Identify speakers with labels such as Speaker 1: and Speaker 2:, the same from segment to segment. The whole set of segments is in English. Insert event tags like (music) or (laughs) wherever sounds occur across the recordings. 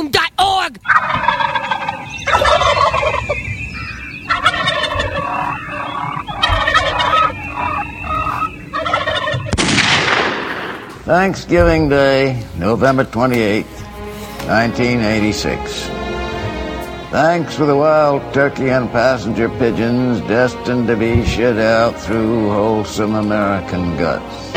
Speaker 1: breakroom.org.
Speaker 2: Thanksgiving Day, November 28th, 1986. Thanks for the wild turkey and passenger pigeons destined to be shit out through wholesome American guts.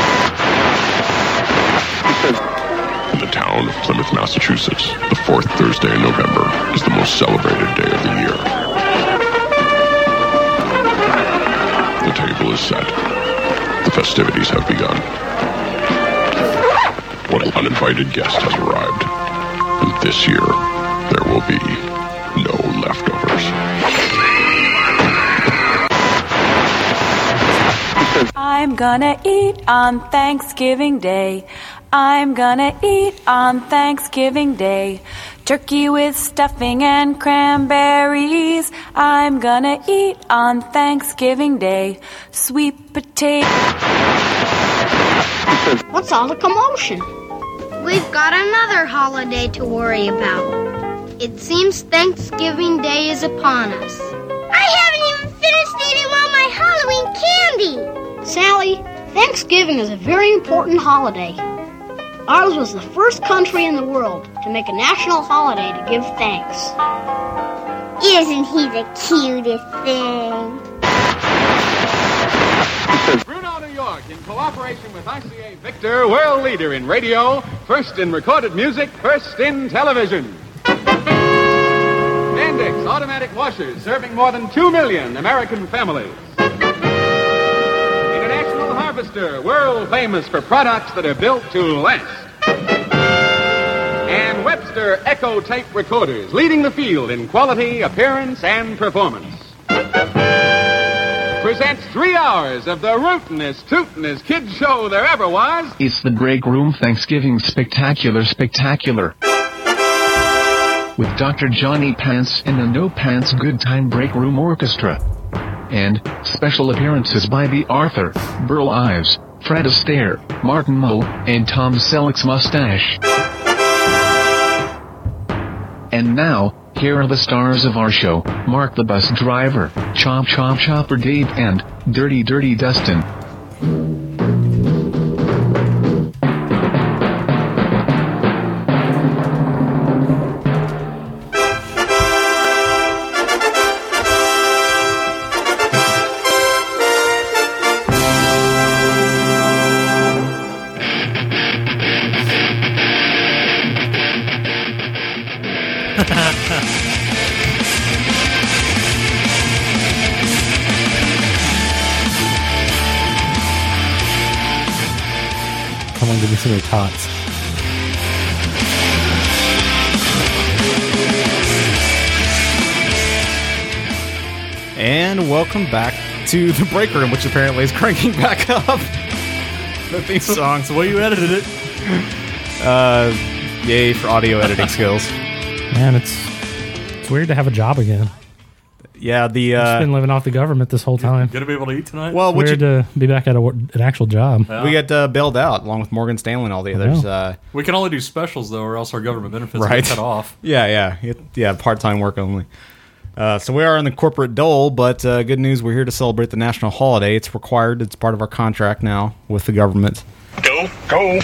Speaker 3: In the town of Plymouth, Massachusetts, the fourth Thursday in November is the most celebrated day of the year. The table is set. The festivities have begun. One uninvited guest has arrived. And this year, there will be no leftovers.
Speaker 4: I'm gonna eat on Thanksgiving Day. I'm gonna eat on Thanksgiving Day. Turkey with stuffing and cranberries. I'm gonna eat on Thanksgiving Day. Sweet potato.
Speaker 5: What's all the commotion? We've got another holiday to worry about. It seems Thanksgiving Day is upon us. I haven't even finished eating all my Halloween candy! Sally, Thanksgiving is a very important holiday. Ours was the first country in the world to make a national holiday to give thanks. Isn't he the cutest thing?
Speaker 6: Bruno, New York, in cooperation with RCA Victor, world leader in radio, first in recorded music, first in television. Bendix automatic washers serving more than 2 million American families. International Harvester, world famous for products that are built to last. And Webster Echo Tape Recorders, leading the field in quality, appearance, and performance presents three hours of the rootinest, tootinest kid show there ever was.
Speaker 7: It's the Break Room Thanksgiving Spectacular Spectacular. With Dr. Johnny Pants and the No Pants Good Time Break Room Orchestra. And special appearances by the Arthur, Burl Ives, Fred Astaire, Martin Mull, and Tom Selleck's mustache. And now, here are the stars of our show Mark the Bus Driver, Chop Chop Chopper Dave, and Dirty Dirty Dustin.
Speaker 8: How long did we see their tots?
Speaker 9: And welcome back to the break room, which apparently is cranking back up (laughs) the theme song. So, well, you edited it. Uh, yay for audio editing skills.
Speaker 8: Man, it's it's weird to have a job again.
Speaker 9: Yeah, the
Speaker 8: I've just been
Speaker 9: uh,
Speaker 8: living off the government this whole time.
Speaker 10: Gonna be able to eat tonight?
Speaker 9: well, what you,
Speaker 8: weird to be back at a, wor- an actual job.
Speaker 9: we got uh, bailed out along with Morgan Stanley and all the others.
Speaker 8: know.
Speaker 9: Uh,
Speaker 10: we can only do specials though, or else our government benefits
Speaker 9: Right.
Speaker 10: get cut off.
Speaker 9: (laughs) yeah, yeah, it, yeah, part time work only. Uh, so we are in the corporate dole, but uh, good news, we're here to celebrate the national holiday. It's required. It's part of our contract now with the government.
Speaker 3: Go, go.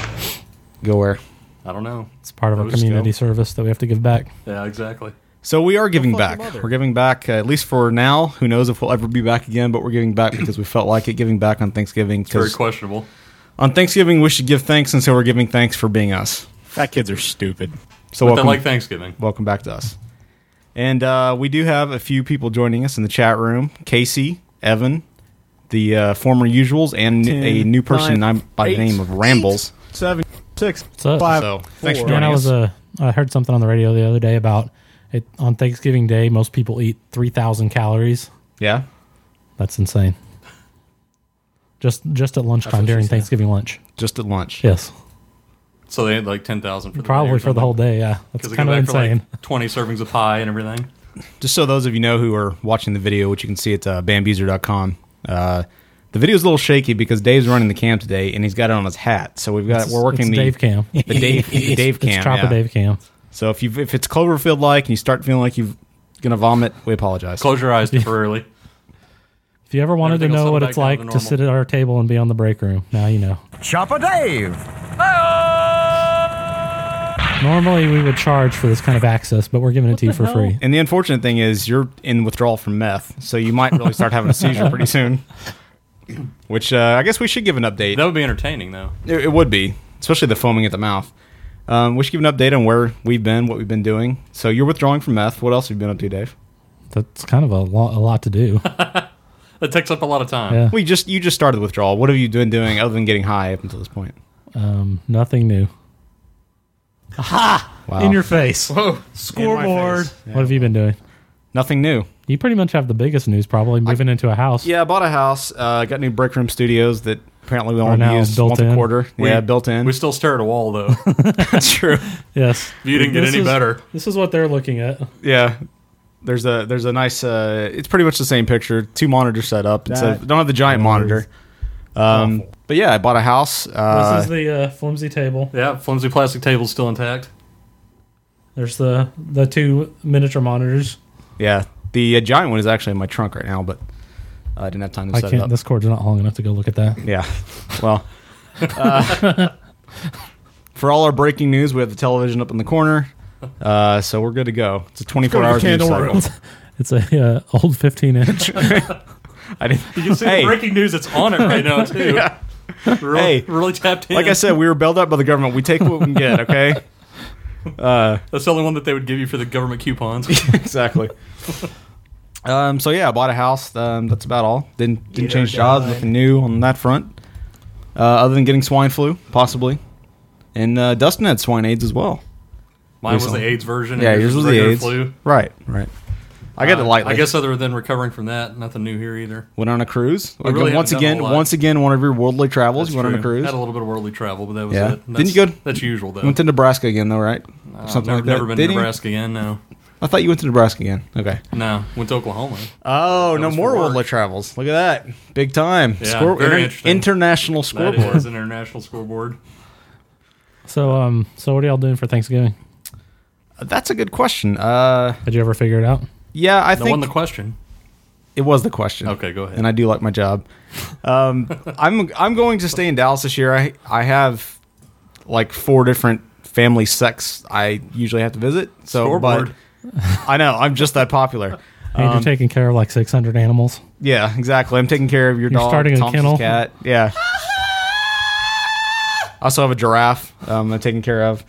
Speaker 9: Go where?
Speaker 10: I don't know.
Speaker 8: It's part of our
Speaker 10: Those go.
Speaker 8: community service that we have to give back.
Speaker 10: Yeah, exactly.
Speaker 9: So we are giving back. We're giving back uh, at least for now. Who knows if we'll ever be back again? But we're giving back because we felt like it. Giving back on Thanksgiving
Speaker 10: Very
Speaker 9: because
Speaker 10: questionable.
Speaker 9: on Thanksgiving we should give thanks, and so we're giving thanks for being us.
Speaker 11: Fat kids are stupid.
Speaker 9: So
Speaker 10: But then,
Speaker 9: welcome,
Speaker 10: like Thanksgiving.
Speaker 9: welcome back to us. And uh, we do have a few people joining us in the chat room: Casey, Evan, the uh, former usuals, and
Speaker 11: Ten,
Speaker 9: a new person
Speaker 11: nine,
Speaker 9: I'm- by
Speaker 11: eight,
Speaker 9: the name of Rambles.
Speaker 11: Seven, six,
Speaker 8: up?
Speaker 11: five.
Speaker 9: So thanks for joining
Speaker 8: Yeah, and I was
Speaker 9: us.
Speaker 8: uh, I heard something on the radio the other day about it on Thanksgiving Day. Most people eat three thousand calories.
Speaker 9: yeah,
Speaker 8: That's insane. Just just at lunchtime during Thanksgiving lunch.
Speaker 9: just at lunch.
Speaker 8: Yes,
Speaker 10: So they had like ten thousand for the
Speaker 8: probably for the whole day. Yeah, that's
Speaker 10: Because
Speaker 8: kind of insane.
Speaker 10: Twenty servings of pie and everything.
Speaker 9: just so those of you know who are watching the video, which you can see at uh, bambuser.com, uh, the video's a little shaky because Dave's running the cam today and he's got it on his hat. So we've got we're working
Speaker 8: it's
Speaker 9: the
Speaker 8: Dave Cam.
Speaker 9: the Dave the Dave cam.
Speaker 8: (laughs) It's Chopper
Speaker 9: yeah.
Speaker 8: Dave Cam.
Speaker 6: So if you if it's Cloverfield like and you start feeling like you're gonna vomit, we apologize.
Speaker 7: Close your eyes temporarily.
Speaker 8: If you ever wanted to
Speaker 7: Everything will
Speaker 8: know what
Speaker 7: settle
Speaker 8: it's
Speaker 7: back down
Speaker 8: like
Speaker 7: to
Speaker 8: to sit at our table and be on the break room, now you know.
Speaker 12: Chopper Dave.
Speaker 8: Normally we would charge for this kind of access, but we're giving it to you for free.
Speaker 6: And the unfortunate thing is you're in withdrawal from meth, so you might really start having a seizure pretty soon. Which uh, I guess we should give an update.
Speaker 7: That would be entertaining, though.
Speaker 6: It, it would be, especially the foaming at the mouth. Um, we should give an update on where we've been, what we've been doing. So you're withdrawing from meth. What else have you been up to, Dave?
Speaker 8: That's kind of a lot, a lot
Speaker 7: (laughs)
Speaker 8: to do.
Speaker 7: That takes up a lot of time.
Speaker 8: Yeah.
Speaker 6: We just you just started withdrawal. What have you been doing other than getting high up until this point?
Speaker 8: Um, nothing new.
Speaker 6: Ha! Wow.
Speaker 13: In your face. Whoa.
Speaker 6: Scoreboard.
Speaker 8: What have you been doing?
Speaker 6: Nothing new.
Speaker 8: You pretty much have the biggest news, probably moving into a house.
Speaker 6: Yeah, I bought a house. Uh, got new break room studios that apparently we
Speaker 8: Are
Speaker 6: only
Speaker 8: now
Speaker 6: use
Speaker 8: built
Speaker 6: once
Speaker 8: in.
Speaker 6: a quarter.
Speaker 8: We-
Speaker 6: yeah, built in.
Speaker 7: We still stare at a wall, though.
Speaker 6: That's true.
Speaker 8: Yes.
Speaker 7: You didn't get
Speaker 8: This
Speaker 7: any
Speaker 8: is-
Speaker 7: better.
Speaker 8: This is what they're looking at.
Speaker 6: Yeah. There's a there's a nice. Uh, it's pretty much the same picture. Two monitors set up. It's a,
Speaker 8: That
Speaker 6: don't have the giant monitor. Um, but yeah, I bought a house. Uh,
Speaker 8: this is the uh, flimsy table.
Speaker 7: Yeah, flimsy plastic table's still intact.
Speaker 8: There's the the two miniature monitors.
Speaker 6: yeah, the uh, giant one is actually in my trunk right now, but I didn't have time to
Speaker 8: I
Speaker 6: set it
Speaker 8: can't.
Speaker 6: up.
Speaker 8: This cord's not long enough to go look at that.
Speaker 6: Yeah. Well, uh, for all our breaking news, we have the television up in the corner, uh, so we're good to go. It's a 24 hours news cycle.
Speaker 8: it's a uh, old 15 inch.
Speaker 6: (laughs) I didn't.
Speaker 7: You can see
Speaker 6: Hey.
Speaker 7: the breaking news that's on it right now, too.
Speaker 6: Yeah.
Speaker 7: Real-
Speaker 6: Hey,
Speaker 7: really tapped in.
Speaker 6: Like I said, we were bailed out by the government. We take what we can get. Okay. Uh,
Speaker 7: That's the only one that they would give you for the government coupons.
Speaker 6: (laughs) exactly. Um, so yeah, I bought a house. Um, that's about all. Didn't didn't
Speaker 7: You
Speaker 6: change
Speaker 7: died.
Speaker 6: jobs. Nothing new on that front. Uh, other than getting swine flu, possibly. And uh, Dustin had swine AIDS as well.
Speaker 7: Mine was the AIDS version and
Speaker 6: Yeah,
Speaker 7: yours
Speaker 6: yours
Speaker 7: was
Speaker 6: was the
Speaker 7: regular
Speaker 6: AIDS.
Speaker 7: flu.
Speaker 6: Right, right. I got
Speaker 7: Uh,
Speaker 6: it lightly.
Speaker 7: I guess other than recovering from that, nothing new here either.
Speaker 6: went on a cruise.
Speaker 7: We really
Speaker 6: Again, once
Speaker 7: haven't done a
Speaker 6: again,
Speaker 7: whole lot.
Speaker 6: once again, one of your worldly travels.
Speaker 7: That's
Speaker 6: you went on a
Speaker 7: true.
Speaker 6: cruise.
Speaker 7: Had a little bit of worldly travel, but that was
Speaker 6: yeah.
Speaker 7: it. And
Speaker 6: Didn't you go?
Speaker 7: That's usual though.
Speaker 6: Went to Nebraska again though, right?
Speaker 7: Uh, never, never been to
Speaker 6: Didn't you?
Speaker 7: Nebraska again. No,
Speaker 6: I thought you went to Nebraska again. Okay.
Speaker 7: no, went to Oklahoma.
Speaker 6: Oh, no more worldly travels. Look at that. Big time.
Speaker 7: Yeah, very interesting.
Speaker 6: International scoreboard.
Speaker 7: That is an international scoreboard.
Speaker 8: so um, so what are y'all doing for Thanksgiving?
Speaker 6: That's a good question. Uh,
Speaker 8: Did you ever figure it out?
Speaker 6: Yeah, I
Speaker 7: That
Speaker 6: think
Speaker 7: won the question.
Speaker 6: it was the question.
Speaker 7: Okay, go ahead.
Speaker 6: And I do like my job. Um, (laughs) I'm I'm going to stay in Dallas this year. I I have like four different family sects I usually have to visit. So,
Speaker 8: Scoreboard.
Speaker 6: but I know I'm just that
Speaker 7: (laughs)
Speaker 6: popular.
Speaker 8: And
Speaker 6: Um,
Speaker 8: you're taking care of like 600 animals.
Speaker 6: yeah, exactly. I'm taking care of your
Speaker 8: You're
Speaker 6: dog,
Speaker 8: starting a
Speaker 6: Thompson's
Speaker 8: kennel?
Speaker 6: cat. Yeah. I also have a giraffe um, I'm taking care of.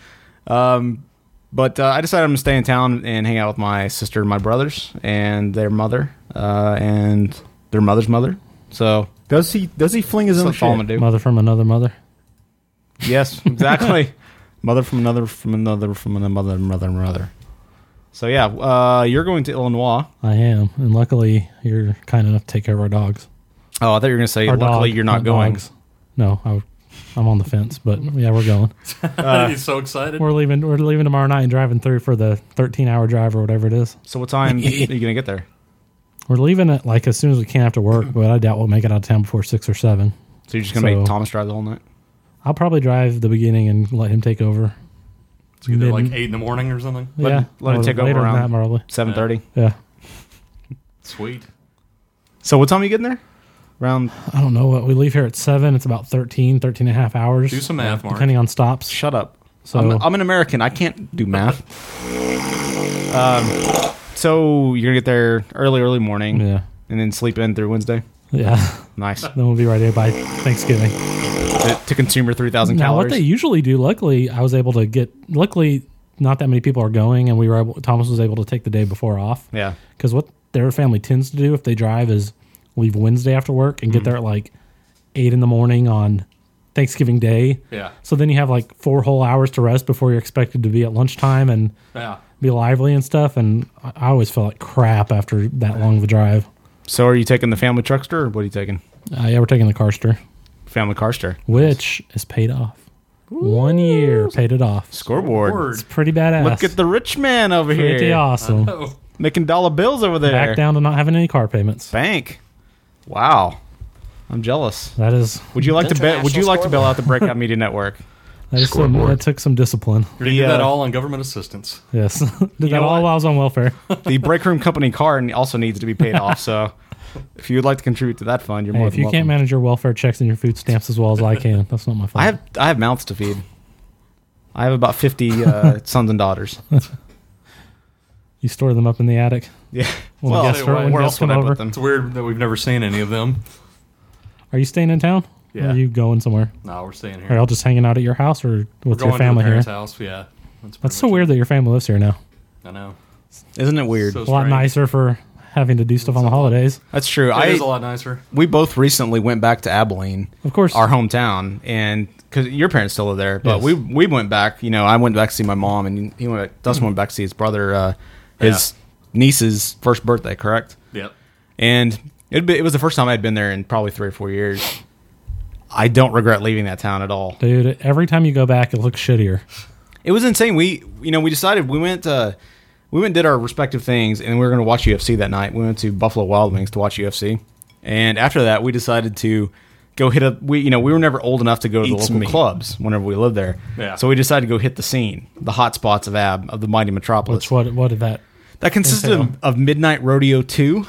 Speaker 6: Um, but uh, I decided I'm going to stay in town and hang out with my sister and my brothers and their mother uh, and their mother's mother. So
Speaker 11: Does he does he fling his
Speaker 6: That's
Speaker 11: own
Speaker 6: what Solomon
Speaker 11: shit?
Speaker 6: do.
Speaker 8: Mother from another mother.
Speaker 6: yes, exactly. mother from another from another from another mother mother mother. So yeah, uh, you're going to Illinois.
Speaker 8: I am, and luckily you're kind enough to take care of our dogs.
Speaker 6: Oh, I thought you were going to say.
Speaker 8: Our
Speaker 6: luckily,
Speaker 8: dog,
Speaker 6: you're not going.
Speaker 8: dogs. No, I, I'm on the fence, but yeah, we're
Speaker 7: (laughs)
Speaker 8: going.
Speaker 7: He's so excited.
Speaker 8: We're leaving. We're leaving tomorrow night and driving through for the 13 hour drive or whatever it is.
Speaker 6: So what time are you going to get there?
Speaker 8: (laughs) We're leaving it like as soon as we can after work, but I doubt we'll make it out of town before six or seven.
Speaker 6: So you're just going to
Speaker 8: So-
Speaker 6: make Thomas drive the whole night?
Speaker 8: I'll probably drive the beginning and let him take over. It's
Speaker 7: Either like eight in the morning or something.
Speaker 6: Let,
Speaker 8: yeah,
Speaker 6: let
Speaker 8: or
Speaker 6: it take over
Speaker 8: later than that,
Speaker 6: around
Speaker 8: probably.
Speaker 6: seven thirty.
Speaker 8: Yeah,
Speaker 7: Sweet.
Speaker 6: So what time are you getting there? Around
Speaker 8: I don't know what we leave here at seven. It's about 13, 13 and a half hours.
Speaker 6: Do some math, Mark.
Speaker 8: depending on stops.
Speaker 6: Shut up.
Speaker 8: So
Speaker 6: I'm, I'm an American. I can't do math. um, so you're gonna get there early, early morning.
Speaker 8: Yeah.
Speaker 6: And then sleep in through Wednesday.
Speaker 8: yeah, (laughs)
Speaker 6: Nice.
Speaker 8: then we'll be right here by Thanksgiving.
Speaker 6: to, to consume your three thousand
Speaker 8: Now, what
Speaker 6: calories.
Speaker 8: they usually do, luckily, I was able to get. Luckily, not that many people are going, and we were able, Thomas was able to take the day before off.
Speaker 6: Yeah.
Speaker 8: because what their family tends to do if they drive is leave Wednesday after work
Speaker 6: Mm-hmm.
Speaker 8: and get there at like eight in the morning on Thanksgiving Day.
Speaker 7: Yeah.
Speaker 8: So then you have like four whole hours to rest before you're expected to be at lunchtime and
Speaker 7: Yeah.
Speaker 8: be lively and stuff. And I I always felt like crap after that long of a drive.
Speaker 6: so are you taking the family truckster or what are you taking?
Speaker 8: Uh, yeah, we're taking the Carster,
Speaker 6: Family carster.
Speaker 8: which is paid off. One year paid it off.
Speaker 6: Scoreboard.
Speaker 8: It's pretty badass.
Speaker 6: Look at the rich man over here.
Speaker 8: Pretty awesome.
Speaker 6: Making dollar bills over there.
Speaker 8: Back down to not having any car payments.
Speaker 6: Bank. Wow. I'm jealous.
Speaker 8: That is.
Speaker 6: Would you like to bet? Would you like to bail out the Breakout Media Network?
Speaker 8: That, is some,
Speaker 3: Scoreboard.
Speaker 8: that took some discipline.
Speaker 7: You're gonna do that
Speaker 6: uh,
Speaker 7: all on government assistance.
Speaker 8: Yes. (laughs) Did that
Speaker 6: know
Speaker 8: all
Speaker 6: what?
Speaker 8: while I was on welfare.
Speaker 6: the break room company card also needs to be paid off. So if you'd like to contribute to that fund, you're
Speaker 8: Hey,
Speaker 6: more
Speaker 8: if
Speaker 6: than
Speaker 8: you
Speaker 6: welcome.
Speaker 8: can't manage your welfare checks and your food stamps as well as I can, that's not my fault.
Speaker 6: I
Speaker 8: (laughs)
Speaker 6: have I have mouths to feed. I have about fifty uh, sons and daughters.
Speaker 8: you store them up in the attic.
Speaker 6: Yeah.
Speaker 8: (laughs) When
Speaker 6: Well,
Speaker 8: guests, are- when
Speaker 6: where else
Speaker 8: guests
Speaker 6: would
Speaker 8: come
Speaker 6: I put
Speaker 8: over.
Speaker 6: them?
Speaker 7: It's weird that we've never seen any of them.
Speaker 8: Are you staying in town? Or
Speaker 7: Yeah.
Speaker 8: are you going somewhere?
Speaker 7: No, we're staying here.
Speaker 8: Are y'all just hanging out at your house or
Speaker 7: we're
Speaker 8: with
Speaker 7: going
Speaker 8: your family
Speaker 7: to the
Speaker 8: here?
Speaker 7: parents' house. Yeah, pretty
Speaker 8: That's so
Speaker 7: much
Speaker 8: weird that your family lives here now.
Speaker 7: it. I know.
Speaker 6: Isn't it weird?
Speaker 7: So
Speaker 8: A lot
Speaker 7: strange.
Speaker 8: nicer for having to do stuff on the holidays.
Speaker 6: That's true.
Speaker 7: It
Speaker 6: I
Speaker 7: is a lot nicer.
Speaker 6: we both recently went back to Abilene,
Speaker 8: Of course.
Speaker 6: our hometown, and because your parents still live there, but
Speaker 8: Yes.
Speaker 6: we we went back. You know, I went back to see my mom, and he went. Back, Dustin went back to see his brother, uh, his niece's first birthday. Correct.
Speaker 7: Yep.
Speaker 6: and it, it was the first time I'd been there in probably three or four years. I don't regret leaving that town at all.
Speaker 8: Dude, every time you go back, it looks shittier.
Speaker 6: It was insane. We, you know, we decided we went, uh, we went and did our respective things, and we were going to watch UFC that night. We went to Buffalo Wild Wings to watch UFC, and after that, we decided to go hit up. We, you know, we were never old enough to go to the
Speaker 11: Eats
Speaker 6: local
Speaker 11: me.
Speaker 6: clubs whenever we lived there.
Speaker 7: Yeah.
Speaker 6: So we decided to go hit the scene, the hot spots of Ab of the mighty metropolis.
Speaker 8: Which what what did that?
Speaker 6: That consisted
Speaker 8: Entail.
Speaker 6: of, of Midnight Rodeo Two,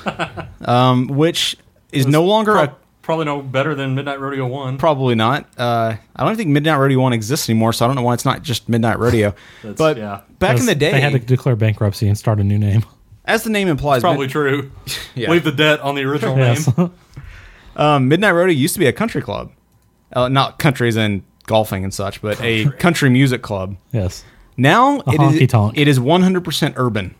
Speaker 6: um, which is no longer a
Speaker 7: Pro- probably no better than Midnight Rodeo One.
Speaker 6: Probably not. Uh, I don't think Midnight Rodeo One exists anymore, so I don't know why it's not just Midnight Rodeo.
Speaker 7: (laughs) That's-
Speaker 6: but
Speaker 7: yeah.
Speaker 6: back in
Speaker 8: Because
Speaker 6: the day,
Speaker 8: they had to declare bankruptcy and start a new name.
Speaker 6: as the name implies,
Speaker 7: probably
Speaker 6: Mid-
Speaker 7: true.
Speaker 6: (laughs) Yeah.
Speaker 7: Leave the debt on the original
Speaker 8: Yes. (laughs)
Speaker 7: name.
Speaker 6: um, Midnight Rodeo used to be a country club, uh, not countries in golfing and such, but a country music club.
Speaker 8: yes.
Speaker 6: Now it is
Speaker 8: honky-tonk.
Speaker 6: it is 100% urban,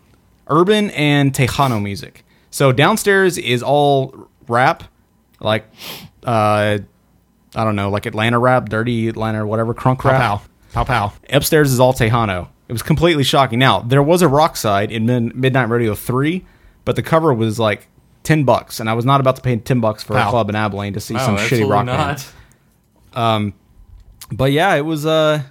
Speaker 6: urban and Tejano music. So downstairs is all rap, like uh, I don't know, like Atlanta rap, dirty Atlanta, or whatever, crunk rap.
Speaker 11: Pow pow.
Speaker 6: Upstairs is all Tejano. It was completely shocking. Now there was a rock side in Mid- Midnight Radio Three, but the cover was like ten bucks, and I was not about to pay ten bucks for a
Speaker 11: Wow.
Speaker 6: club in Abilene to see some
Speaker 7: no,
Speaker 6: shitty
Speaker 7: absolutely
Speaker 6: rock
Speaker 7: not.
Speaker 6: band. Um, But yeah, it was uh,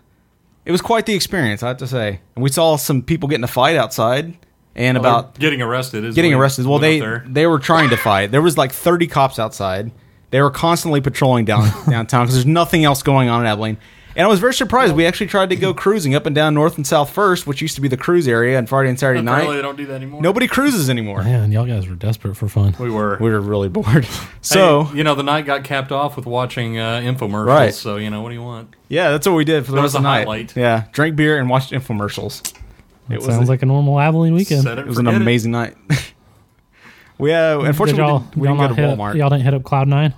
Speaker 6: it was quite the experience, I have to say. And we saw some people getting a fight outside, and
Speaker 7: Well,
Speaker 6: about
Speaker 7: they're getting arrested is
Speaker 6: getting
Speaker 7: what-
Speaker 6: arrested. Well,
Speaker 7: what up
Speaker 6: they
Speaker 7: there.
Speaker 6: they were trying to fight. There was like thirty cops outside. They were constantly patrolling
Speaker 7: (laughs)
Speaker 6: down downtown because there's nothing else going on in Abilene. And I was very surprised. We actually tried to go cruising up and down North and South First, which used to be the cruise area on Friday and Saturday
Speaker 7: apparently they
Speaker 6: night.
Speaker 7: don't do that anymore.
Speaker 6: Nobody cruises anymore.
Speaker 8: Man, y'all guys were desperate for fun.
Speaker 7: we were.
Speaker 6: We were really bored.
Speaker 7: Hey,
Speaker 6: So
Speaker 7: you know the night got capped off with watching uh, infomercials.
Speaker 6: Right.
Speaker 7: So you know what do you want?
Speaker 6: yeah, that's what we did for the
Speaker 7: That
Speaker 6: rest
Speaker 7: was
Speaker 6: of
Speaker 7: the
Speaker 6: the night.
Speaker 7: highlight.
Speaker 6: Yeah, drank beer and watched infomercials.
Speaker 8: It sounds like a normal Abilene weekend.
Speaker 7: Set
Speaker 6: it was an
Speaker 7: forget Hmm.
Speaker 6: amazing night. (laughs) we uh,
Speaker 8: Did
Speaker 6: unfortunately
Speaker 8: y'all,
Speaker 6: we didn't- we
Speaker 8: y'all
Speaker 6: didn't go to
Speaker 8: not hit up-
Speaker 6: (laughs) Walmart.
Speaker 8: y'all didn't hit up Cloud Nine?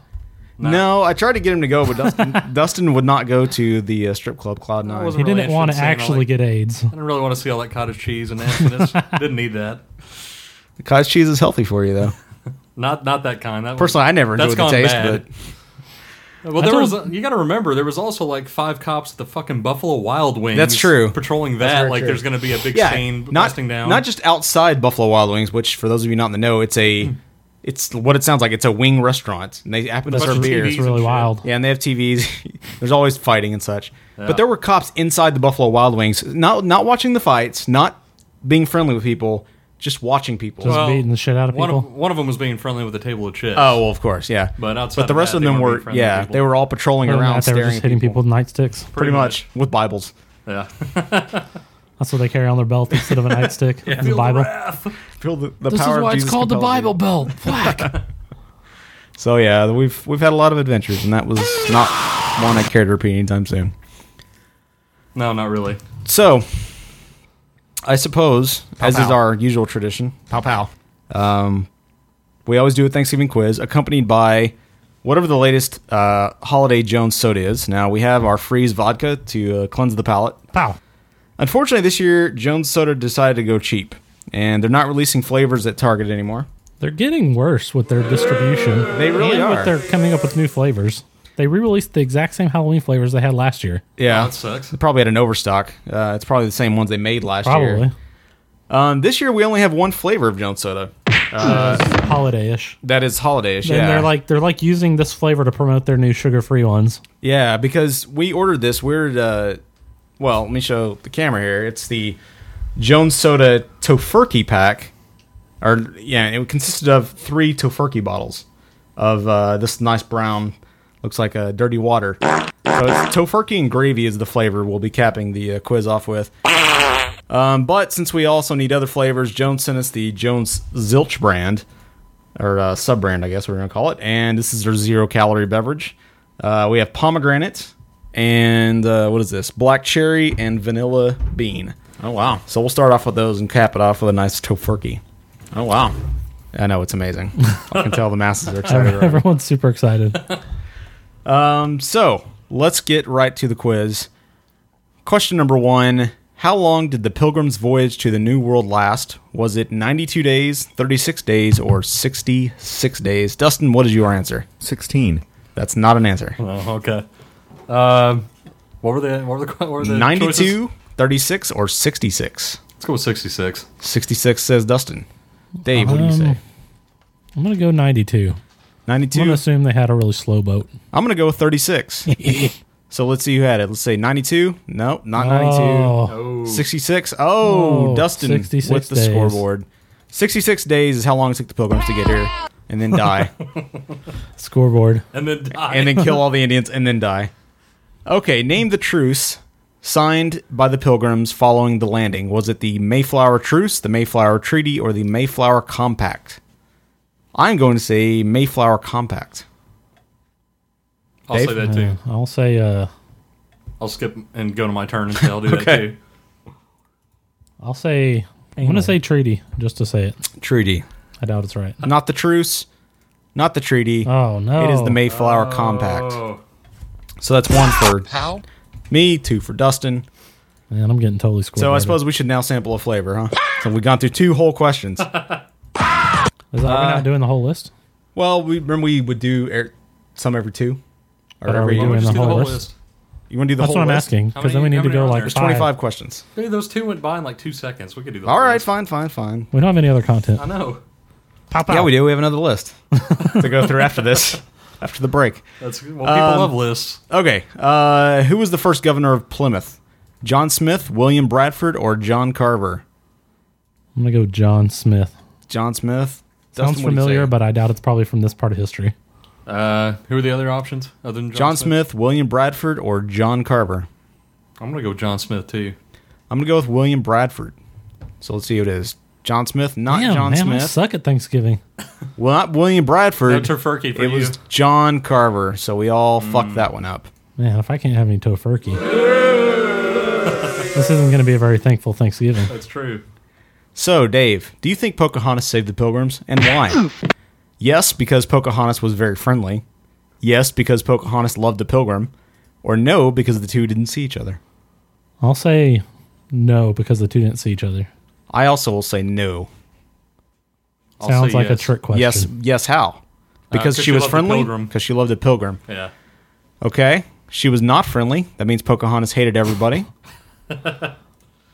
Speaker 6: No. I tried to get him to go, but Dustin, (laughs) Dustin would not go to the uh, strip club Cloud
Speaker 7: I
Speaker 6: Nine.
Speaker 7: wasn't
Speaker 8: He
Speaker 7: really
Speaker 8: didn't want to
Speaker 7: interested in seeing all
Speaker 8: actually
Speaker 7: that-
Speaker 8: get AIDS.
Speaker 7: I didn't really want to see all that cottage cheese and nastiness.
Speaker 8: (laughs)
Speaker 7: Didn't need that.
Speaker 6: Cottage cheese is healthy for you, though.
Speaker 7: Not not that kind. That was-
Speaker 6: Personally, I never
Speaker 7: that's
Speaker 6: enjoyed the
Speaker 7: gone
Speaker 6: taste,
Speaker 7: bad. well, there
Speaker 8: told-
Speaker 7: was. A, you got to remember, there was also like five cops at the fucking Buffalo Wild Wings.
Speaker 6: That's true.
Speaker 7: Patrolling
Speaker 6: That's
Speaker 7: that,
Speaker 6: very
Speaker 7: like,
Speaker 6: true.
Speaker 7: there's going to be a big
Speaker 6: yeah,
Speaker 7: chain
Speaker 6: not
Speaker 7: busting down.
Speaker 6: not just outside Buffalo Wild Wings, which for those of you not in the know, it's
Speaker 7: Hmm.
Speaker 6: a it's what it sounds like. It's a wing restaurant, and they happen to
Speaker 7: Bunch
Speaker 6: serve
Speaker 7: of
Speaker 6: beer.
Speaker 7: TVs
Speaker 8: It's really
Speaker 7: and shit.
Speaker 8: wild.
Speaker 6: Yeah, and they have TVs. (laughs) There's always fighting and such.
Speaker 7: Yeah.
Speaker 6: But there were cops inside the Buffalo Wild Wings, not not watching the fights, not being friendly with people, just watching people.
Speaker 8: Just beating the shit out of
Speaker 7: one
Speaker 8: people.
Speaker 7: Of, one of them was being friendly with a table of chips.
Speaker 6: oh, well, of course, yeah.
Speaker 7: But outside
Speaker 6: but the
Speaker 7: of
Speaker 6: rest
Speaker 7: that,
Speaker 6: of
Speaker 7: they
Speaker 6: them
Speaker 7: weren't being
Speaker 6: were,
Speaker 7: friendly
Speaker 6: yeah,
Speaker 7: people.
Speaker 6: they were all patrolling
Speaker 8: Other than
Speaker 6: around,
Speaker 8: that, they were
Speaker 6: staring at
Speaker 8: just hitting people with nightsticks.
Speaker 6: pretty much with Bibles.
Speaker 7: Yeah.
Speaker 8: That's what they carry on their belt instead
Speaker 6: (laughs)
Speaker 8: of a nightstick. It's the Bible.
Speaker 6: Feel the, the power of Jesus compels you.
Speaker 11: Belt.
Speaker 6: (laughs) So yeah, we've we've had a lot of adventures, and that was not one I care to repeat anytime soon.
Speaker 7: no, not really.
Speaker 6: So, I suppose, as is
Speaker 11: pow.
Speaker 6: our usual tradition, um,
Speaker 11: Pow pow.
Speaker 6: we always do a Thanksgiving quiz accompanied by whatever the latest uh, holiday Jones soda is. Now we have our freeze vodka to uh, cleanse the palate.
Speaker 8: Pow.
Speaker 6: Unfortunately, this year Jones Soda decided to go cheap, and they're not releasing flavors at Target anymore.
Speaker 8: They're getting worse with their distribution.
Speaker 6: They really
Speaker 8: and
Speaker 6: are.
Speaker 8: With their coming up with new flavors. They re-released the exact same Halloween flavors they had last year.
Speaker 6: Yeah,
Speaker 7: that sucks.
Speaker 6: They probably had an overstock. Uh, it's probably the same ones they made last year.
Speaker 8: Probably
Speaker 6: Um, this year we only have one flavor of Jones Soda.
Speaker 8: holiday-ish.
Speaker 6: That is holidayish.
Speaker 8: And
Speaker 6: yeah,
Speaker 8: they're like they're like using this flavor to promote their new sugar-free ones. (laughs)
Speaker 6: yeah, because we ordered this. We're uh, well, let me show the camera here. It's the Jones Soda Tofurkey pack, or yeah, it consisted of three Tofurkey bottles of uh, this nice brown, looks like a dirty water. So it's tofurkey and gravy is the flavor we'll be capping the uh, quiz off with. Um, but since we also need other flavors, Jones sent us the Jones Zilch brand, or uh, sub brand, I guess we're going to call it. And this is their zero calorie beverage. Uh, we have pomegranate and uh, what is this? Black cherry and vanilla bean.
Speaker 14: Oh wow.
Speaker 6: So we'll start off with those and cap it off with a nice tofurkey.
Speaker 14: Oh wow.
Speaker 6: I know it's amazing. I can tell the masses are excited.
Speaker 7: (laughs)
Speaker 6: already.
Speaker 7: Everyone's super excited.
Speaker 6: So let's get right to the quiz. Question number one How long did the Pilgrim's voyage to the New World last? Was it 92 days, 36 days, or 66 days? Dustin, what is your answer?
Speaker 14: 16.
Speaker 6: That's not an answer.
Speaker 8: Oh, (laughs) okay. Um, what were the what were the, what were the
Speaker 6: 92,
Speaker 8: choices?
Speaker 6: 36, or 66?
Speaker 8: Let's go with sixty six.
Speaker 6: 66 says Dustin. Dave, what do you
Speaker 7: Um,
Speaker 8: Mm.
Speaker 6: say?
Speaker 7: I'm gonna go 92. I'm
Speaker 6: 92?
Speaker 7: gonna assume they had a really slow boat.
Speaker 6: I'm going to go with
Speaker 7: (laughs)
Speaker 6: 36. so let's see who had it. Let's say 92. No, not 92.
Speaker 7: Oh,
Speaker 6: 66. Oh,
Speaker 7: Oh,
Speaker 6: Dustin
Speaker 7: 66
Speaker 6: with the
Speaker 7: days.
Speaker 6: scoreboard. 66 days is how long it took the pilgrims to get here and then die.
Speaker 7: (laughs) scoreboard.
Speaker 8: And then die.
Speaker 6: and then kill
Speaker 8: (laughs)
Speaker 6: all the Indians and then die. Okay, name the truce signed by the pilgrims following the landing. Was it the Mayflower Truce, the Mayflower Treaty, or the Mayflower Compact? I'm going to say Mayflower Compact.
Speaker 8: I'll say that too.
Speaker 7: I'll say uh,
Speaker 8: I'll skip and go to my turn and say I'll do that
Speaker 6: Okay.
Speaker 8: too.
Speaker 7: I'll say. I'm gonna say treaty just to say it.
Speaker 6: Treaty.
Speaker 7: I doubt it's right.
Speaker 6: Not the truce, not the treaty.
Speaker 7: Oh no!
Speaker 6: It is the Mayflower Compact.
Speaker 8: Oh.
Speaker 6: So that's one for
Speaker 14: How?
Speaker 6: me, two for Dustin.
Speaker 7: Man, I'm getting totally scoreboarded.
Speaker 6: So I suppose we should now sample a flavor, huh? So we've gone through two whole questions.
Speaker 7: is that,
Speaker 8: Uh,
Speaker 7: are we not doing the whole list?
Speaker 6: well, we remember we would do air, some every two. Or
Speaker 7: But are
Speaker 6: every,
Speaker 7: we
Speaker 8: Why don't
Speaker 7: doing
Speaker 8: we just
Speaker 7: the
Speaker 8: do
Speaker 7: whole
Speaker 8: whole
Speaker 7: list?
Speaker 8: list?
Speaker 6: you want to do the
Speaker 7: That's
Speaker 6: whole
Speaker 7: what I'm
Speaker 6: list?
Speaker 7: asking because then we need
Speaker 8: many- how
Speaker 7: to
Speaker 8: many
Speaker 7: go
Speaker 8: are
Speaker 7: like
Speaker 8: there? There's
Speaker 6: There's 25
Speaker 7: five.
Speaker 6: questions.
Speaker 8: Hey, those two went by in like two seconds. We could do the
Speaker 6: All
Speaker 8: whole
Speaker 6: right,
Speaker 8: list.
Speaker 6: fine, fine, fine.
Speaker 7: We don't have any other content.
Speaker 8: I know.
Speaker 6: Yeah, we do. We have another
Speaker 7: (laughs)
Speaker 6: list to go through after this, after the break.
Speaker 8: That's well, people
Speaker 7: Um,
Speaker 8: love lists.
Speaker 6: Okay, uh, who was the first governor of Plymouth? John Smith, William Bradford, or John Carver?
Speaker 7: I'm gonna go John Smith.
Speaker 6: John Smith.
Speaker 7: Sounds
Speaker 6: Dustin, what do you
Speaker 7: familiar,
Speaker 6: say?
Speaker 7: but I doubt it's probably from this part of history.
Speaker 8: Uh, who are the other options other than John,
Speaker 6: John Smith, William Bradford, or John Carver?
Speaker 8: I'm gonna go John Smith too.
Speaker 6: I'm gonna go with William Bradford. So let's see who it is. John Smith, not
Speaker 7: Damn,
Speaker 6: John
Speaker 7: man, I
Speaker 6: Smith.
Speaker 7: suck at Thanksgiving.
Speaker 6: Well, not William
Speaker 8: No
Speaker 6: Bradford.
Speaker 8: Tofurkey for
Speaker 6: it
Speaker 8: you.
Speaker 6: was John Carver. So we all
Speaker 8: Mm.
Speaker 6: fucked that one up.
Speaker 7: Man, if I can't have any tofurkey, this isn't gonna be a very thankful Thanksgiving.
Speaker 8: That's true.
Speaker 6: So Dave, do you think Pocahontas saved the Pilgrims and
Speaker 8: (coughs)
Speaker 6: why? yes, because Pocahontas was very friendly. Yes, because Pocahontas loved the Pilgrim. Or no, because the two didn't see each other.
Speaker 7: I'll say no because the two didn't see each other.
Speaker 6: I also will say no.
Speaker 8: I'll
Speaker 7: Sounds
Speaker 8: say
Speaker 7: like
Speaker 8: yes.
Speaker 7: a trick question.
Speaker 6: Yes, yes. How? Because
Speaker 8: Uh, 'cause
Speaker 6: she
Speaker 8: she
Speaker 6: was
Speaker 8: loved the
Speaker 6: friendly.
Speaker 8: Pilgrim.
Speaker 6: Because she loved the Pilgrim.
Speaker 8: Yeah.
Speaker 6: Okay. She was not friendly. That means Pocahontas hated
Speaker 8: (laughs)
Speaker 6: everybody.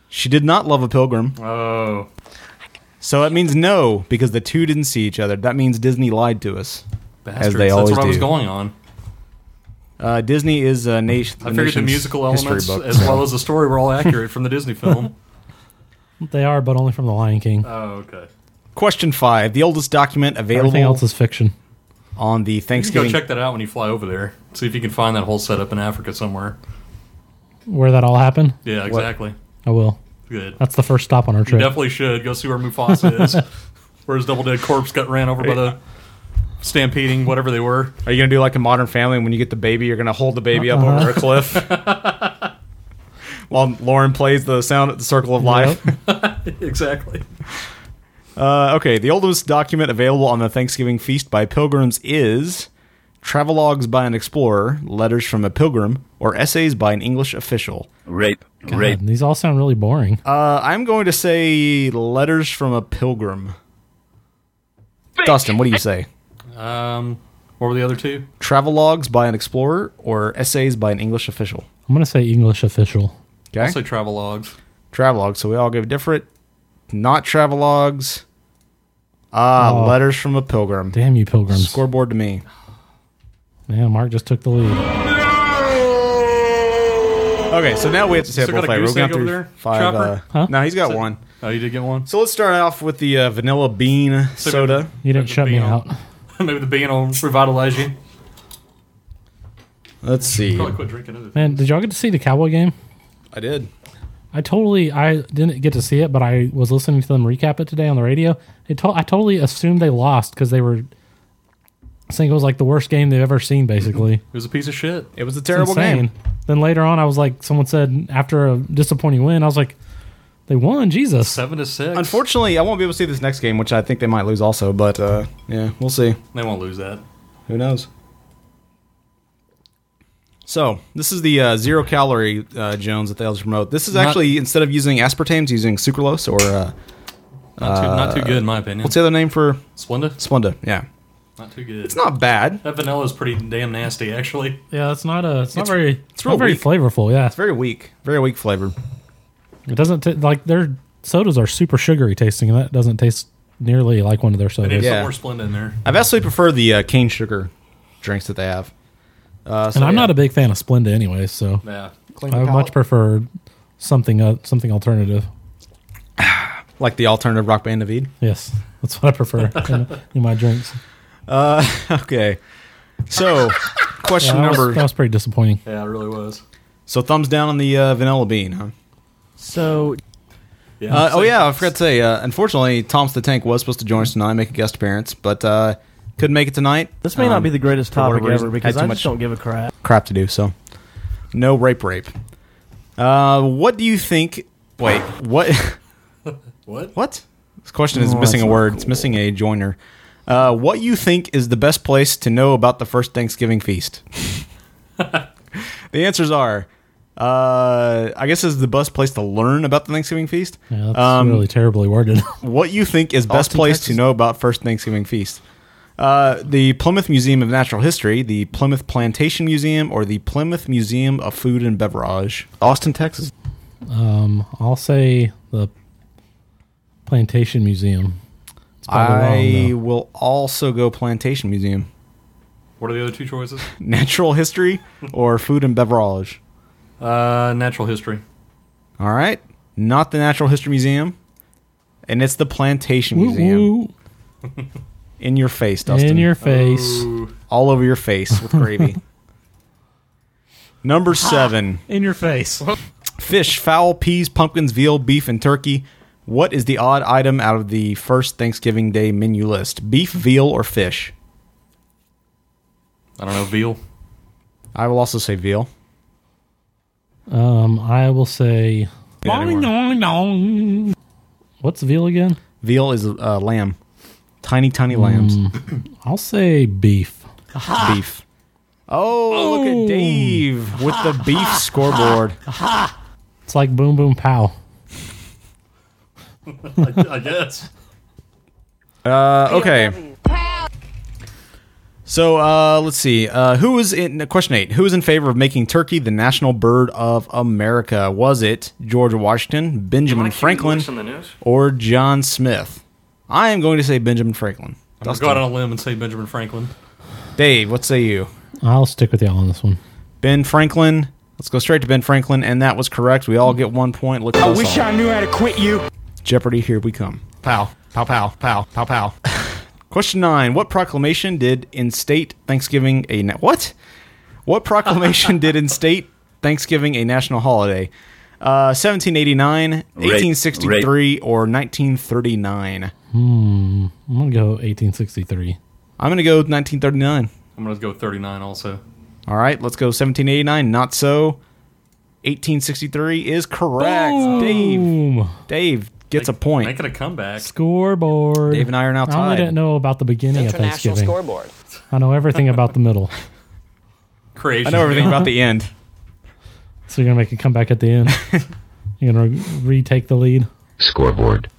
Speaker 6: she did not love a pilgrim.
Speaker 8: Oh,
Speaker 6: So it means no, because the two didn't see each other. That means Disney lied to us.
Speaker 8: bastards.
Speaker 6: they
Speaker 8: That's
Speaker 6: always
Speaker 8: what I was
Speaker 6: do.
Speaker 8: going on.
Speaker 6: Uh, Disney is a nation.
Speaker 8: I figured the
Speaker 6: nation's
Speaker 8: musical
Speaker 6: history
Speaker 8: elements
Speaker 6: book.
Speaker 8: as well as the story were all accurate from
Speaker 7: (laughs)
Speaker 8: the Disney film.
Speaker 7: They are, but only from The Lion King.
Speaker 8: oh, okay.
Speaker 6: Question five: The oldest document available
Speaker 7: Everything else is fiction.
Speaker 6: on the
Speaker 8: You can go
Speaker 6: Thanksgiving.
Speaker 8: check that out when you fly over there. See if you can find that whole setup in Africa somewhere.
Speaker 7: Where that all happened?
Speaker 8: Yeah, exactly.
Speaker 7: I will.
Speaker 8: Good.
Speaker 7: That's the first stop on our
Speaker 8: You
Speaker 7: trip.
Speaker 8: definitely should go see where
Speaker 6: (laughs)
Speaker 8: Mufasa is, where his double dead corpse got ran over by the stampeding whatever they were.
Speaker 6: Are you gonna do like a Modern Family? When you get the baby, you're gonna hold the baby up over
Speaker 7: Uh-huh.
Speaker 6: a
Speaker 7: (laughs)
Speaker 6: cliff while Lauren plays the sound at the Circle of Life.
Speaker 7: Yep.
Speaker 8: exactly.
Speaker 6: Uh, okay, the oldest document available on the Thanksgiving feast by pilgrims is travelogues by an explorer, letters from a pilgrim, or essays (laughs) by an English official.
Speaker 2: Rape. Rape.
Speaker 7: God, these all sound really boring.
Speaker 6: Uh, I'm going to say letters from a pilgrim. Dustin, what do you say?
Speaker 8: Um, what were the other two?
Speaker 6: Travelogues by an explorer or essays by an English official?
Speaker 7: I'm gonna say English official.
Speaker 6: Okay,
Speaker 8: I'll say travel logs.
Speaker 6: travelogues. So we all give different. Not travelogues. Ah,
Speaker 7: Oh.
Speaker 6: letters from a pilgrim.
Speaker 7: Damn you, pilgrims!
Speaker 6: Scoreboard to me.
Speaker 7: Yeah, Mark just took the lead.
Speaker 6: Okay, so now we have to sample
Speaker 8: got a
Speaker 6: flavor. We're
Speaker 8: goose
Speaker 6: going
Speaker 8: egg over
Speaker 6: through
Speaker 8: there?
Speaker 6: five.
Speaker 8: Chopper?
Speaker 6: Uh, No, he's got
Speaker 8: So-
Speaker 6: one.
Speaker 8: Oh, you did get one.
Speaker 6: So let's start off with the uh, vanilla bean soda.
Speaker 7: You didn't shut me
Speaker 8: Bean on.
Speaker 7: out.
Speaker 8: Maybe the bean will revitalize you.
Speaker 6: Let's see.
Speaker 8: Probably quit drinking other
Speaker 7: Man, did y'all get to see the Cowboy game?
Speaker 6: I did.
Speaker 7: I totally I didn't get to see it, but I was listening to them recap it today on the radio. It to- I totally assumed they lost because they were saying it was like the worst game they've ever seen, basically.
Speaker 8: It was a piece of shit.
Speaker 6: It was a
Speaker 7: It's
Speaker 6: terrible
Speaker 7: insane.
Speaker 6: game.
Speaker 7: Then later on, I was like, someone said after a disappointing win, I was like, they won, Jesus.
Speaker 8: Seven to six.
Speaker 6: Unfortunately, I won't be able to see this next game, which I think they might lose also. But uh, yeah, we'll see.
Speaker 8: they won't lose that.
Speaker 6: Who knows? So this is the uh, zero calorie uh, Jones that they always promote. This is
Speaker 8: Not-
Speaker 6: actually instead of using aspartame, it's using sucralose or uh,
Speaker 8: Not too, not too good in my opinion.
Speaker 6: what's the other name for
Speaker 8: Splenda?
Speaker 6: Splenda? Yeah,
Speaker 8: Not too good.
Speaker 6: it's not bad.
Speaker 8: That vanilla is pretty damn nasty, actually.
Speaker 7: Yeah, it's not a. It's, not very. It's
Speaker 6: real
Speaker 7: not very
Speaker 6: weak.
Speaker 7: flavorful. Yeah,
Speaker 6: It's very weak, very weak flavor.
Speaker 7: it doesn't t- like their sodas are super sugary tasting, and that doesn't taste nearly like one of their
Speaker 8: They
Speaker 7: sodas.
Speaker 8: need
Speaker 6: Yeah.
Speaker 8: some more Splenda in there.
Speaker 6: I vastly prefer the uh, cane sugar drinks that they have. Uh, so
Speaker 7: and I'm
Speaker 6: yeah.
Speaker 7: not a big fan of Splenda, anyway, so
Speaker 8: Yeah.
Speaker 7: I would much prefer something uh, something alternative.
Speaker 6: like the alternative rock band Navid.
Speaker 7: Yes, that's what I
Speaker 8: (laughs)
Speaker 7: prefer in, in my drinks.
Speaker 6: Okay, so question
Speaker 7: That was,
Speaker 6: number.
Speaker 7: that was pretty disappointing.
Speaker 8: Yeah, it really was.
Speaker 6: So thumbs down on the uh, vanilla bean, huh?
Speaker 15: So
Speaker 8: Yeah.
Speaker 6: Uh, oh yeah, I forgot to say. Uh, unfortunately, Tom's the Tank was supposed to join us tonight, make a guest appearance, but uh, couldn't make it tonight.
Speaker 15: this may not
Speaker 6: Um,
Speaker 15: be the greatest
Speaker 6: for whatever
Speaker 15: topic ever
Speaker 6: reason,
Speaker 15: because
Speaker 6: had
Speaker 15: I
Speaker 6: too
Speaker 15: just
Speaker 6: much
Speaker 15: don't give a crap.
Speaker 6: crap to do. So, no rape, rape. Uh, what do you think? Wait, what?
Speaker 8: What?
Speaker 6: What? This question is
Speaker 15: Oh,
Speaker 6: missing
Speaker 15: that's
Speaker 6: a
Speaker 15: not
Speaker 6: word. It's missing a joiner. Uh, what you think is the best place to know about the first Thanksgiving feast? (laughs) the answers are, uh, I guess, is the best place to learn about the Thanksgiving feast.
Speaker 7: Yeah, that's
Speaker 6: Um,
Speaker 7: really terribly worded. (laughs)
Speaker 6: what you think is best
Speaker 15: Austin,
Speaker 6: place
Speaker 15: Texas.
Speaker 6: to know about first Thanksgiving feast? Uh, the Plymouth Museum of Natural History, the Plymouth Plantation Museum, or the Plymouth Museum of Food and Beverage, Austin, Texas.
Speaker 7: I'll say the plantation museum. It's probably
Speaker 6: I
Speaker 7: wrong,
Speaker 6: will also go Plantation Museum,
Speaker 8: What are the other two choices?
Speaker 6: Natural History, or Food and Beverage.
Speaker 8: Uh, natural history.
Speaker 6: All right, not the Natural History Museum, and it's the Plantation
Speaker 7: though.
Speaker 6: Museum.
Speaker 7: Ooh,
Speaker 6: In your face,
Speaker 7: ooh,
Speaker 6: Dustin.
Speaker 7: in your face,
Speaker 8: Ooh,
Speaker 6: all over your face with gravy. Number seven.
Speaker 7: in your
Speaker 8: (laughs)
Speaker 7: face.
Speaker 6: Fish, fowl, peas, pumpkins, veal, beef, and turkey. What is the odd item out of the first Thanksgiving Day menu list? Beef, veal, or fish?
Speaker 8: I don't know. Veal.
Speaker 6: I will also say veal.
Speaker 7: Um, I will say.
Speaker 6: Anymore.
Speaker 7: What's veal again?
Speaker 6: Veal is uh, lamb. Tiny, tiny lambs.
Speaker 7: I'll say beef.
Speaker 6: It's beef. Oh, look at Dave with the beef scoreboard.
Speaker 7: It's like boom boom pow.
Speaker 8: I, I guess.
Speaker 6: (laughs) Uh, okay. So uh, let's see. Uh, who was in question eight? Who was in favor of making turkey the national bird of America? Was it George Washington, Benjamin Franklin, or John Smith? I am going to say Benjamin Franklin.
Speaker 8: I'll
Speaker 6: Dustin.
Speaker 8: go out on a limb and say Benjamin Franklin.
Speaker 6: Dave, what say you?
Speaker 7: I'll stick with y'all on this one.
Speaker 6: Ben Franklin. Let's go straight to Ben Franklin, and that was correct. We all get one point. Look, at us all.
Speaker 16: knew how to quit you.
Speaker 6: Jeopardy, here we come. Pow, pow, pow, pow, pow, pow. (laughs) Question nine: What proclamation did instate Thanksgiving a na- what? What proclamation did instate Thanksgiving a national holiday? Uh, 1789, 1863, or 1939?
Speaker 7: I'm gonna go 1863.
Speaker 6: I'm gonna go 1939.
Speaker 8: I'm gonna go 39 also.
Speaker 6: All right, let's go 1789. Not so. 1863 is correct. Dave,
Speaker 7: Boom.
Speaker 6: Dave gets a point.
Speaker 8: Making a comeback.
Speaker 7: Scoreboard.
Speaker 6: Dave and I are now
Speaker 7: I only
Speaker 6: tied.
Speaker 7: didn't know about the beginning of
Speaker 17: International
Speaker 7: Thanksgiving.
Speaker 17: scoreboard.
Speaker 7: I know everything about the middle.
Speaker 8: Creation.
Speaker 6: I know everything about the end.
Speaker 7: So you're gonna make a comeback at the end.
Speaker 8: (laughs)
Speaker 7: you're gonna re- retake the lead.
Speaker 18: Scoreboard.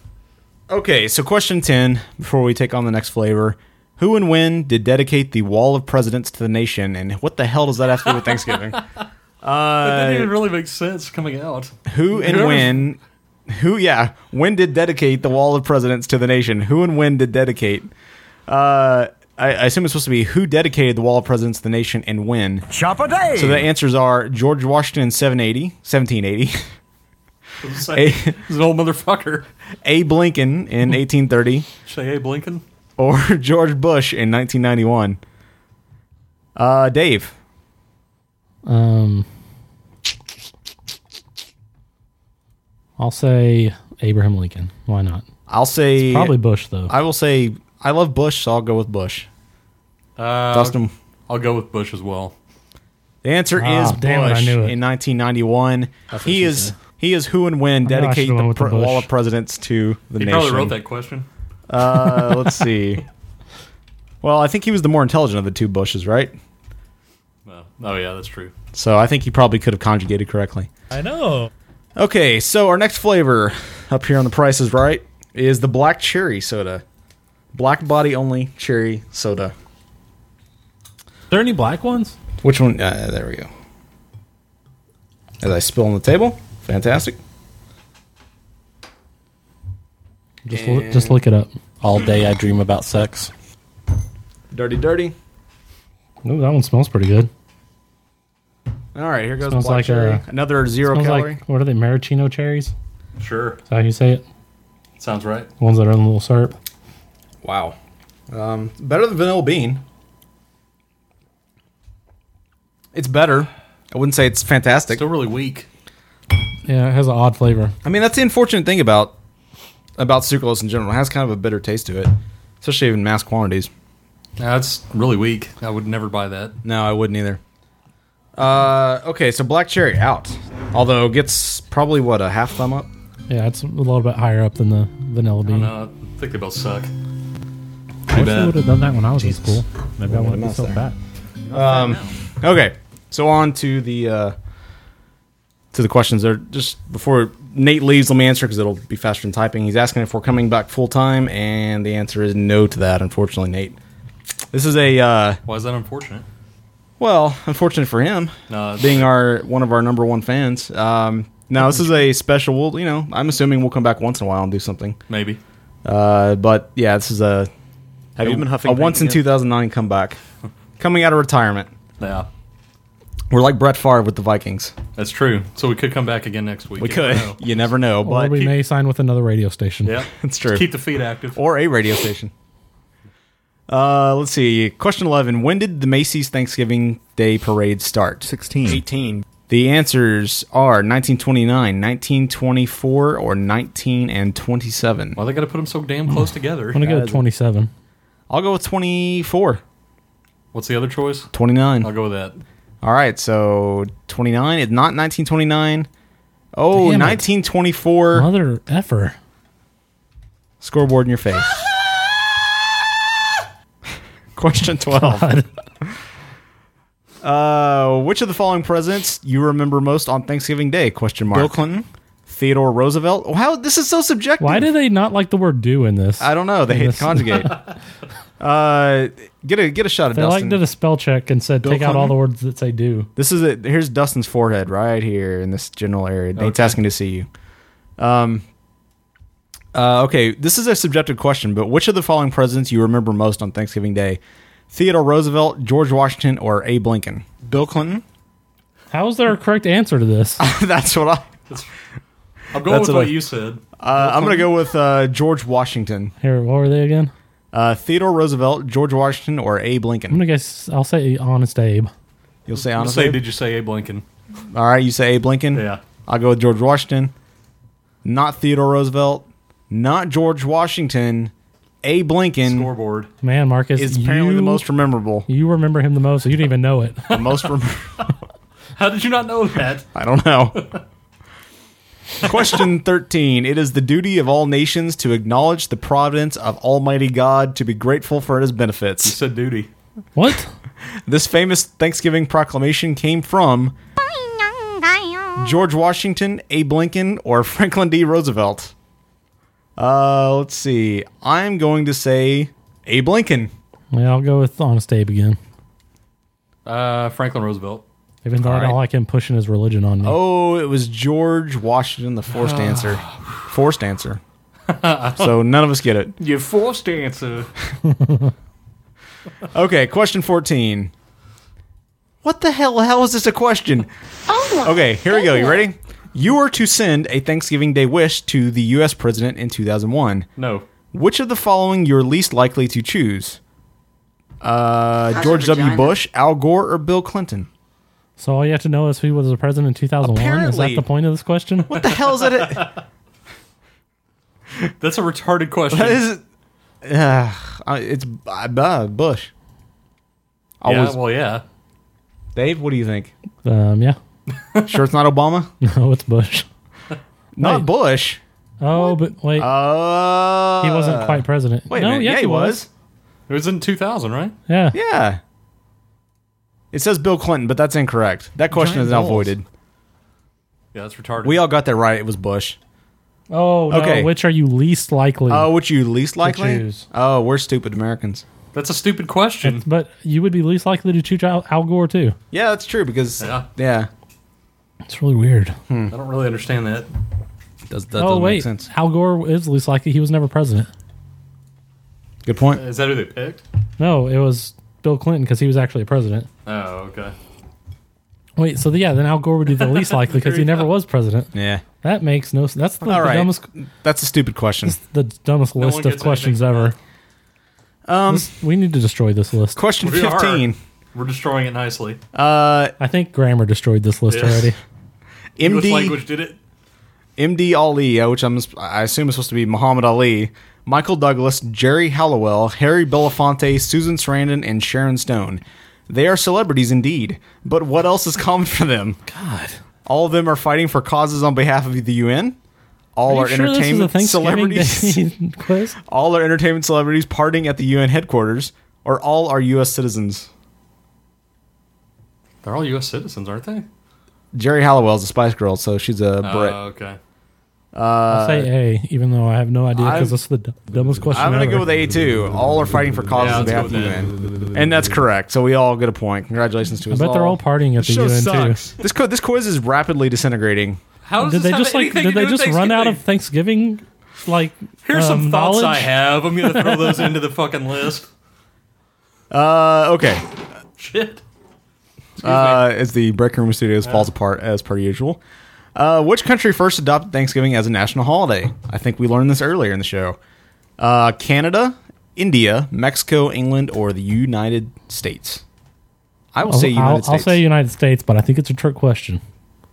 Speaker 6: Okay, so question 10 before we take on the next flavor. Who and when did dedicate the Wall of Presidents to the nation, and what the hell does that have to do with Thanksgiving?
Speaker 8: That didn't even really make sense coming out.
Speaker 6: Who and
Speaker 8: Whoever's-
Speaker 6: when? Who? Yeah, when did dedicate the Wall of Presidents to the nation? Who and when did dedicate? Uh, I, I assume it's supposed to be who dedicated the Wall of Presidents to the nation and when.
Speaker 16: Chop a day.
Speaker 6: So the answers are George Washington in 780, 1780,
Speaker 8: It's like- He's an old motherfucker.
Speaker 6: Abe Lincoln in 1830,
Speaker 8: Say, hey, Blinken.
Speaker 6: or George Bush in 1991. Uh, Dave.
Speaker 7: Um, I'll say Abraham Lincoln. Why not?
Speaker 6: I'll say
Speaker 7: Probably Bush though.
Speaker 6: I will say I love Bush, so I'll go with Bush.
Speaker 19: Uh,
Speaker 6: Dustin,
Speaker 19: I'll go with Bush as well.
Speaker 6: the answer
Speaker 7: Ah,
Speaker 6: is
Speaker 7: damn it, I
Speaker 6: Bush
Speaker 7: knew it.
Speaker 6: in 1991. He
Speaker 7: she
Speaker 6: is
Speaker 7: said.
Speaker 6: he is who and when
Speaker 7: I
Speaker 6: dedicate
Speaker 7: should've went
Speaker 6: the
Speaker 7: with the
Speaker 6: pre-
Speaker 7: Bush.
Speaker 6: wall of presidents to the
Speaker 19: He
Speaker 6: nation.
Speaker 19: probably wrote that question.
Speaker 6: Uh, let's see. Well, I think he was the more intelligent of the two Bushes, right?
Speaker 19: Uh, oh yeah, that's true.
Speaker 6: So I think he probably could have conjugated correctly.
Speaker 20: I know.
Speaker 6: Okay, so our next flavor up here on the Price is Right is the black cherry soda, black body only cherry soda.
Speaker 20: there any black ones?
Speaker 6: Which one? Uh, there we go. As I spill on the table, fantastic.
Speaker 7: just loo- just look it up.
Speaker 20: All day I dream about sex.
Speaker 6: Dirty, dirty.
Speaker 7: Ooh, that one smells pretty good.
Speaker 6: All right, here goes
Speaker 7: Smells
Speaker 6: black
Speaker 7: like
Speaker 6: cherry.
Speaker 7: a-
Speaker 6: Another zero
Speaker 7: Smells
Speaker 6: calorie.
Speaker 7: like what are they? Maraschino cherries. Is
Speaker 19: Sure,
Speaker 7: that how you say it?
Speaker 19: sounds right.
Speaker 7: The ones that are in the little syrup.
Speaker 6: wow. Um, better than vanilla bean. It's better. I wouldn't say it's fantastic.
Speaker 19: Still really weak.
Speaker 7: Yeah, it has an odd flavor.
Speaker 6: I mean, that's the unfortunate thing about about sucralose in general. It has kind of a bitter taste to it, especially in mass quantities.
Speaker 19: That's really weak. I would never buy that.
Speaker 6: No, I wouldn't either. Uh, okay, so black cherry out. Although gets probably what a half thumb up.
Speaker 7: Yeah, it's a little bit higher up than the vanilla bean.
Speaker 19: No, I think they both suck.
Speaker 20: I wish
Speaker 19: bad.
Speaker 20: would have done that when I was in school. Maybe I wouldn't be so fat.
Speaker 6: Okay, so on to the uh, to the questions there. Just before Nate leaves, let me answer because it'll be faster than typing. He's asking if we're coming back full time, and the answer is no to that. Unfortunately, Nate. This is a uh,
Speaker 19: Why is that unfortunate?
Speaker 6: well, unfortunate for him,
Speaker 19: No, it's-
Speaker 6: being our one of our number one fans. Um, now this is a special. We'll, you know, I'm assuming we'll come back once in a while and do something.
Speaker 19: Maybe.
Speaker 6: Uh, but yeah, this is a
Speaker 8: Have you been huffing?
Speaker 6: a
Speaker 8: paint
Speaker 6: once in
Speaker 8: yet?
Speaker 6: 2009 comeback, coming out of retirement.
Speaker 19: Yeah,
Speaker 6: We're like Brett Favre with the Vikings.
Speaker 19: that's true. So we could come back again next week.
Speaker 6: We
Speaker 19: You
Speaker 6: could.
Speaker 19: never know.
Speaker 6: You never know,
Speaker 7: or
Speaker 6: but
Speaker 7: we may sign with another radio station.
Speaker 19: Yeah,
Speaker 6: That's true.
Speaker 19: keep the feet active.
Speaker 6: or a radio station. Uh, let's see. Question 11. When did the Macy's Thanksgiving Day Parade start?
Speaker 8: 16. 18.
Speaker 6: The (laughs) answers are 1929, 1924, or 19 and 27.
Speaker 19: Why they got to put them so damn close together?
Speaker 7: I'm gonna go to 27.
Speaker 6: I'll go with 24.
Speaker 19: What's the other choice?
Speaker 6: 29.
Speaker 19: I'll go with that.
Speaker 6: All right, so 29 is not 1929. Oh,
Speaker 7: Damn it.
Speaker 6: 1924.
Speaker 7: Mother effer.
Speaker 6: Scoreboard in your face. Question 12.
Speaker 7: God.
Speaker 6: Uh, which of the following presidents you remember most on Thanksgiving Day? Question mark.
Speaker 8: Bill Clinton.
Speaker 6: Theodore Roosevelt. Wow, this is so subjective.
Speaker 7: Why do they not like the word "do" in this?
Speaker 6: I don't know. They hate to
Speaker 7: This- (laughs)
Speaker 6: conjugate. uh, get a get a shot of
Speaker 7: They like
Speaker 6: Dustin. (laughs)
Speaker 7: did a spell check and said take out all the words that say "do."
Speaker 6: this is it. Here's Dustin's forehead right here in this general area. Nate's asking to see you. Um. uh, okay, this is a subjective question, but which of the following presidents you remember most on Thanksgiving Day? Theodore Roosevelt, George Washington, or Abe Lincoln?
Speaker 8: Bill Clinton.
Speaker 7: How is there a correct answer to
Speaker 19: (laughs)
Speaker 7: this?
Speaker 6: That's what I.
Speaker 19: I'm going
Speaker 6: That's
Speaker 19: with
Speaker 6: what
Speaker 19: what
Speaker 6: I-
Speaker 19: you said.
Speaker 6: Uh, I'm gonna go with uh, George Washington.
Speaker 7: Here, what were they again?
Speaker 6: Uh, Theodore Roosevelt, George Washington, or Abe Lincoln?
Speaker 7: I'm gonna guess. I'll say honest Abe.
Speaker 6: You'll say
Speaker 19: I'll
Speaker 6: honestly.
Speaker 19: say, did you say Abe Lincoln?
Speaker 6: All right, you say Abe Lincoln.
Speaker 19: Yeah.
Speaker 6: I'll go with George Washington. Not Theodore Roosevelt. Not George Washington. Abe Lincoln
Speaker 19: Scoreboard.
Speaker 7: Man, Marcus
Speaker 6: is apparently
Speaker 7: you-
Speaker 6: the most memorable.
Speaker 7: You remember him the most. You didn't even know it.
Speaker 6: The most. Rem-
Speaker 19: How did you not know that?
Speaker 6: I don't know. Question 13. It is the duty of all nations to acknowledge the providence of (laughs) Almighty God, to be grateful for his benefits.
Speaker 19: You said duty.
Speaker 7: what?
Speaker 6: This famous Thanksgiving proclamation came from George Washington, Abe Lincoln, or (laughs) Franklin D. Roosevelt. Uh, let's see. I'm going to say Abe Lincoln.
Speaker 7: Yeah, I'll go with honest Abe again.
Speaker 19: Uh, Franklin Roosevelt.
Speaker 7: Even though I
Speaker 6: right.
Speaker 7: don't like him pushing his religion on me.
Speaker 6: Oh, it was George Washington, the
Speaker 8: (sighs)
Speaker 6: forced answer. Forced answer. so none of us get it.
Speaker 19: You forced
Speaker 7: uh.
Speaker 19: answer.
Speaker 6: (laughs) Okay, question 14. What the hell? How is this a question? Okay, here we go. You ready? You were to send a Thanksgiving Day wish to the U.S. president in 2001.
Speaker 19: No.
Speaker 6: Which of the following you're least likely to choose? Uh, George W. Bush, Al Gore, or Bill Clinton?
Speaker 8: So all you have to know is who was the president in 2001. Is that
Speaker 7: Apparently.
Speaker 8: the point of this question? What
Speaker 7: (laughs)
Speaker 6: the hell is it?
Speaker 7: That's a retarded question.
Speaker 6: That is, uh, it's uh, Bush.
Speaker 7: Yeah, well, yeah.
Speaker 6: Dave, what do you think?
Speaker 8: Um, yeah. (laughs)
Speaker 6: sure, it's not Obama.
Speaker 8: No, it's Bush.
Speaker 6: Not Bush.
Speaker 8: Oh, but wait.
Speaker 6: Uh,
Speaker 8: he wasn't quite president.
Speaker 6: Wait a
Speaker 8: no,
Speaker 6: minute.
Speaker 8: yes,
Speaker 6: Yeah, he was.
Speaker 7: It was in 2000, right?
Speaker 8: Yeah.
Speaker 6: Yeah. It says Bill Clinton, but that's incorrect. That question
Speaker 7: Giant
Speaker 6: is now
Speaker 7: balls.
Speaker 6: voided.
Speaker 7: Yeah, that's retarded.
Speaker 6: We all got that right. It was Bush.
Speaker 8: Oh, no,
Speaker 6: Okay.
Speaker 8: Which are you least likely?
Speaker 6: Oh, which you least likely?
Speaker 8: choose.
Speaker 6: Oh, we're stupid Americans.
Speaker 7: That's a stupid question.
Speaker 8: but you would be least likely to choose Al, Al Gore too.
Speaker 6: Yeah, that's true because yeah,
Speaker 8: It's really weird.
Speaker 7: I don't really understand that.
Speaker 6: Does, that
Speaker 8: oh
Speaker 6: doesn't
Speaker 8: wait,
Speaker 6: make sense.
Speaker 8: Al Gore is least likely. He was never president.
Speaker 6: Good point.
Speaker 7: Is that who they picked?
Speaker 8: No, it was Bill Clinton because he was actually a president.
Speaker 7: Oh, okay.
Speaker 8: Wait, so the, yeah, then Al Gore would be the
Speaker 7: (laughs)
Speaker 8: least likely because he never was president.
Speaker 6: Yeah.
Speaker 8: That makes no. s- That's the,
Speaker 6: All
Speaker 8: the
Speaker 6: right.
Speaker 8: dumbest,
Speaker 6: That's a stupid question.
Speaker 8: the dumbest
Speaker 7: one
Speaker 8: list
Speaker 7: gets
Speaker 8: of
Speaker 7: anything
Speaker 8: questions
Speaker 7: from
Speaker 8: ever.
Speaker 6: Um,
Speaker 8: This- we need to destroy this
Speaker 6: (laughs)
Speaker 8: list.
Speaker 6: question
Speaker 7: We are.
Speaker 6: fifteen.
Speaker 7: We're destroying it nicely.
Speaker 6: Uh,
Speaker 8: I think grammar destroyed this list
Speaker 7: Yes. (laughs)
Speaker 8: already.
Speaker 7: English
Speaker 6: MD
Speaker 7: language did it.
Speaker 6: MD Ali, uh, which I'm I assume is supposed to be Muhammad Ali, Michael Douglas, Jerry Halliwell, Harry Belafonte, Susan Sarandon, and Sharon Stone. They are celebrities indeed, but what else is common for them? God, all of them are fighting for causes on behalf of the UN. All are,
Speaker 8: you sure this is a
Speaker 6: entertainment
Speaker 8: Thanksgiving
Speaker 6: celebrities.
Speaker 8: Day (laughs) quiz?
Speaker 6: all are entertainment celebrities partying at the UN headquarters, or all are U.S. citizens.
Speaker 7: They're all U.S. citizens, aren't they?
Speaker 6: Jerry Halliwell's a Spice Girl, so she's a Brit.
Speaker 7: Oh, okay.
Speaker 8: I'll
Speaker 6: Uh,
Speaker 8: say A, even though I have no idea
Speaker 6: I'm-
Speaker 8: because this is the d- dumbest question.
Speaker 6: I'm gonna
Speaker 8: ever.
Speaker 6: go with A two. All are fighting for causes
Speaker 7: Yeah,
Speaker 6: on behalf
Speaker 7: let's go
Speaker 6: of
Speaker 7: with
Speaker 6: the UN, and that's correct. So we all get a point. Congratulations to
Speaker 8: I
Speaker 6: us
Speaker 8: bet they're all
Speaker 6: all.
Speaker 8: partying at the
Speaker 11: show
Speaker 8: UN
Speaker 11: sucks.
Speaker 6: This co- this quiz is rapidly disintegrating.
Speaker 7: How
Speaker 8: too.
Speaker 7: does
Speaker 8: Did
Speaker 7: this
Speaker 8: they
Speaker 7: have
Speaker 8: just like?
Speaker 7: anything
Speaker 8: Did
Speaker 7: to
Speaker 8: they
Speaker 7: do with
Speaker 8: just run out of
Speaker 7: Thanksgiving?
Speaker 8: Thanksgiving? Like,
Speaker 7: Here's
Speaker 8: um,
Speaker 7: some thoughts I
Speaker 8: knowledge?
Speaker 7: have. I'm gonna throw those into the fucking list.
Speaker 6: Uh, okay.
Speaker 7: Shit.
Speaker 6: Uh, as the break room studios falls apart as per usual. Uh, which country first adopted Thanksgiving as a national holiday? I think we learned this earlier in the show. Uh, Canada, India, Mexico, England, or the United States. I will
Speaker 8: I'll,
Speaker 6: say United
Speaker 8: I'll- I'll
Speaker 6: States.
Speaker 8: say United States, but I think it's a trick question.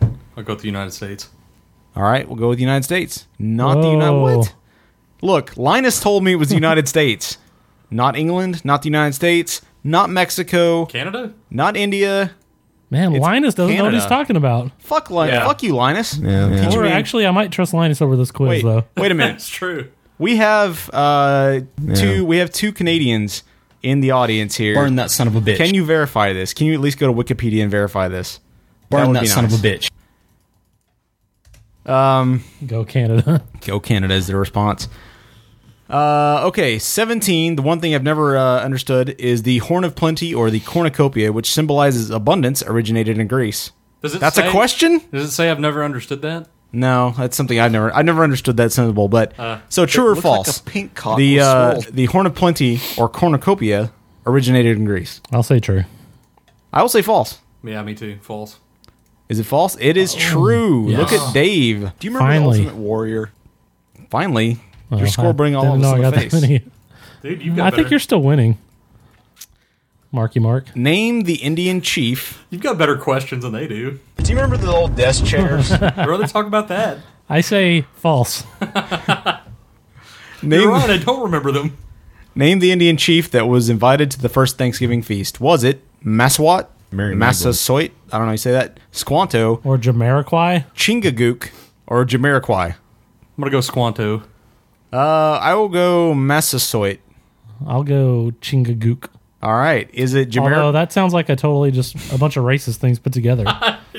Speaker 7: I'll go to the United States.
Speaker 6: All right, we'll go with the United States. Not the
Speaker 8: Whoa.
Speaker 6: United. What? Look, Linus told me it was the
Speaker 8: (laughs)
Speaker 6: United States, not England, not the United States, not Mexico,
Speaker 7: Canada?
Speaker 6: not India.
Speaker 8: Man,
Speaker 6: It's
Speaker 8: Linus doesn't know what he's
Speaker 6: Canada.
Speaker 8: talking about.
Speaker 6: Fuck, Linus.
Speaker 7: Yeah.
Speaker 6: Fuck you, Linus. Teach
Speaker 8: Or
Speaker 6: me.
Speaker 8: actually, I might trust Linus over this quiz,
Speaker 6: wait,
Speaker 8: though.
Speaker 6: wait a minute.
Speaker 7: That's true.
Speaker 6: We have uh, two. We have two Canadians in the audience here.
Speaker 11: Burn that son of a bitch.
Speaker 6: Can you verify this? Can you at least go to Wikipedia and verify this? That
Speaker 11: burn
Speaker 6: would
Speaker 11: that
Speaker 6: be
Speaker 11: son of a
Speaker 6: nice.
Speaker 11: bitch?
Speaker 7: Um,
Speaker 8: Go Canada. (laughs)
Speaker 6: Go Canada is the response. Uh, okay, 17. The one thing I've never uh, understood is the Horn of Plenty or the cornucopia, which symbolizes abundance, originated in Greece.
Speaker 7: Does it
Speaker 6: That's
Speaker 7: say-
Speaker 6: a question?
Speaker 7: Does it say I've never understood that?
Speaker 6: No, that's something I've never I never understood that symbol. But so true or
Speaker 11: Uh, looks like a
Speaker 6: false?
Speaker 11: pink cock
Speaker 6: the
Speaker 11: was
Speaker 6: uh,
Speaker 11: swirled.
Speaker 6: the Horn of Plenty or cornucopia originated in Greece.
Speaker 8: I'll say true.
Speaker 6: I will say false.
Speaker 7: Yeah, me too. False.
Speaker 6: Is it false? It is true. Look at Dave.
Speaker 11: Do you remember
Speaker 8: Finally.
Speaker 11: Ultimate Warrior?
Speaker 6: Finally,
Speaker 8: Oh,
Speaker 6: your
Speaker 8: I
Speaker 6: score bring all
Speaker 8: didn't
Speaker 6: of us in
Speaker 8: know I
Speaker 6: the
Speaker 8: got that
Speaker 6: face.
Speaker 8: many.
Speaker 7: Dude, you've got
Speaker 8: I
Speaker 7: better.
Speaker 8: think you're still winning. Marky Mark.
Speaker 6: Name the Indian chief.
Speaker 7: You've got better questions than they do.
Speaker 11: Do you remember the old desk
Speaker 8: (laughs)
Speaker 11: chairs?
Speaker 7: I'd rather talk about that.
Speaker 8: I say false.
Speaker 6: Name
Speaker 7: You're right. I don't remember them.
Speaker 6: Name the Indian chief that was invited to the first Thanksgiving feast. Was it Maswat,
Speaker 11: Mary
Speaker 6: Massasoit? I don't know how you say that. Squanto,
Speaker 8: Or Jamiroquai.
Speaker 6: Chingagook, or Jamiroquai?
Speaker 7: I'm gonna go Squanto.
Speaker 6: Uh, I will go Massasoit.
Speaker 8: I'll go Chingagook.
Speaker 6: All right. Is it
Speaker 8: Although
Speaker 6: Jamiroquai?
Speaker 8: that sounds like a totally just a bunch of racist things put together.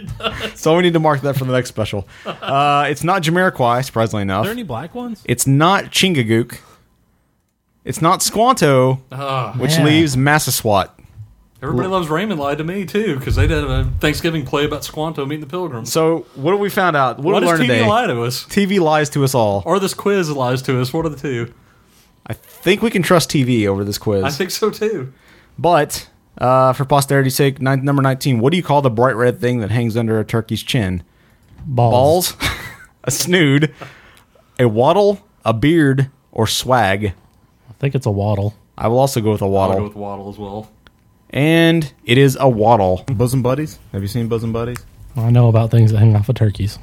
Speaker 6: (laughs) so we need to mark that for the next special. Uh, it's not Jamiroquai, surprisingly enough.
Speaker 12: there any black ones?
Speaker 6: It's not Chingagook. It's not Squanto,
Speaker 7: Ah.
Speaker 6: which
Speaker 8: Man.
Speaker 6: leaves Massaswat.
Speaker 7: Everybody loves Raymond lied to me too because they did a Thanksgiving play about Squanto meeting the Pilgrims.
Speaker 6: So what have we found out? What,
Speaker 7: Why
Speaker 6: did we
Speaker 7: does
Speaker 6: learn
Speaker 7: TV
Speaker 6: today?
Speaker 7: lie to us?
Speaker 6: TV lies to us all.
Speaker 7: Or this quiz lies to us? What are the two?
Speaker 6: I think we can trust TV over this quiz.
Speaker 7: I think so too.
Speaker 6: But uh, for posterity's sake, nine, number 19, what do you call the bright red thing that hangs under a turkey's chin?
Speaker 8: Balls.
Speaker 6: Balls, (laughs) a snood, a waddle, a beard, or swag?
Speaker 8: I think it's a waddle.
Speaker 6: I will also go with a
Speaker 7: I'll
Speaker 6: waddle.
Speaker 7: go with Waddle as well.
Speaker 6: And it is a waddle. Bosom Buddies. Have you seen Bosom Buddies?
Speaker 8: I know about things that hang off of turkeys.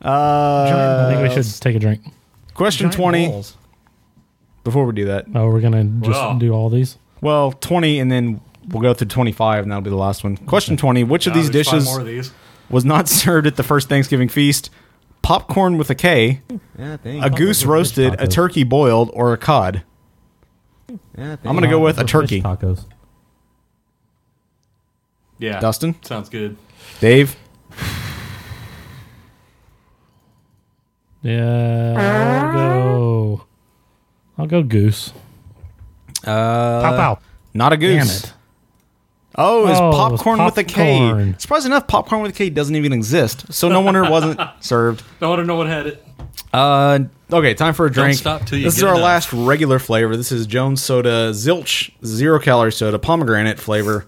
Speaker 6: Uh,
Speaker 8: I think we should take a drink.
Speaker 6: Question
Speaker 8: Giant
Speaker 6: 20. Before we do that.
Speaker 8: Oh, we're gonna just
Speaker 6: Wow.
Speaker 8: do all these.
Speaker 6: Well, 20, and then we'll go through 25, and that'll be the last one. Question 20 Which of
Speaker 7: Yeah,
Speaker 6: these
Speaker 7: there's five
Speaker 6: dishes
Speaker 7: more of these.
Speaker 6: was not (laughs) served at the first Thanksgiving feast? Popcorn with a K, a goose roasted, a turkey boiled, or a cod? I'm going to go with a turkey.
Speaker 12: Tacos.
Speaker 7: Yeah.
Speaker 6: Dustin?
Speaker 7: Sounds good.
Speaker 6: Dave?
Speaker 8: Yeah, I'll go. I'll go goose.
Speaker 6: Uh,
Speaker 8: Pow, pow.
Speaker 6: Not a goose.
Speaker 8: Damn it.
Speaker 6: Oh, it's
Speaker 8: Oh, it was
Speaker 6: popcorn, with a K.
Speaker 8: popcorn.
Speaker 6: Surprising enough, popcorn with a K doesn't even exist. So no wonder it
Speaker 8: (laughs)
Speaker 6: wasn't served.
Speaker 7: I want to know what had it.
Speaker 6: Uh, okay, time for a
Speaker 7: Don't
Speaker 6: drink.
Speaker 7: stop till you
Speaker 6: this is
Speaker 7: get
Speaker 6: our
Speaker 7: enough.
Speaker 6: last regular flavor. This is Jones Soda Zilch Zero Calorie Soda Pomegranate flavor.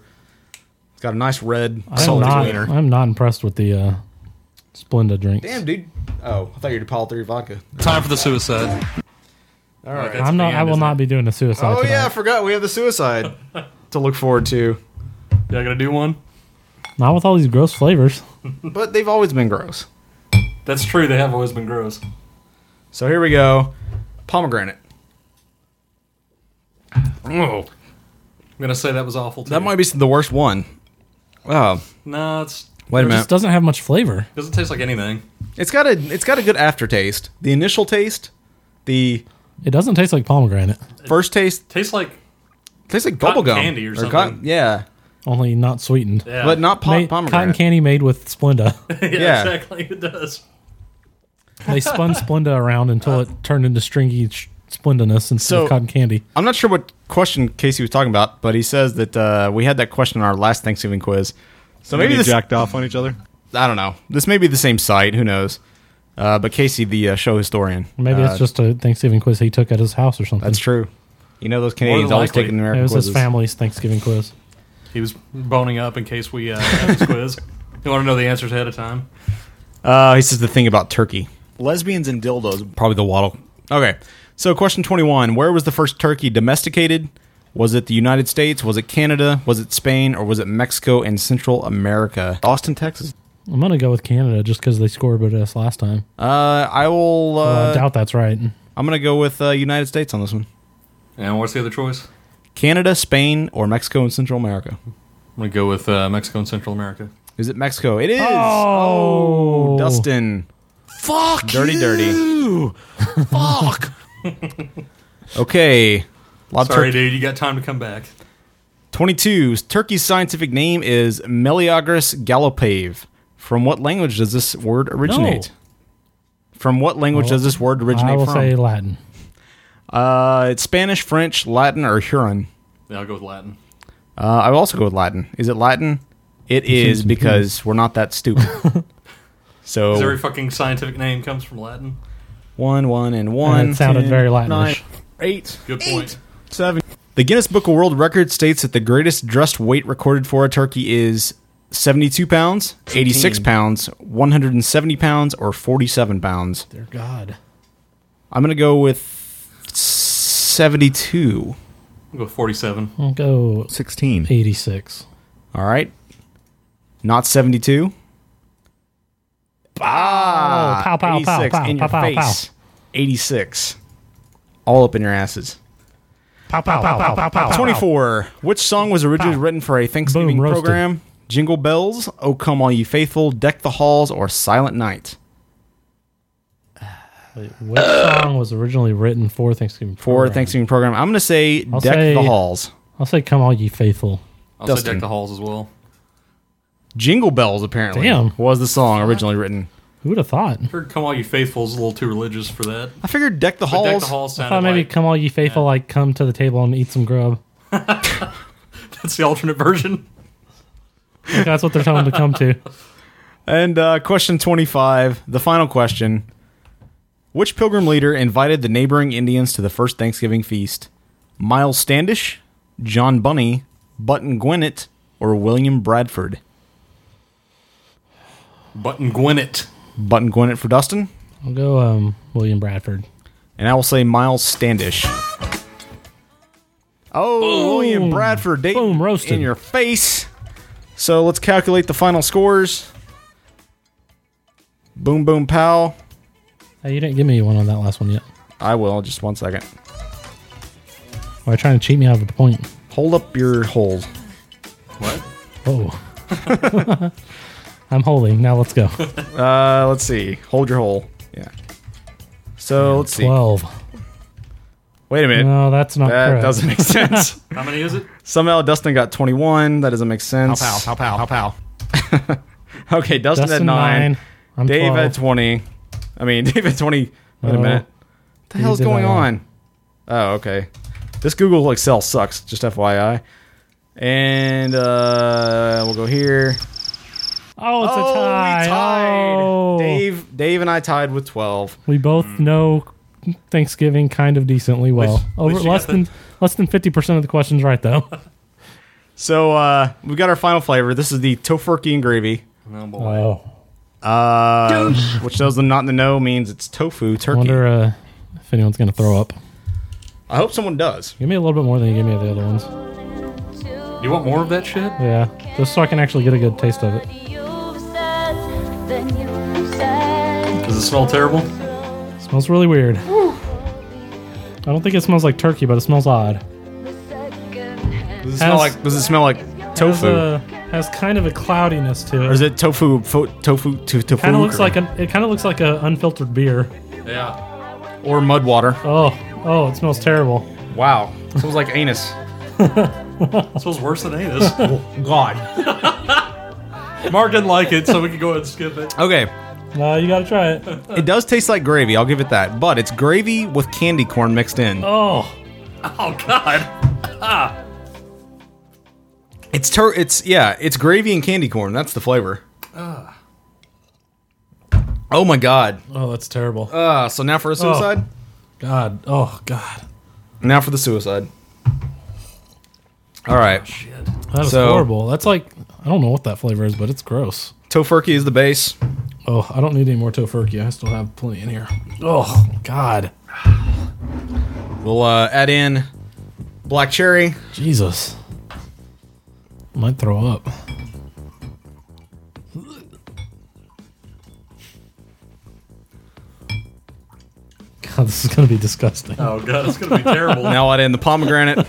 Speaker 6: It's got a nice red
Speaker 8: I'm
Speaker 6: solid
Speaker 8: not.
Speaker 6: cleaner.
Speaker 8: I'm not impressed with the uh, Splenda drinks.
Speaker 6: Damn, dude. Oh, I thought you were Apollo 3 vodka.
Speaker 7: Time for the suicide.
Speaker 6: All right.
Speaker 8: I'm not. I will not be doing a suicide.
Speaker 6: Oh,
Speaker 8: tonight.
Speaker 6: yeah, I forgot. We have the
Speaker 8: (laughs)
Speaker 6: suicide to look forward to.
Speaker 7: Yeah, I gotta do one.
Speaker 8: Not with all these gross flavors.
Speaker 6: But they've always been gross.
Speaker 7: That's true. They have always been gross.
Speaker 6: So here we go. Pomegranate. Oh.
Speaker 7: I'm gonna say that was awful too.
Speaker 6: That might be the worst one. Wow.
Speaker 7: No, it's
Speaker 6: Wait a
Speaker 8: It just
Speaker 6: minute.
Speaker 8: doesn't have much flavor.
Speaker 7: doesn't taste like anything.
Speaker 6: It's got a it's got a good aftertaste. The initial taste, the
Speaker 8: It doesn't taste like pomegranate.
Speaker 6: first taste
Speaker 7: Tastes like (laughs)
Speaker 6: tastes like
Speaker 7: Cotton
Speaker 6: bubble gum
Speaker 7: candy or something.
Speaker 6: cotton- yeah,
Speaker 8: Only not sweetened.
Speaker 7: yeah,
Speaker 6: but not pop-
Speaker 8: Ma- cotton
Speaker 6: pomegranate.
Speaker 8: candy made with
Speaker 7: (laughs)
Speaker 8: Splenda.
Speaker 7: yeah,
Speaker 6: yeah.
Speaker 7: exactly. It does.
Speaker 8: they spun Splenda around until it turned into stringy sh- Splendiness instead
Speaker 6: So-
Speaker 8: of cotton candy.
Speaker 6: I'm not sure what question Casey was talking about, but he says that uh, we had that question in our last Thanksgiving quiz. So maybe
Speaker 13: Maybe
Speaker 6: this
Speaker 13: jacked off on each other.
Speaker 6: I don't know. This may be the same site. Who knows? Uh, but Casey, the uh, show historian,
Speaker 8: Maybe
Speaker 6: uh,
Speaker 8: it's just a Thanksgiving quiz he took at his house or something.
Speaker 6: that's true. You know those Canadians always
Speaker 7: likely.
Speaker 6: taking
Speaker 8: It
Speaker 6: American
Speaker 8: was
Speaker 6: quizzes.
Speaker 8: his family's Thanksgiving quiz.
Speaker 7: He was boning up in case we uh, had this (laughs) quiz. You want to know the answers ahead of time?
Speaker 6: Uh, he says the thing about turkey.
Speaker 13: Lesbians and dildos.
Speaker 6: Probably the waddle. Okay. So, question 21 Where was the first turkey domesticated? Was it the United States? Was it Canada? Was it Spain? Or was it Mexico and Central America? Austin, Texas.
Speaker 8: I'm gonna go with Canada just because they scored with us last time.
Speaker 6: Uh, I will. Uh,
Speaker 8: Well, I doubt that's right.
Speaker 6: I'm going to go with uh, United States on this one
Speaker 7: And what's the other choice?
Speaker 6: Canada, Spain, or Mexico and Central America.
Speaker 7: I'm gonna go with uh, Mexico and Central America.
Speaker 6: Is it Mexico? It is.
Speaker 8: Oh,
Speaker 6: Dustin.
Speaker 13: Fuck.
Speaker 6: Dirty,
Speaker 13: you.
Speaker 6: dirty. (laughs)
Speaker 13: Fuck.
Speaker 6: Okay. A lot of
Speaker 7: Sorry,
Speaker 6: turkey.
Speaker 7: dude. You got time to come back.
Speaker 6: 22. Turkey's scientific name is Meleagris gallopave. From what language does this word originate? From what language does this word originate
Speaker 8: I will
Speaker 6: from?
Speaker 8: say Latin.
Speaker 6: uh, it's Spanish, French, Latin, or Huron.
Speaker 7: Yeah, I'll go with Latin.
Speaker 6: Uh, I will also go with Latin. Is it Latin? It is because we're not that stupid.
Speaker 8: (laughs)
Speaker 7: Because
Speaker 6: so
Speaker 7: every fucking scientific name comes from Latin.
Speaker 6: one, one, and one.
Speaker 8: it sounded
Speaker 6: ten,
Speaker 8: very Latinish.
Speaker 6: nine, eight,
Speaker 7: Good point.
Speaker 6: seven. The Guinness Book of World Records states that the greatest dressed weight recorded for a turkey is 72 pounds, 86 pounds, 170 pounds, or 47 pounds.
Speaker 8: Dear God,
Speaker 6: I'm going to go with 72.
Speaker 7: I'll go with 47.
Speaker 8: I'll go
Speaker 13: 16.
Speaker 8: 86.
Speaker 6: All right. Not 72. Ah,
Speaker 8: Oh, pow, pow, pow,
Speaker 6: 86
Speaker 8: pow,
Speaker 6: Ah, in your
Speaker 8: pow, pow, pow.
Speaker 6: face. 86. All up in your asses.
Speaker 8: Pow pow pow pow pow pow.
Speaker 6: 24. Which song was originally written for a Thanksgiving
Speaker 8: Boom, roasted.
Speaker 6: program? Jingle Bells, Oh Come All Ye Faithful, Deck the Halls, or Silent Night? (coughs)
Speaker 8: Which song was originally written for Thanksgiving?
Speaker 6: For
Speaker 8: program?
Speaker 6: Thanksgiving program, I'm going to say
Speaker 8: I'll
Speaker 6: Deck
Speaker 8: say-
Speaker 6: the Halls.
Speaker 8: I'll say, "Come all ye faithful."
Speaker 7: I'll
Speaker 6: Dustin.
Speaker 7: say Deck the Halls as well.
Speaker 6: Jingle Bells, apparently,
Speaker 8: Damn.
Speaker 6: was the song originally written.
Speaker 8: Who would have thought?
Speaker 7: I heard Come All You Faithfuls is a little too religious for that.
Speaker 6: I figured Deck the
Speaker 7: But
Speaker 6: Halls.
Speaker 7: Deck the Halls
Speaker 8: I
Speaker 7: sounded
Speaker 8: thought maybe
Speaker 7: like,
Speaker 8: "Come all ye faithful," like come to the table and eat some grub.
Speaker 7: that's the alternate version.
Speaker 8: I think that's what they're telling them to come to.
Speaker 6: And uh, question 25, the final question. Which pilgrim leader invited the neighboring Indians to the first Thanksgiving feast? Miles Standish, John Bunny, Button Gwinnett, or William Bradford?
Speaker 7: Button Gwinnett.
Speaker 6: Button Gwinnett for Dustin,
Speaker 8: I'll go um, William Bradford.
Speaker 6: and I will say Miles Standish. Oh, William Bradford, date boom, roasted in your face. So let's calculate the final scores. Boom, boom, pow.
Speaker 8: Hey, you didn't give me one on that last one yet.
Speaker 6: I will. Just one second.
Speaker 8: Why are you trying to cheat me out of a point?
Speaker 6: Hold up your hold.
Speaker 7: What?
Speaker 8: Oh. (laughs) I'm holding. Now let's go.
Speaker 6: Uh, let's see. Hold your hole. Yeah. So let's see.
Speaker 8: 12.
Speaker 6: Wait a minute.
Speaker 8: No, that's not
Speaker 6: That
Speaker 8: correct.
Speaker 6: doesn't
Speaker 8: (laughs)
Speaker 6: make sense.
Speaker 7: How many is it?
Speaker 6: Somehow Dustin got 21. That doesn't make sense.
Speaker 13: How pow, how pow,
Speaker 6: pow. (laughs) Okay, Dustin, had
Speaker 8: Dustin,
Speaker 6: 9.
Speaker 8: nine. I'm
Speaker 6: Dave had
Speaker 8: 12.
Speaker 6: 20. I mean, (laughs) Dave had 20. Wait a
Speaker 8: Oh.
Speaker 6: minute. What the
Speaker 8: You
Speaker 6: hell's
Speaker 8: did that
Speaker 6: going
Speaker 8: wrong.
Speaker 6: on? Oh, okay. This Google Excel sucks, just FYI. And uh, we'll go here.
Speaker 8: Oh, it's
Speaker 6: Oh,
Speaker 8: a tie.
Speaker 6: we tied.
Speaker 8: Oh.
Speaker 6: Dave, Dave and I tied with 12.
Speaker 8: We both know Thanksgiving kind of decently well. Over
Speaker 7: least you
Speaker 8: less
Speaker 7: got
Speaker 8: than less than 50% of the questions right though.
Speaker 6: So uh, we got our final flavor. This is the tofurkey and gravy.
Speaker 7: No, boy.
Speaker 8: oh.
Speaker 6: Uh, which those not in the know means it's tofu
Speaker 8: I
Speaker 6: turkey.
Speaker 8: wonder uh, if anyone's going to throw up.
Speaker 6: I hope someone does.
Speaker 8: Give me a little bit more than you gave me of the other ones.
Speaker 7: You want more of that shit?
Speaker 8: Yeah, just so I can actually get a good taste of it.
Speaker 7: Does it smell terrible?
Speaker 8: smells really weird. I don't think it smells like turkey, but it smells odd.
Speaker 6: Does it smell
Speaker 8: Has-
Speaker 6: like? Does it smell like tofu?
Speaker 8: Has, a, has kind of a cloudiness to it.
Speaker 6: or is it tofu? Fo- tofu to tofu?
Speaker 8: kind of looks
Speaker 6: or,
Speaker 8: like an it kind of looks like a unfiltered beer.
Speaker 7: Yeah.
Speaker 6: or mud water.
Speaker 8: Oh, oh, it smells terrible.
Speaker 6: Wow, smells like anus.
Speaker 7: It smells worse than anus.
Speaker 6: God.
Speaker 7: (laughs) Mark didn't like it, so we can go ahead and skip it.
Speaker 6: Okay,
Speaker 8: No, you got to try it.
Speaker 6: it does taste like gravy. I'll give it that, but it's gravy with candy corn mixed in.
Speaker 8: Oh,
Speaker 7: Oh (laughs) God. (laughs)
Speaker 6: It's tur- It's yeah. It's gravy and candy corn. That's the flavor.
Speaker 7: Ah.
Speaker 6: Oh my god.
Speaker 12: (laughs) Oh, that's terrible.
Speaker 6: Uh, so
Speaker 7: Oh.
Speaker 6: now for the suicide.
Speaker 12: God. Oh, God.
Speaker 6: Now for the suicide. All
Speaker 7: Oh,
Speaker 6: right.
Speaker 8: that was
Speaker 6: So-
Speaker 8: horrible. That's like I don't know what that flavor is, but it's gross.
Speaker 6: Tofurkey is the base.
Speaker 12: Oh, I don't need any more tofurkey. I still have plenty in here. Oh, God.
Speaker 6: We'll uh, add in black cherry.
Speaker 12: Jesus. Might throw up.
Speaker 8: God, this is gonna be disgusting.
Speaker 7: Oh God, it's gonna be terrible.
Speaker 6: Now add in the pomegranate. (laughs)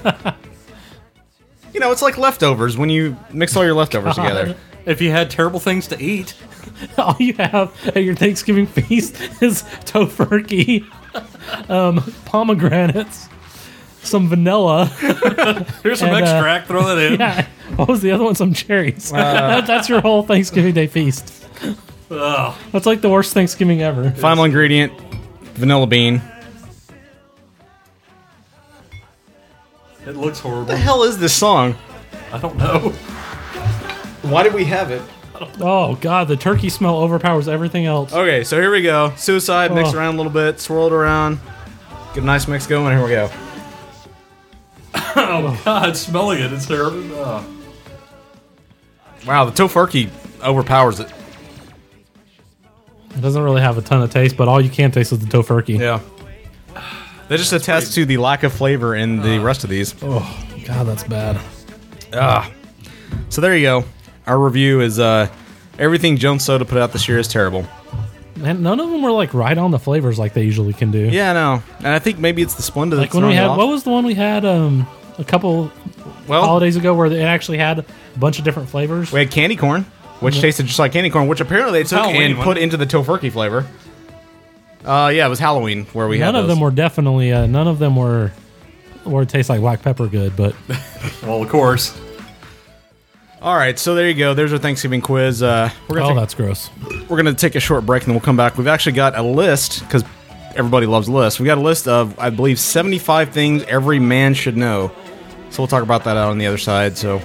Speaker 6: you know, it's like leftovers when you mix all your leftovers together.
Speaker 7: (laughs) If you had terrible things to eat,
Speaker 8: (laughs)
Speaker 6: Uh.
Speaker 8: All you have at your Thanksgiving feast (laughs) is tofurkey, (laughs) um, pomegranates, some vanilla.
Speaker 7: (laughs) here's some
Speaker 8: And, uh,
Speaker 7: extract. throw that in.
Speaker 8: (laughs) Yeah. What was the other one? Some cherries. That- (laughs) that's your whole Thanksgiving Day feast.
Speaker 7: Ugh.
Speaker 8: That's like the worst Thanksgiving ever.
Speaker 6: Final ingredient: vanilla bean. What
Speaker 7: It looks horrible.
Speaker 6: the hell is this song?
Speaker 7: I don't know. (laughs)
Speaker 6: Why did we have it?
Speaker 8: Oh God, the turkey smell overpowers everything else.
Speaker 6: Okay, so here we go. Suicide mixed
Speaker 8: Oh.
Speaker 6: around a little bit, swirled around. Get a nice mix going. Here we go.
Speaker 7: God, smelling it is terrible. Oh, Ugh.
Speaker 6: Wow, the tofurkey overpowers it.
Speaker 8: It doesn't really have a ton of taste, but all you can taste is the tofurkey.
Speaker 6: Yeah. That just attests to the lack of flavor in the rest of these.
Speaker 8: Oh God, that's bad.
Speaker 6: Ah. So there you go. Our review is uh, everything Jones Soda put out this year is terrible.
Speaker 8: And none of them were like right on the flavors like they usually can do.
Speaker 6: Yeah, I know. And I think maybe it's the Splenda that's
Speaker 8: Like when we
Speaker 6: throwing it
Speaker 8: had,
Speaker 6: off.
Speaker 8: what was the one we had um, a couple
Speaker 6: well,
Speaker 8: holidays ago where it actually had a bunch of different flavors?
Speaker 6: we had candy corn, which tasted just like candy corn, which apparently they took
Speaker 7: Halloween
Speaker 6: and
Speaker 7: one.
Speaker 6: put into the tofurkey flavor. Uh, yeah, it was Halloween where we had
Speaker 8: none of
Speaker 6: those.
Speaker 8: them were definitely. Uh, none of them were. Or taste like black pepper good, but
Speaker 7: Well, of course.
Speaker 6: All right, so there you go. There's our Thanksgiving quiz. Uh, we're gonna
Speaker 8: oh,
Speaker 6: take-
Speaker 8: that's gross.
Speaker 6: we're gonna take a short break and then we'll come back. We've actually got a list because everybody loves lists. We got a list of I believe 75 things every man should know. So we'll talk about that out on the other side. So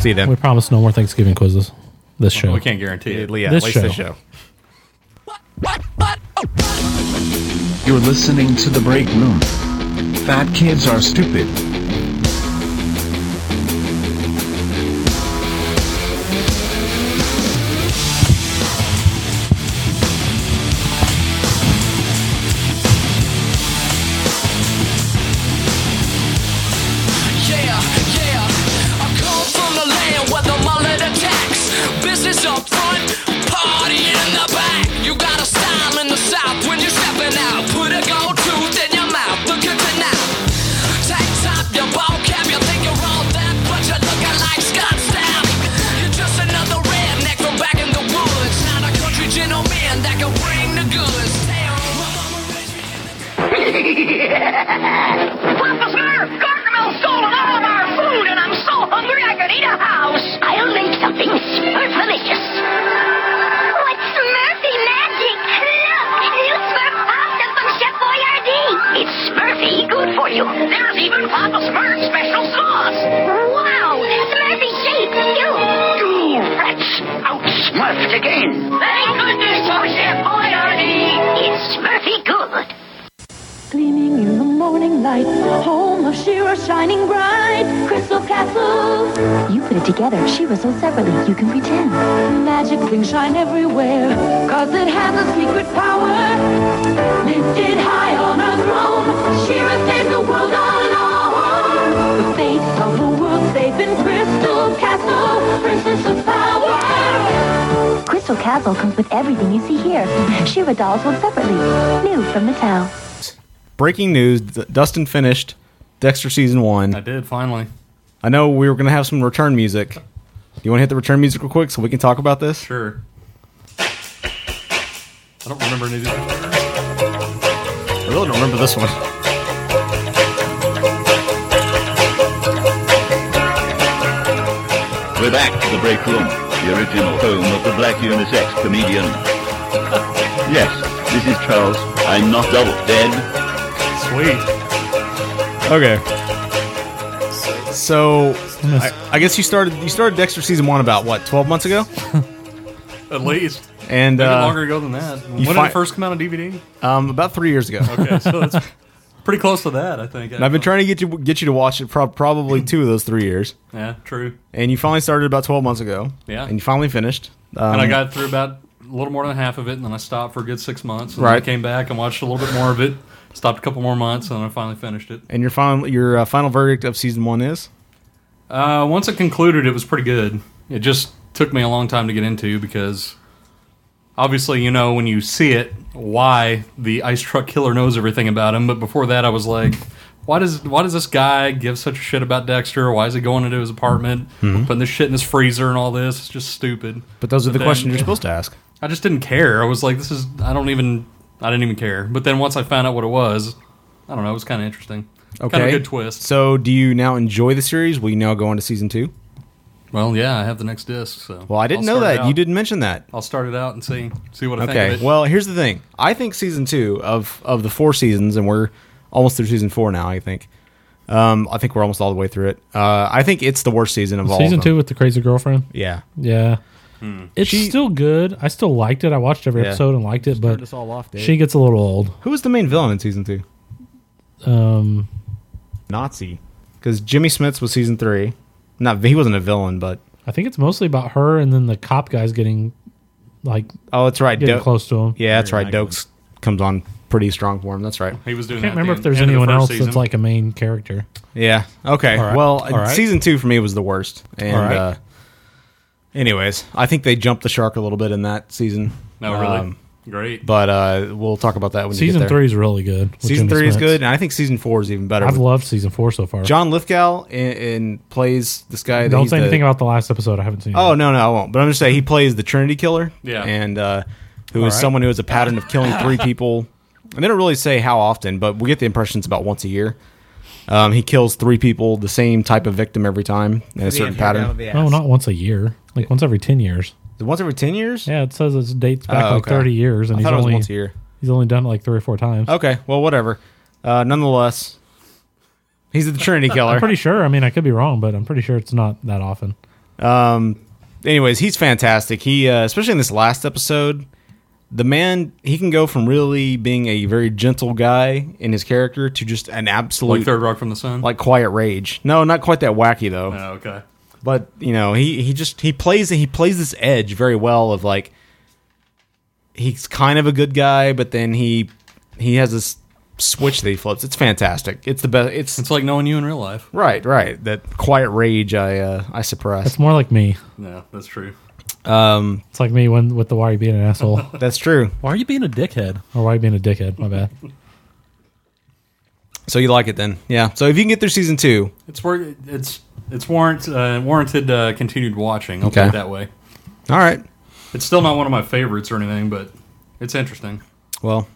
Speaker 6: see you
Speaker 8: We
Speaker 6: then.
Speaker 8: promise no more Thanksgiving quizzes. This show.
Speaker 7: We can't guarantee it.
Speaker 6: Yeah,
Speaker 8: This
Speaker 6: at least this
Speaker 8: show.
Speaker 6: show.
Speaker 21: You're listening to The Break Room. Fat kids are stupid.
Speaker 5: Officer, Gargamel stolen all of our food, and I'm so hungry I could eat a house. I'll make something super delicious. What's Murphy magic? Look, you Smurf pasta from Chef Boyardee. It's Smurfy, good for you. There's even Papa Smurf special sauce. Wow, Smurfy shape, you. You rats, outsmurfed again. Thank goodness for Chef Boyardee. It's Smurfy good.
Speaker 4: Gleaming in the morning light, home of Shira shining bright, Crystal Castle. You put it together. She was so separately. You can pretend. Magic things shine everywhere, cause it has a secret power. Lifted high on her throne, Shira saved the world alone. The fate of the world safe in Crystal Castle, Princess of Power.
Speaker 22: Crystal Castle comes with everything you see here. Shira dolls sold separately. New from Mattel.
Speaker 6: Breaking news: D- Dustin finished Dexter season one. I
Speaker 7: did finally.
Speaker 6: I know we were gonna have some return music. You want to hit the return music real quick so we can talk about this?
Speaker 7: Sure. I don't remember any of these.
Speaker 6: I really don't remember this one.
Speaker 23: We're back to the break room, the original home of the black unisex comedian. yes, this is Charles. I'm not double dead.
Speaker 7: Sweet.
Speaker 6: Okay. So, I, I guess you started you started Dexter season one about what twelve months ago,
Speaker 7: At least.
Speaker 6: and
Speaker 7: Maybe
Speaker 6: uh,
Speaker 7: longer ago than that. When
Speaker 6: you
Speaker 7: did
Speaker 6: fi-
Speaker 7: it first come out on DVD?
Speaker 6: um, about three years ago.
Speaker 7: Okay, so that's pretty close to that, I think.
Speaker 6: And I've been trying to get you get you to watch it prob probably two of those three years.
Speaker 7: Yeah, true.
Speaker 6: And you finally started about twelve months ago.
Speaker 7: Yeah.
Speaker 6: And you finally finished. Um,
Speaker 7: and I got through about a little more than half of it, and then I stopped for a good six months. And Then
Speaker 6: Right.
Speaker 7: I came back and watched a little bit more of it, stopped a couple more months, and then I finally finished it.
Speaker 6: And your final your uh, final verdict of season one is
Speaker 7: Uh, once it concluded, it was pretty good. It just took me a long time to get into because obviously, you know, when you see it, why the ice truck killer knows everything about him. But before that, I was like, why does why does this guy give such a shit about Dexter? Why is he going into his apartment,
Speaker 6: Mhm.
Speaker 7: putting this shit in his freezer and all this? It's just stupid.
Speaker 6: But those are the
Speaker 7: then- (laughs)
Speaker 6: questions you're supposed to ask.
Speaker 7: I just didn't care. I was like, this is I don't even I didn't even care. But then once I found out what it was, I don't know. It was kind of interesting.
Speaker 6: okay.
Speaker 7: kind of a good twist.
Speaker 6: So do you now enjoy the series? Will you now go on to season two?
Speaker 7: Well, yeah, I have the next disc. So
Speaker 6: Well, I didn't
Speaker 7: I'll
Speaker 6: know
Speaker 7: start it
Speaker 6: that. You
Speaker 7: out.
Speaker 6: didn't mention that.
Speaker 7: I'll start it out and see see what I
Speaker 6: okay.
Speaker 7: think of it.
Speaker 6: Well, here's the thing. I think season two of of the four seasons, and we're almost through season four now. I think. Um, I think we're almost all the way through it. Uh, I think it's the worst season of all.
Speaker 8: Season
Speaker 6: of them.
Speaker 8: two with the crazy girlfriend.
Speaker 6: Yeah.
Speaker 8: Yeah.
Speaker 6: Hmm.
Speaker 8: It's still good. I still liked it. I watched every
Speaker 6: Yeah.
Speaker 8: episode and liked it,
Speaker 6: Started
Speaker 8: but
Speaker 6: us all off, Dave.
Speaker 8: she gets a little old.
Speaker 6: Who was the main villain in season two?
Speaker 8: Um,
Speaker 6: Nazi. Because Jimmy Smiths was season three. Not he wasn't a villain, but
Speaker 8: I think it's mostly about her and then the cop guys getting like
Speaker 6: oh, that's right.
Speaker 8: getting
Speaker 6: Do-
Speaker 8: close to him.
Speaker 6: Yeah, that's right. Dokes comes on pretty strong for him. That's right.
Speaker 7: He was
Speaker 8: I
Speaker 7: doing.
Speaker 8: can't
Speaker 7: that at
Speaker 8: remember
Speaker 7: the
Speaker 8: if there's
Speaker 7: end of the
Speaker 8: anyone
Speaker 7: first
Speaker 8: else
Speaker 7: season.
Speaker 8: that's like a main character.
Speaker 6: Yeah. Okay.
Speaker 8: All right.
Speaker 6: Well,
Speaker 8: All right.
Speaker 6: season two for me was the worst. And
Speaker 8: All right.
Speaker 6: uh, anyways, I think they jumped the shark a little bit in that season. Um,
Speaker 7: No, really? Great.
Speaker 6: But uh, we'll talk about that when you
Speaker 8: Oh, Season
Speaker 6: get there.
Speaker 8: three is really good with
Speaker 6: Season
Speaker 8: Jimmy
Speaker 6: three is
Speaker 8: Smits.
Speaker 6: good, and I think season four is even better.
Speaker 8: I've loved season four so far.
Speaker 6: John Lithgow in, in plays this guy. that
Speaker 8: Don't
Speaker 6: he's
Speaker 8: say
Speaker 6: the-
Speaker 8: anything about the last episode. I haven't seen.
Speaker 6: Oh no, no, I won't. But I'm just saying he plays the Trinity Killer.
Speaker 8: Yeah.
Speaker 6: and uh, who is
Speaker 8: All right.
Speaker 6: someone who has a pattern of killing three people. And they don't really say how often, but we get the impression it's about once a year. Um, he kills three people, the same type of victim every time in a certain pattern.
Speaker 8: No, Oh, not once a year. Like once every ten years.
Speaker 6: Once every ten years.
Speaker 8: Yeah, it says it dates back
Speaker 6: Oh,
Speaker 8: like
Speaker 6: okay.
Speaker 8: thirty years, and
Speaker 6: I
Speaker 8: he's
Speaker 6: thought it was
Speaker 8: only
Speaker 6: once a year.
Speaker 8: He's only done it like three or four times.
Speaker 6: Okay, well, whatever. Uh, nonetheless, he's the Trinity Killer.
Speaker 8: I'm pretty sure. I mean, I could be wrong, but I'm pretty sure it's not that often.
Speaker 6: Um, anyways, he's fantastic. He, uh, especially in this last episode, the man he can go from really being a very gentle guy in his character to just an absolute
Speaker 7: Like Third Rock from the Sun?
Speaker 6: like quiet rage. No, not quite that wacky though.
Speaker 7: Oh, okay.
Speaker 6: But you know, he he just he plays he plays this edge very well of like he's kind of a good guy, but then he he has this switch that he flips. It's fantastic. It's the best. It's
Speaker 7: it's like knowing you in real life.
Speaker 6: Right, right. That quiet rage I uh, I suppress.
Speaker 8: It's more like me.
Speaker 7: Yeah, that's true.
Speaker 6: Um,
Speaker 8: It's like me when with the why are you being
Speaker 6: (laughs)
Speaker 8: an asshole
Speaker 6: That's true.
Speaker 8: Why are you being a dickhead? Or why are you being a dickhead? My bad.
Speaker 6: So you like it then? Yeah. So if you can get through season two,
Speaker 7: It's wor- it's it's warrant uh, warranted uh, continued watching. I'll put
Speaker 6: Okay.
Speaker 7: it that way.
Speaker 6: all right.
Speaker 7: It's still not one of my favorites or anything, but it's interesting.
Speaker 6: Well,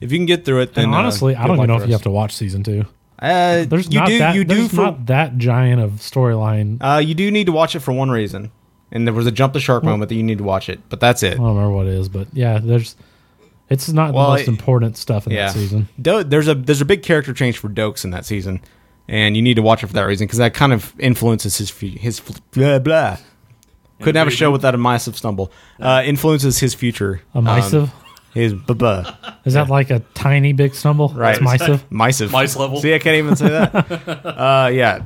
Speaker 6: if you can get through it, then
Speaker 8: And
Speaker 6: uh,
Speaker 8: honestly, I
Speaker 6: good
Speaker 8: don't even
Speaker 6: luck
Speaker 8: know
Speaker 6: to
Speaker 8: if you
Speaker 6: us.
Speaker 8: have to watch season two.
Speaker 6: Uh,
Speaker 8: There's
Speaker 6: you
Speaker 8: not
Speaker 6: do.
Speaker 8: that,
Speaker 6: you do
Speaker 8: there's
Speaker 6: for
Speaker 8: not that giant of storyline.
Speaker 6: Uh, you do need to watch it for one reason, and there was a jump the shark
Speaker 8: Well-
Speaker 6: moment that you need to watch it, but that's
Speaker 8: I
Speaker 6: it.
Speaker 8: don't remember what it is, but yeah, there's. It's not
Speaker 6: Well,
Speaker 8: the most
Speaker 6: it-
Speaker 8: important stuff in
Speaker 6: yeah,
Speaker 8: that season.
Speaker 6: Do- there's a there's a big character change for Dokes in that season, and you need to watch it for that reason because that kind of influences his fu- his fl- blah blah. Couldn't have a show without a massive stumble. Uh, influences his future. Um,
Speaker 8: A missive?
Speaker 6: his blah blah.
Speaker 8: Is that like a tiny big stumble?
Speaker 6: Right. (laughs)
Speaker 8: It's Mysive.
Speaker 6: Mysive.
Speaker 7: Mice level.
Speaker 6: See, I can't even say
Speaker 7: (laughs)
Speaker 6: that. uh, yeah.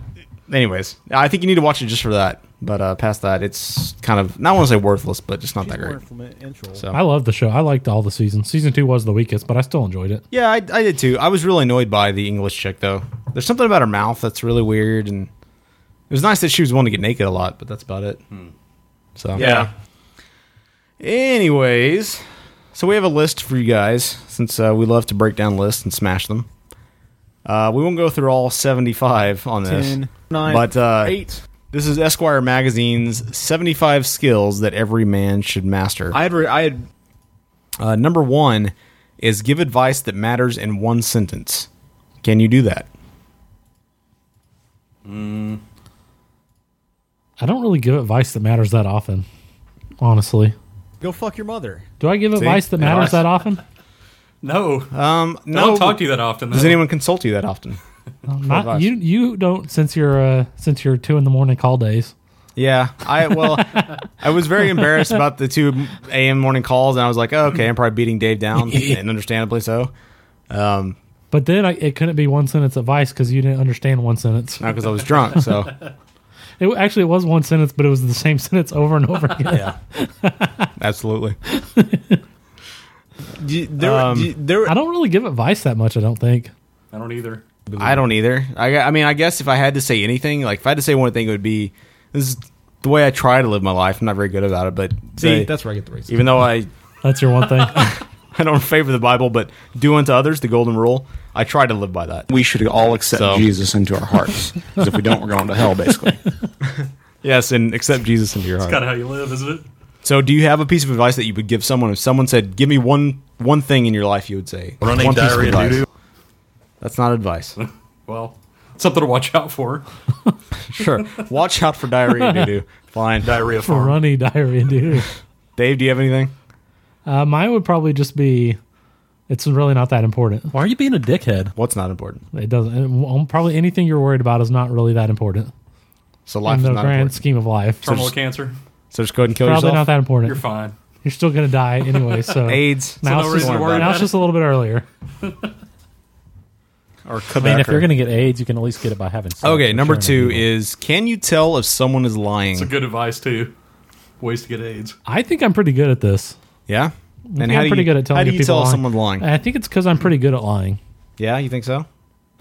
Speaker 6: Anyways, I think you need to watch it just for that. But uh, past that, it's kind of not want to say worthless, but just not that great. So
Speaker 8: I love the show. I liked all the seasons. Season two was the weakest, but I still enjoyed it.
Speaker 6: yeah, I, I did too. I was really annoyed by the English chick though. There's something about her mouth that's really weird, and it was nice that she was willing to get naked a lot, but that's about it. So
Speaker 13: Yeah.
Speaker 6: Anyways, so we have a list for you guys since uh, we love to break down lists and smash them. Uh, we won't go through all 75 on this.
Speaker 13: Ten, nine,
Speaker 6: but uh,
Speaker 13: eight.
Speaker 6: This is Esquire magazine's 75 skills that every man should master. I
Speaker 13: had re- I had
Speaker 6: uh, number 1 is give advice that matters in one sentence. Can you do that?
Speaker 7: Mm,
Speaker 8: I don't really give advice that matters that often, honestly.
Speaker 13: Go fuck your mother.
Speaker 8: Do I give
Speaker 6: See?
Speaker 8: advice that
Speaker 6: Advice.
Speaker 8: matters that often?
Speaker 7: no.
Speaker 6: Um,
Speaker 7: I
Speaker 6: no.
Speaker 7: don't talk to you that often.
Speaker 6: Does
Speaker 7: though.
Speaker 6: anyone consult you that often?
Speaker 8: Not
Speaker 6: advice.
Speaker 8: you. You don't since you're uh, since you're two in the morning call days.
Speaker 6: Yeah, I well, I was very embarrassed about the two a.m. morning calls, and I was like, oh, okay, I'm probably beating
Speaker 13: (laughs)
Speaker 6: Dave down, and understandably so. Um,
Speaker 8: But then I, it couldn't be one sentence advice because you didn't understand
Speaker 6: (laughs)
Speaker 8: one sentence.
Speaker 6: not because I was drunk,
Speaker 13: (laughs)
Speaker 6: so
Speaker 8: It actually it was one sentence, but it was the same (laughs) sentence over and over again.
Speaker 13: (laughs)
Speaker 6: absolutely. Um,
Speaker 13: there- do you-
Speaker 8: I don't really give advice that much. I don't think.
Speaker 7: I don't either.
Speaker 6: I don't either. I, gu- I mean, I guess if I had to say anything, like if I had to say one thing, it would be this is the way I try to live my life. I'm not very good about it, but
Speaker 13: See,
Speaker 6: say-
Speaker 13: that's where I get the racism.
Speaker 6: Even though I, (laughs)
Speaker 8: that's your one thing. (laughs)
Speaker 6: I don't favor the Bible, but do unto others the golden rule. I try to live by that.
Speaker 11: We should all accept
Speaker 6: So-
Speaker 11: Jesus into our hearts. Because if we don't, we're going to hell, basically.
Speaker 6: (laughs) Yes, and accept Jesus into your heart.
Speaker 7: That's kind of how you live, isn't it?
Speaker 6: So, do you have a piece of advice that you would give someone if someone said, "Give me one one thing in your life," you would say,
Speaker 7: Running
Speaker 6: one piece of
Speaker 7: diarrhea
Speaker 6: advice."
Speaker 7: doo-doo.
Speaker 6: That's
Speaker 13: (laughs)
Speaker 6: not advice.
Speaker 7: Well, something to watch out for.
Speaker 6: sure. Watch out for diarrhea
Speaker 13: (laughs)
Speaker 6: doo doo. Fine. Diarrhea
Speaker 8: For runny diarrhea, dude.
Speaker 6: Dave, do you have anything?
Speaker 8: Uh, mine would probably just be. It's really not that important.
Speaker 24: Why are you being a dickhead?
Speaker 6: What's not important?
Speaker 8: It doesn't. it won't- probably anything you're worried about is not really that important.
Speaker 6: So life
Speaker 8: in
Speaker 6: is
Speaker 8: the
Speaker 6: not
Speaker 8: grand
Speaker 6: important.
Speaker 8: scheme of life.
Speaker 7: Terminal cancer.
Speaker 6: So just go ahead and kill
Speaker 8: probably
Speaker 6: yourself.
Speaker 8: not that important.
Speaker 7: You're fine.
Speaker 8: You're still gonna die anyway.
Speaker 6: (laughs)
Speaker 8: So
Speaker 6: AIDS.
Speaker 8: Now,
Speaker 6: So no
Speaker 8: it's, just,
Speaker 6: reason to worry
Speaker 8: now
Speaker 6: about
Speaker 8: it's
Speaker 6: it.
Speaker 8: just a little bit earlier.
Speaker 6: Or
Speaker 24: I mean, if you're going to get AIDS, you can at least get it by having sex.
Speaker 6: okay,
Speaker 24: with
Speaker 6: number
Speaker 24: Sharon
Speaker 6: two
Speaker 24: Needle.
Speaker 6: is: Can you tell if someone is lying?
Speaker 7: It's a good advice too. Ways to get AIDS.
Speaker 8: I think I'm pretty good at this.
Speaker 6: yeah.
Speaker 8: I think I'm pretty good at telling
Speaker 6: How do you
Speaker 8: people
Speaker 6: tell if
Speaker 8: lying.
Speaker 6: someone's lying?
Speaker 8: (laughs) I think it's because I'm pretty good at lying.
Speaker 6: Yeah, you think so?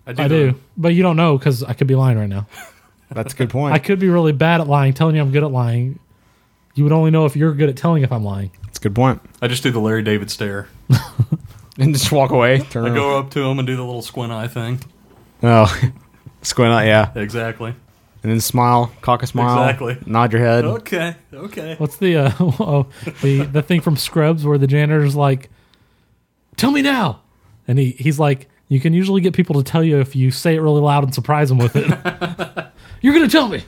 Speaker 8: I do, but you don't know because I could be lying right now.
Speaker 6: That's a good point.
Speaker 8: I could be really bad at lying. Telling you I'm good at lying, you would only know if you're good at telling if I'm lying.
Speaker 6: That's a good point. (laughs)
Speaker 7: I just do the Larry David stare.
Speaker 6: And just walk away. Turn
Speaker 7: I
Speaker 6: around.
Speaker 7: go up to him and do the little squint eye thing.
Speaker 6: Oh, (laughs) squint out. Yeah,
Speaker 7: Exactly.
Speaker 6: and then smile, cock a smile,
Speaker 7: Exactly.
Speaker 6: nod your head.
Speaker 7: Okay. Okay.
Speaker 8: What's the uh, (laughs) oh, the the thing from Scrubs where the janitor's like, "Tell me now," and he he's like, "You can usually get people to tell you if you say it really loud and surprise them with it." (laughs) You're gonna tell me.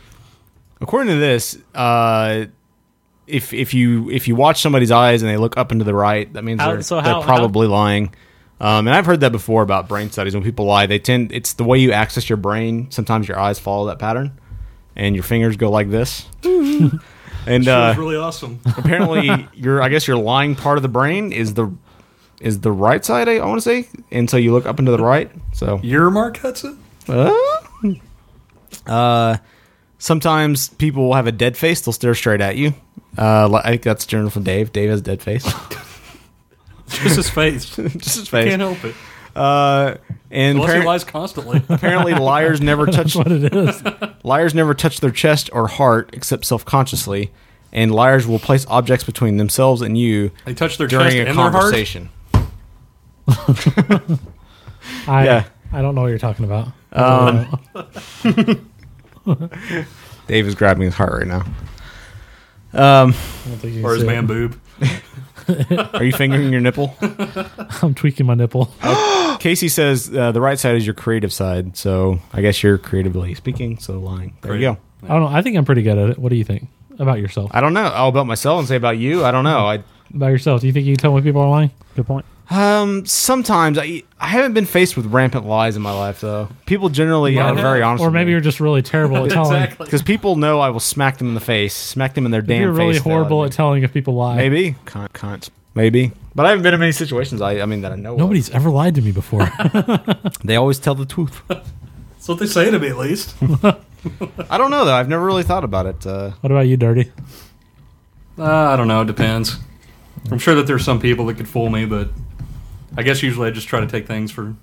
Speaker 6: According to this, uh, if if you if you watch somebody's eyes and they look up and to the right, that means
Speaker 24: How-
Speaker 6: they're,
Speaker 24: so
Speaker 6: they're
Speaker 24: how-
Speaker 6: probably lying. Um, and I've heard that before about brain studies. When people lie, they tend it's the way you access your brain. Sometimes your eyes follow that pattern, and your fingers go
Speaker 24: (laughs)
Speaker 6: like this. and
Speaker 7: She
Speaker 6: uh,
Speaker 7: was really (laughs) awesome.
Speaker 6: apparently your I guess your lying part of the brain is the is the right side. I, I want to say, and so you look up and to the right. So
Speaker 7: You're Mark Hudson.
Speaker 6: Uh, uh, sometimes people will have a dead face; they'll stare straight at you. Uh, li- I think that's general from Dave. Dave has a dead face. (laughs)
Speaker 7: Just his face. Just
Speaker 6: his face.
Speaker 7: Can't help it.
Speaker 6: Uh, and
Speaker 7: Unless
Speaker 6: apparent-
Speaker 7: he lies constantly.
Speaker 6: (laughs) apparently liars never touch
Speaker 8: what it
Speaker 7: (laughs)
Speaker 8: is.
Speaker 6: liars never touch their chest or heart except self-consciously, and liars will place objects between themselves and you.
Speaker 7: They touch their
Speaker 6: during
Speaker 7: chest
Speaker 6: a
Speaker 7: and their heart?
Speaker 6: conversation.
Speaker 8: I
Speaker 6: Yeah.
Speaker 8: I don't know what you're talking about.
Speaker 6: Um, Dave is grabbing his heart right now. Um,
Speaker 8: I don't think you can
Speaker 7: Or his
Speaker 8: see it.
Speaker 7: man boob.
Speaker 6: Are you fingering your
Speaker 7: (laughs)
Speaker 6: nipple?
Speaker 8: (laughs) I'm tweaking my nipple.
Speaker 6: Uh, Casey says uh, the right side is your creative side, so I guess you're creatively speaking. So lying. There you go.
Speaker 8: I don't know. I think I'm pretty good at it. What do you think about yourself?
Speaker 6: I don't know. I'll about myself and say about you. I don't know. I
Speaker 8: About yourself? Do you think you can tell when people are lying? Good point.
Speaker 6: um sometimes I I haven't been faced with rampant lies in my life though. People generally
Speaker 8: Well,
Speaker 6: are very honest.
Speaker 8: Or maybe you're just really
Speaker 7: (laughs)
Speaker 8: terrible at telling.
Speaker 6: Because people know I will smack them in the face, smack them in their
Speaker 8: Maybe
Speaker 6: damn
Speaker 8: you're
Speaker 6: face.
Speaker 8: really
Speaker 6: if they
Speaker 8: horrible
Speaker 6: lie
Speaker 8: at telling if people
Speaker 6: to
Speaker 8: lie.
Speaker 6: me. (laughs) Maybe cunt, cunt. Maybe, but I haven't been in many situations. I, I mean that I know.
Speaker 8: Nobody's ever lied to
Speaker 6: (laughs)
Speaker 8: me before.
Speaker 6: Of. They always tell the truth.
Speaker 7: That's what they say to me, at least.
Speaker 6: (laughs) I don't know though. I've never really thought about it. Uh,
Speaker 8: what about you, Dirty?
Speaker 7: Uh, I don't know. It depends. I'm sure that there's some people that could fool me, but I guess usually I just try to take things for.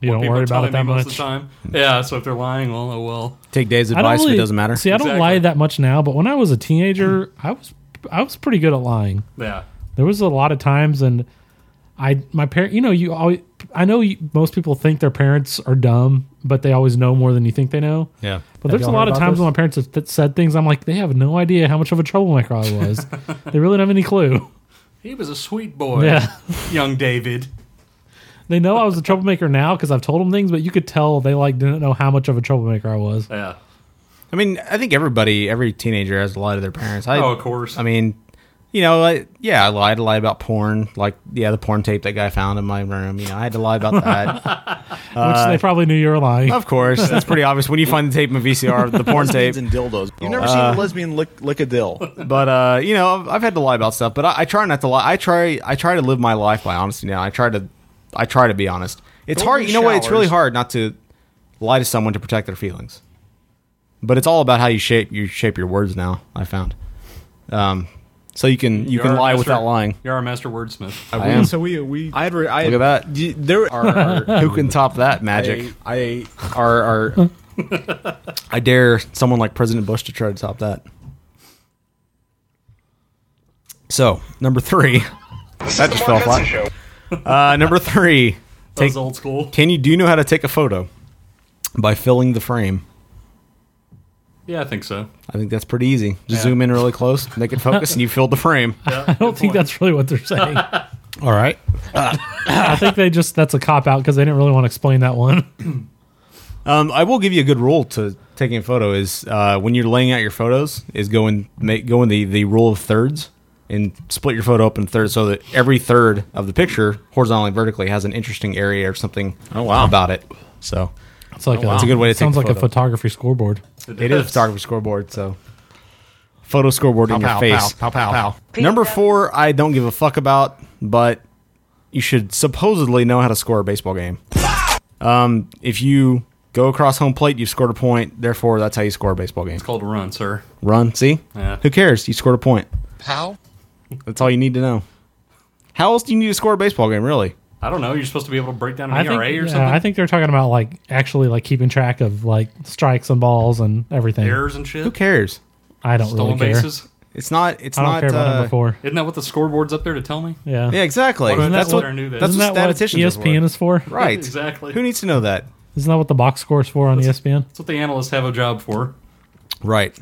Speaker 8: You
Speaker 7: what
Speaker 8: don't
Speaker 7: people
Speaker 8: worry
Speaker 7: are
Speaker 8: about it
Speaker 7: telling me
Speaker 8: that
Speaker 7: most of the time. Yeah. So if they're lying, well, oh well.
Speaker 6: Take Dave's
Speaker 8: I don't really- See, I don't lie that much now, but when I was a teenager, I was I was pretty good at lying.
Speaker 7: Yeah.
Speaker 8: There was a lot of times, and I my parent, you know, you always. I know you, most people think their parents are dumb, but they always know more than you think they know.
Speaker 6: Yeah.
Speaker 8: But
Speaker 24: Have
Speaker 8: there's a
Speaker 24: y'all
Speaker 8: lot
Speaker 24: heard
Speaker 8: of
Speaker 24: about
Speaker 8: times
Speaker 24: this?
Speaker 8: when my parents have th- said things, I'm like, they have no idea how much of a troublemaker
Speaker 6: (laughs)
Speaker 8: I was. they really don't have any clue.
Speaker 7: He was a sweet boy.
Speaker 8: (laughs) Yeah.
Speaker 7: Young David.
Speaker 8: They know I was a troublemaker now because I've told them things, but you could tell they like didn't know how much of a troublemaker I was.
Speaker 7: Yeah.
Speaker 6: I mean, I think everybody, every teenager has a lie to their parents. I,
Speaker 7: Oh, of course.
Speaker 6: I mean, you know, I, yeah, I lied a lie about porn. Like, yeah, the porn tape that guy found in my room. You know, I had to lie about that.
Speaker 7: (laughs)
Speaker 6: Uh,
Speaker 8: Which they probably knew you were lying.
Speaker 6: of course, that's pretty obvious. When you find the tape in a VCR, the
Speaker 7: (laughs)
Speaker 6: porn tape.
Speaker 11: Lesbians and dildos. You've never
Speaker 6: never seen
Speaker 11: seen
Speaker 6: a
Speaker 11: a lesbian lick, lick a dill.
Speaker 6: But uh, you know, I've, I've had to lie about stuff. But I, I try not to lie. I try. I try to live my life by honesty now. I try to. I try to be honest. It's
Speaker 11: Golden
Speaker 6: hard. You know what? It's
Speaker 11: showers.
Speaker 6: really hard not to lie to someone to protect their feelings. But it's all about how you shape you shape your words now. I found. Um, so you can you,
Speaker 7: You're
Speaker 6: can
Speaker 7: our
Speaker 6: lie
Speaker 7: master-
Speaker 6: without lying.
Speaker 7: You're our master wordsmith.
Speaker 6: I am.
Speaker 11: So we we I had re- I
Speaker 6: Look at that.
Speaker 11: Y- there
Speaker 6: (laughs) Our- who can top that magic?
Speaker 11: I,
Speaker 6: Our, (laughs) our, I dare someone like President Bush to try to top that. So number three, (laughs) that just fell flat. (laughs) Uh, number three,
Speaker 7: That was old
Speaker 6: (laughs)
Speaker 7: school.
Speaker 6: Can you do you know how to take a photo by filling the frame?
Speaker 7: Yeah, I think so.
Speaker 6: I think that's pretty easy. Just
Speaker 7: Yeah.
Speaker 6: zoom in really close, make it focus, and you filled
Speaker 11: (laughs)
Speaker 6: the frame.
Speaker 8: (laughs) I don't think that's really what they're
Speaker 6: (laughs)
Speaker 8: saying.
Speaker 6: All right.
Speaker 8: I think they just that's a cop out because they didn't really want to explain that one.
Speaker 6: Um, I will give you a good rule to taking a photo is uh, when you're laying out your photos is go in make go in the, the rule of thirds and split your photo up in thirds so that every third of the picture horizontally and vertically has an interesting area or something
Speaker 11: Oh, wow.
Speaker 6: about it. So
Speaker 8: It's like
Speaker 6: that's Oh, a good way to take
Speaker 8: sounds like a
Speaker 6: photo.
Speaker 8: photography scoreboard.
Speaker 6: It
Speaker 11: (laughs)
Speaker 6: is a photography scoreboard, so photo scoreboard in
Speaker 11: Pow,
Speaker 6: your
Speaker 11: pow,
Speaker 6: face.
Speaker 11: pow, pow, pow, pow.
Speaker 6: Number four, I don't give a fuck about, but you should supposedly know how to score a baseball game. Um, if you go across home plate, you've scored a point. Therefore, that's how you score a baseball game.
Speaker 7: It's called a run, sir.
Speaker 6: Run. See?
Speaker 7: Yeah.
Speaker 6: Who cares? You scored a point.
Speaker 7: How?
Speaker 6: That's all you need to know. How else do you need to score a baseball game? Really?
Speaker 7: I don't know. You're supposed to be able to break down an
Speaker 8: I
Speaker 7: ERA
Speaker 8: think,
Speaker 7: or
Speaker 8: yeah,
Speaker 7: something.
Speaker 8: I think they're talking about like actually like keeping track of like strikes and balls and everything.
Speaker 7: Errors and shit.
Speaker 6: Who cares?
Speaker 8: I don't
Speaker 7: Stolen
Speaker 8: really care.
Speaker 7: bases.
Speaker 6: It's not. It's
Speaker 8: I don't
Speaker 6: not.
Speaker 8: care about
Speaker 6: uh,
Speaker 8: number four.
Speaker 7: Isn't that what the scoreboard's up there to tell me?
Speaker 8: Yeah.
Speaker 6: Yeah, exactly.
Speaker 7: What
Speaker 6: that's
Speaker 7: if that's
Speaker 6: what.
Speaker 7: what I knew that-
Speaker 6: That's
Speaker 8: Isn't
Speaker 6: what
Speaker 8: that what E
Speaker 6: statisticians. are
Speaker 8: ESPN is for?
Speaker 6: Right.
Speaker 7: Exactly.
Speaker 6: Who needs to know that?
Speaker 8: Isn't that what the box score is for on E ESPN?
Speaker 7: That's what the analysts have a job for.
Speaker 6: Right.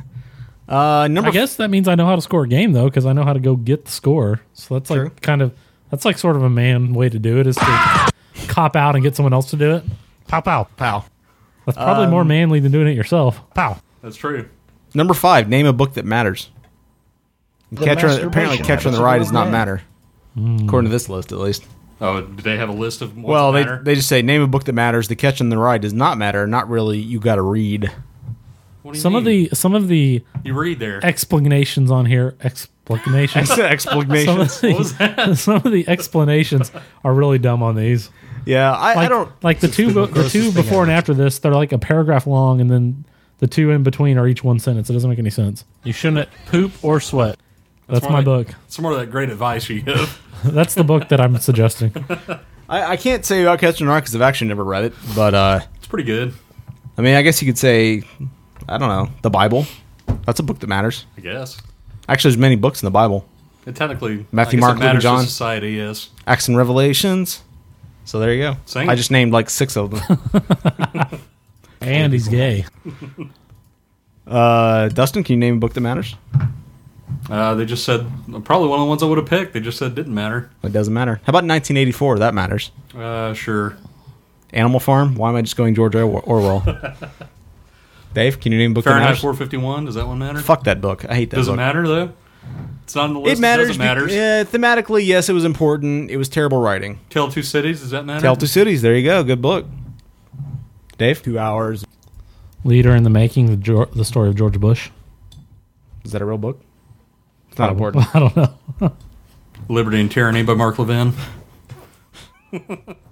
Speaker 6: Uh, number.
Speaker 8: I guess that means I know how to score a game though because I know how to go get the score. So that's like
Speaker 6: True.
Speaker 8: kind of that's like sort of a man way to do it is to (coughs) cop out and get someone else to do it. Pow pow
Speaker 6: pow.
Speaker 8: That's probably more
Speaker 6: Um,
Speaker 8: manly than doing it yourself. Pow.
Speaker 7: That's true.
Speaker 6: Number five, name a book that matters.
Speaker 7: The
Speaker 6: Catcher,
Speaker 7: Masturbation
Speaker 6: apparently, Catcher in
Speaker 7: Habits
Speaker 6: the
Speaker 7: of
Speaker 6: Rye
Speaker 7: Old
Speaker 6: does not
Speaker 7: Men.
Speaker 6: matter, according to this list, at least.
Speaker 7: Oh, do they have a list of? What's
Speaker 6: well,
Speaker 7: the
Speaker 6: they,
Speaker 7: matter?
Speaker 6: they just say name a book that matters. The Catcher in the Rye does not matter. Not really. You got to read. (laughs)
Speaker 8: Some of the some of the
Speaker 7: You read there.
Speaker 8: explanations on here explanations (laughs)
Speaker 6: Explanations.
Speaker 8: some,
Speaker 6: What
Speaker 8: of
Speaker 6: was
Speaker 8: the,
Speaker 6: that?
Speaker 8: (laughs) some of the explanations are really dumb on these.
Speaker 6: Yeah, I,
Speaker 8: like,
Speaker 6: I don't
Speaker 8: like the two
Speaker 6: the
Speaker 8: bo- the
Speaker 6: grossest
Speaker 8: two
Speaker 6: thing
Speaker 8: before and after this. They're like a paragraph long, and then the two in between are each one sentence. It doesn't make any sense. You shouldn't poop or sweat. That's,
Speaker 7: more
Speaker 8: my
Speaker 7: like-
Speaker 8: book. (laughs)
Speaker 7: It's more of that great advice you give. (laughs)
Speaker 8: That's the book that I'm
Speaker 6: (laughs)
Speaker 8: suggesting.
Speaker 6: I, I can't say about Catcher in the Rye because I've actually never read it. But uh,
Speaker 7: It's pretty good,
Speaker 6: I mean, I guess you could say, I don't know, the Bible. That's a book that matters.
Speaker 7: I guess.
Speaker 6: Actually, there's many books in the Bible.
Speaker 7: And technically,
Speaker 6: Matthew,
Speaker 7: I guess
Speaker 6: Mark, Luke,
Speaker 7: it
Speaker 6: and
Speaker 7: matters to
Speaker 6: John.
Speaker 7: Society, yes.
Speaker 6: Acts and Revelations. So there you go.
Speaker 7: Sing
Speaker 6: I
Speaker 7: it.
Speaker 6: just named like six of (laughs) them.
Speaker 8: and he's gay.
Speaker 6: Uh, Dustin, can you name a book that matters?
Speaker 7: Uh, they just said probably one of the ones I would have picked. They just said didn't matter.
Speaker 6: It doesn't matter. How about 1984? That matters.
Speaker 7: Uh, sure.
Speaker 6: Animal Farm. Why am I just going George Or-
Speaker 7: (laughs)
Speaker 6: Orwell? Dave, can you name a book that
Speaker 7: Fahrenheit
Speaker 6: matters?
Speaker 7: 451. Does that one matter?
Speaker 6: Fuck that book. I hate that
Speaker 7: Does
Speaker 6: book.
Speaker 7: it matter though? It's not on the list.
Speaker 6: It matters.
Speaker 7: It doesn't matter.
Speaker 6: be- yeah, thematically, yes, it was important. It was terrible writing.
Speaker 7: Tale of Two Cities. Does that matter?
Speaker 6: Tale of Two Cities. There you go. Good book. Dave, two hours.
Speaker 8: Leader in the Making, the, Geor the story of George Bush.
Speaker 6: Is that a real book? It's
Speaker 8: not important. I don't know.
Speaker 7: Liberty and Tyranny by Mark Levin.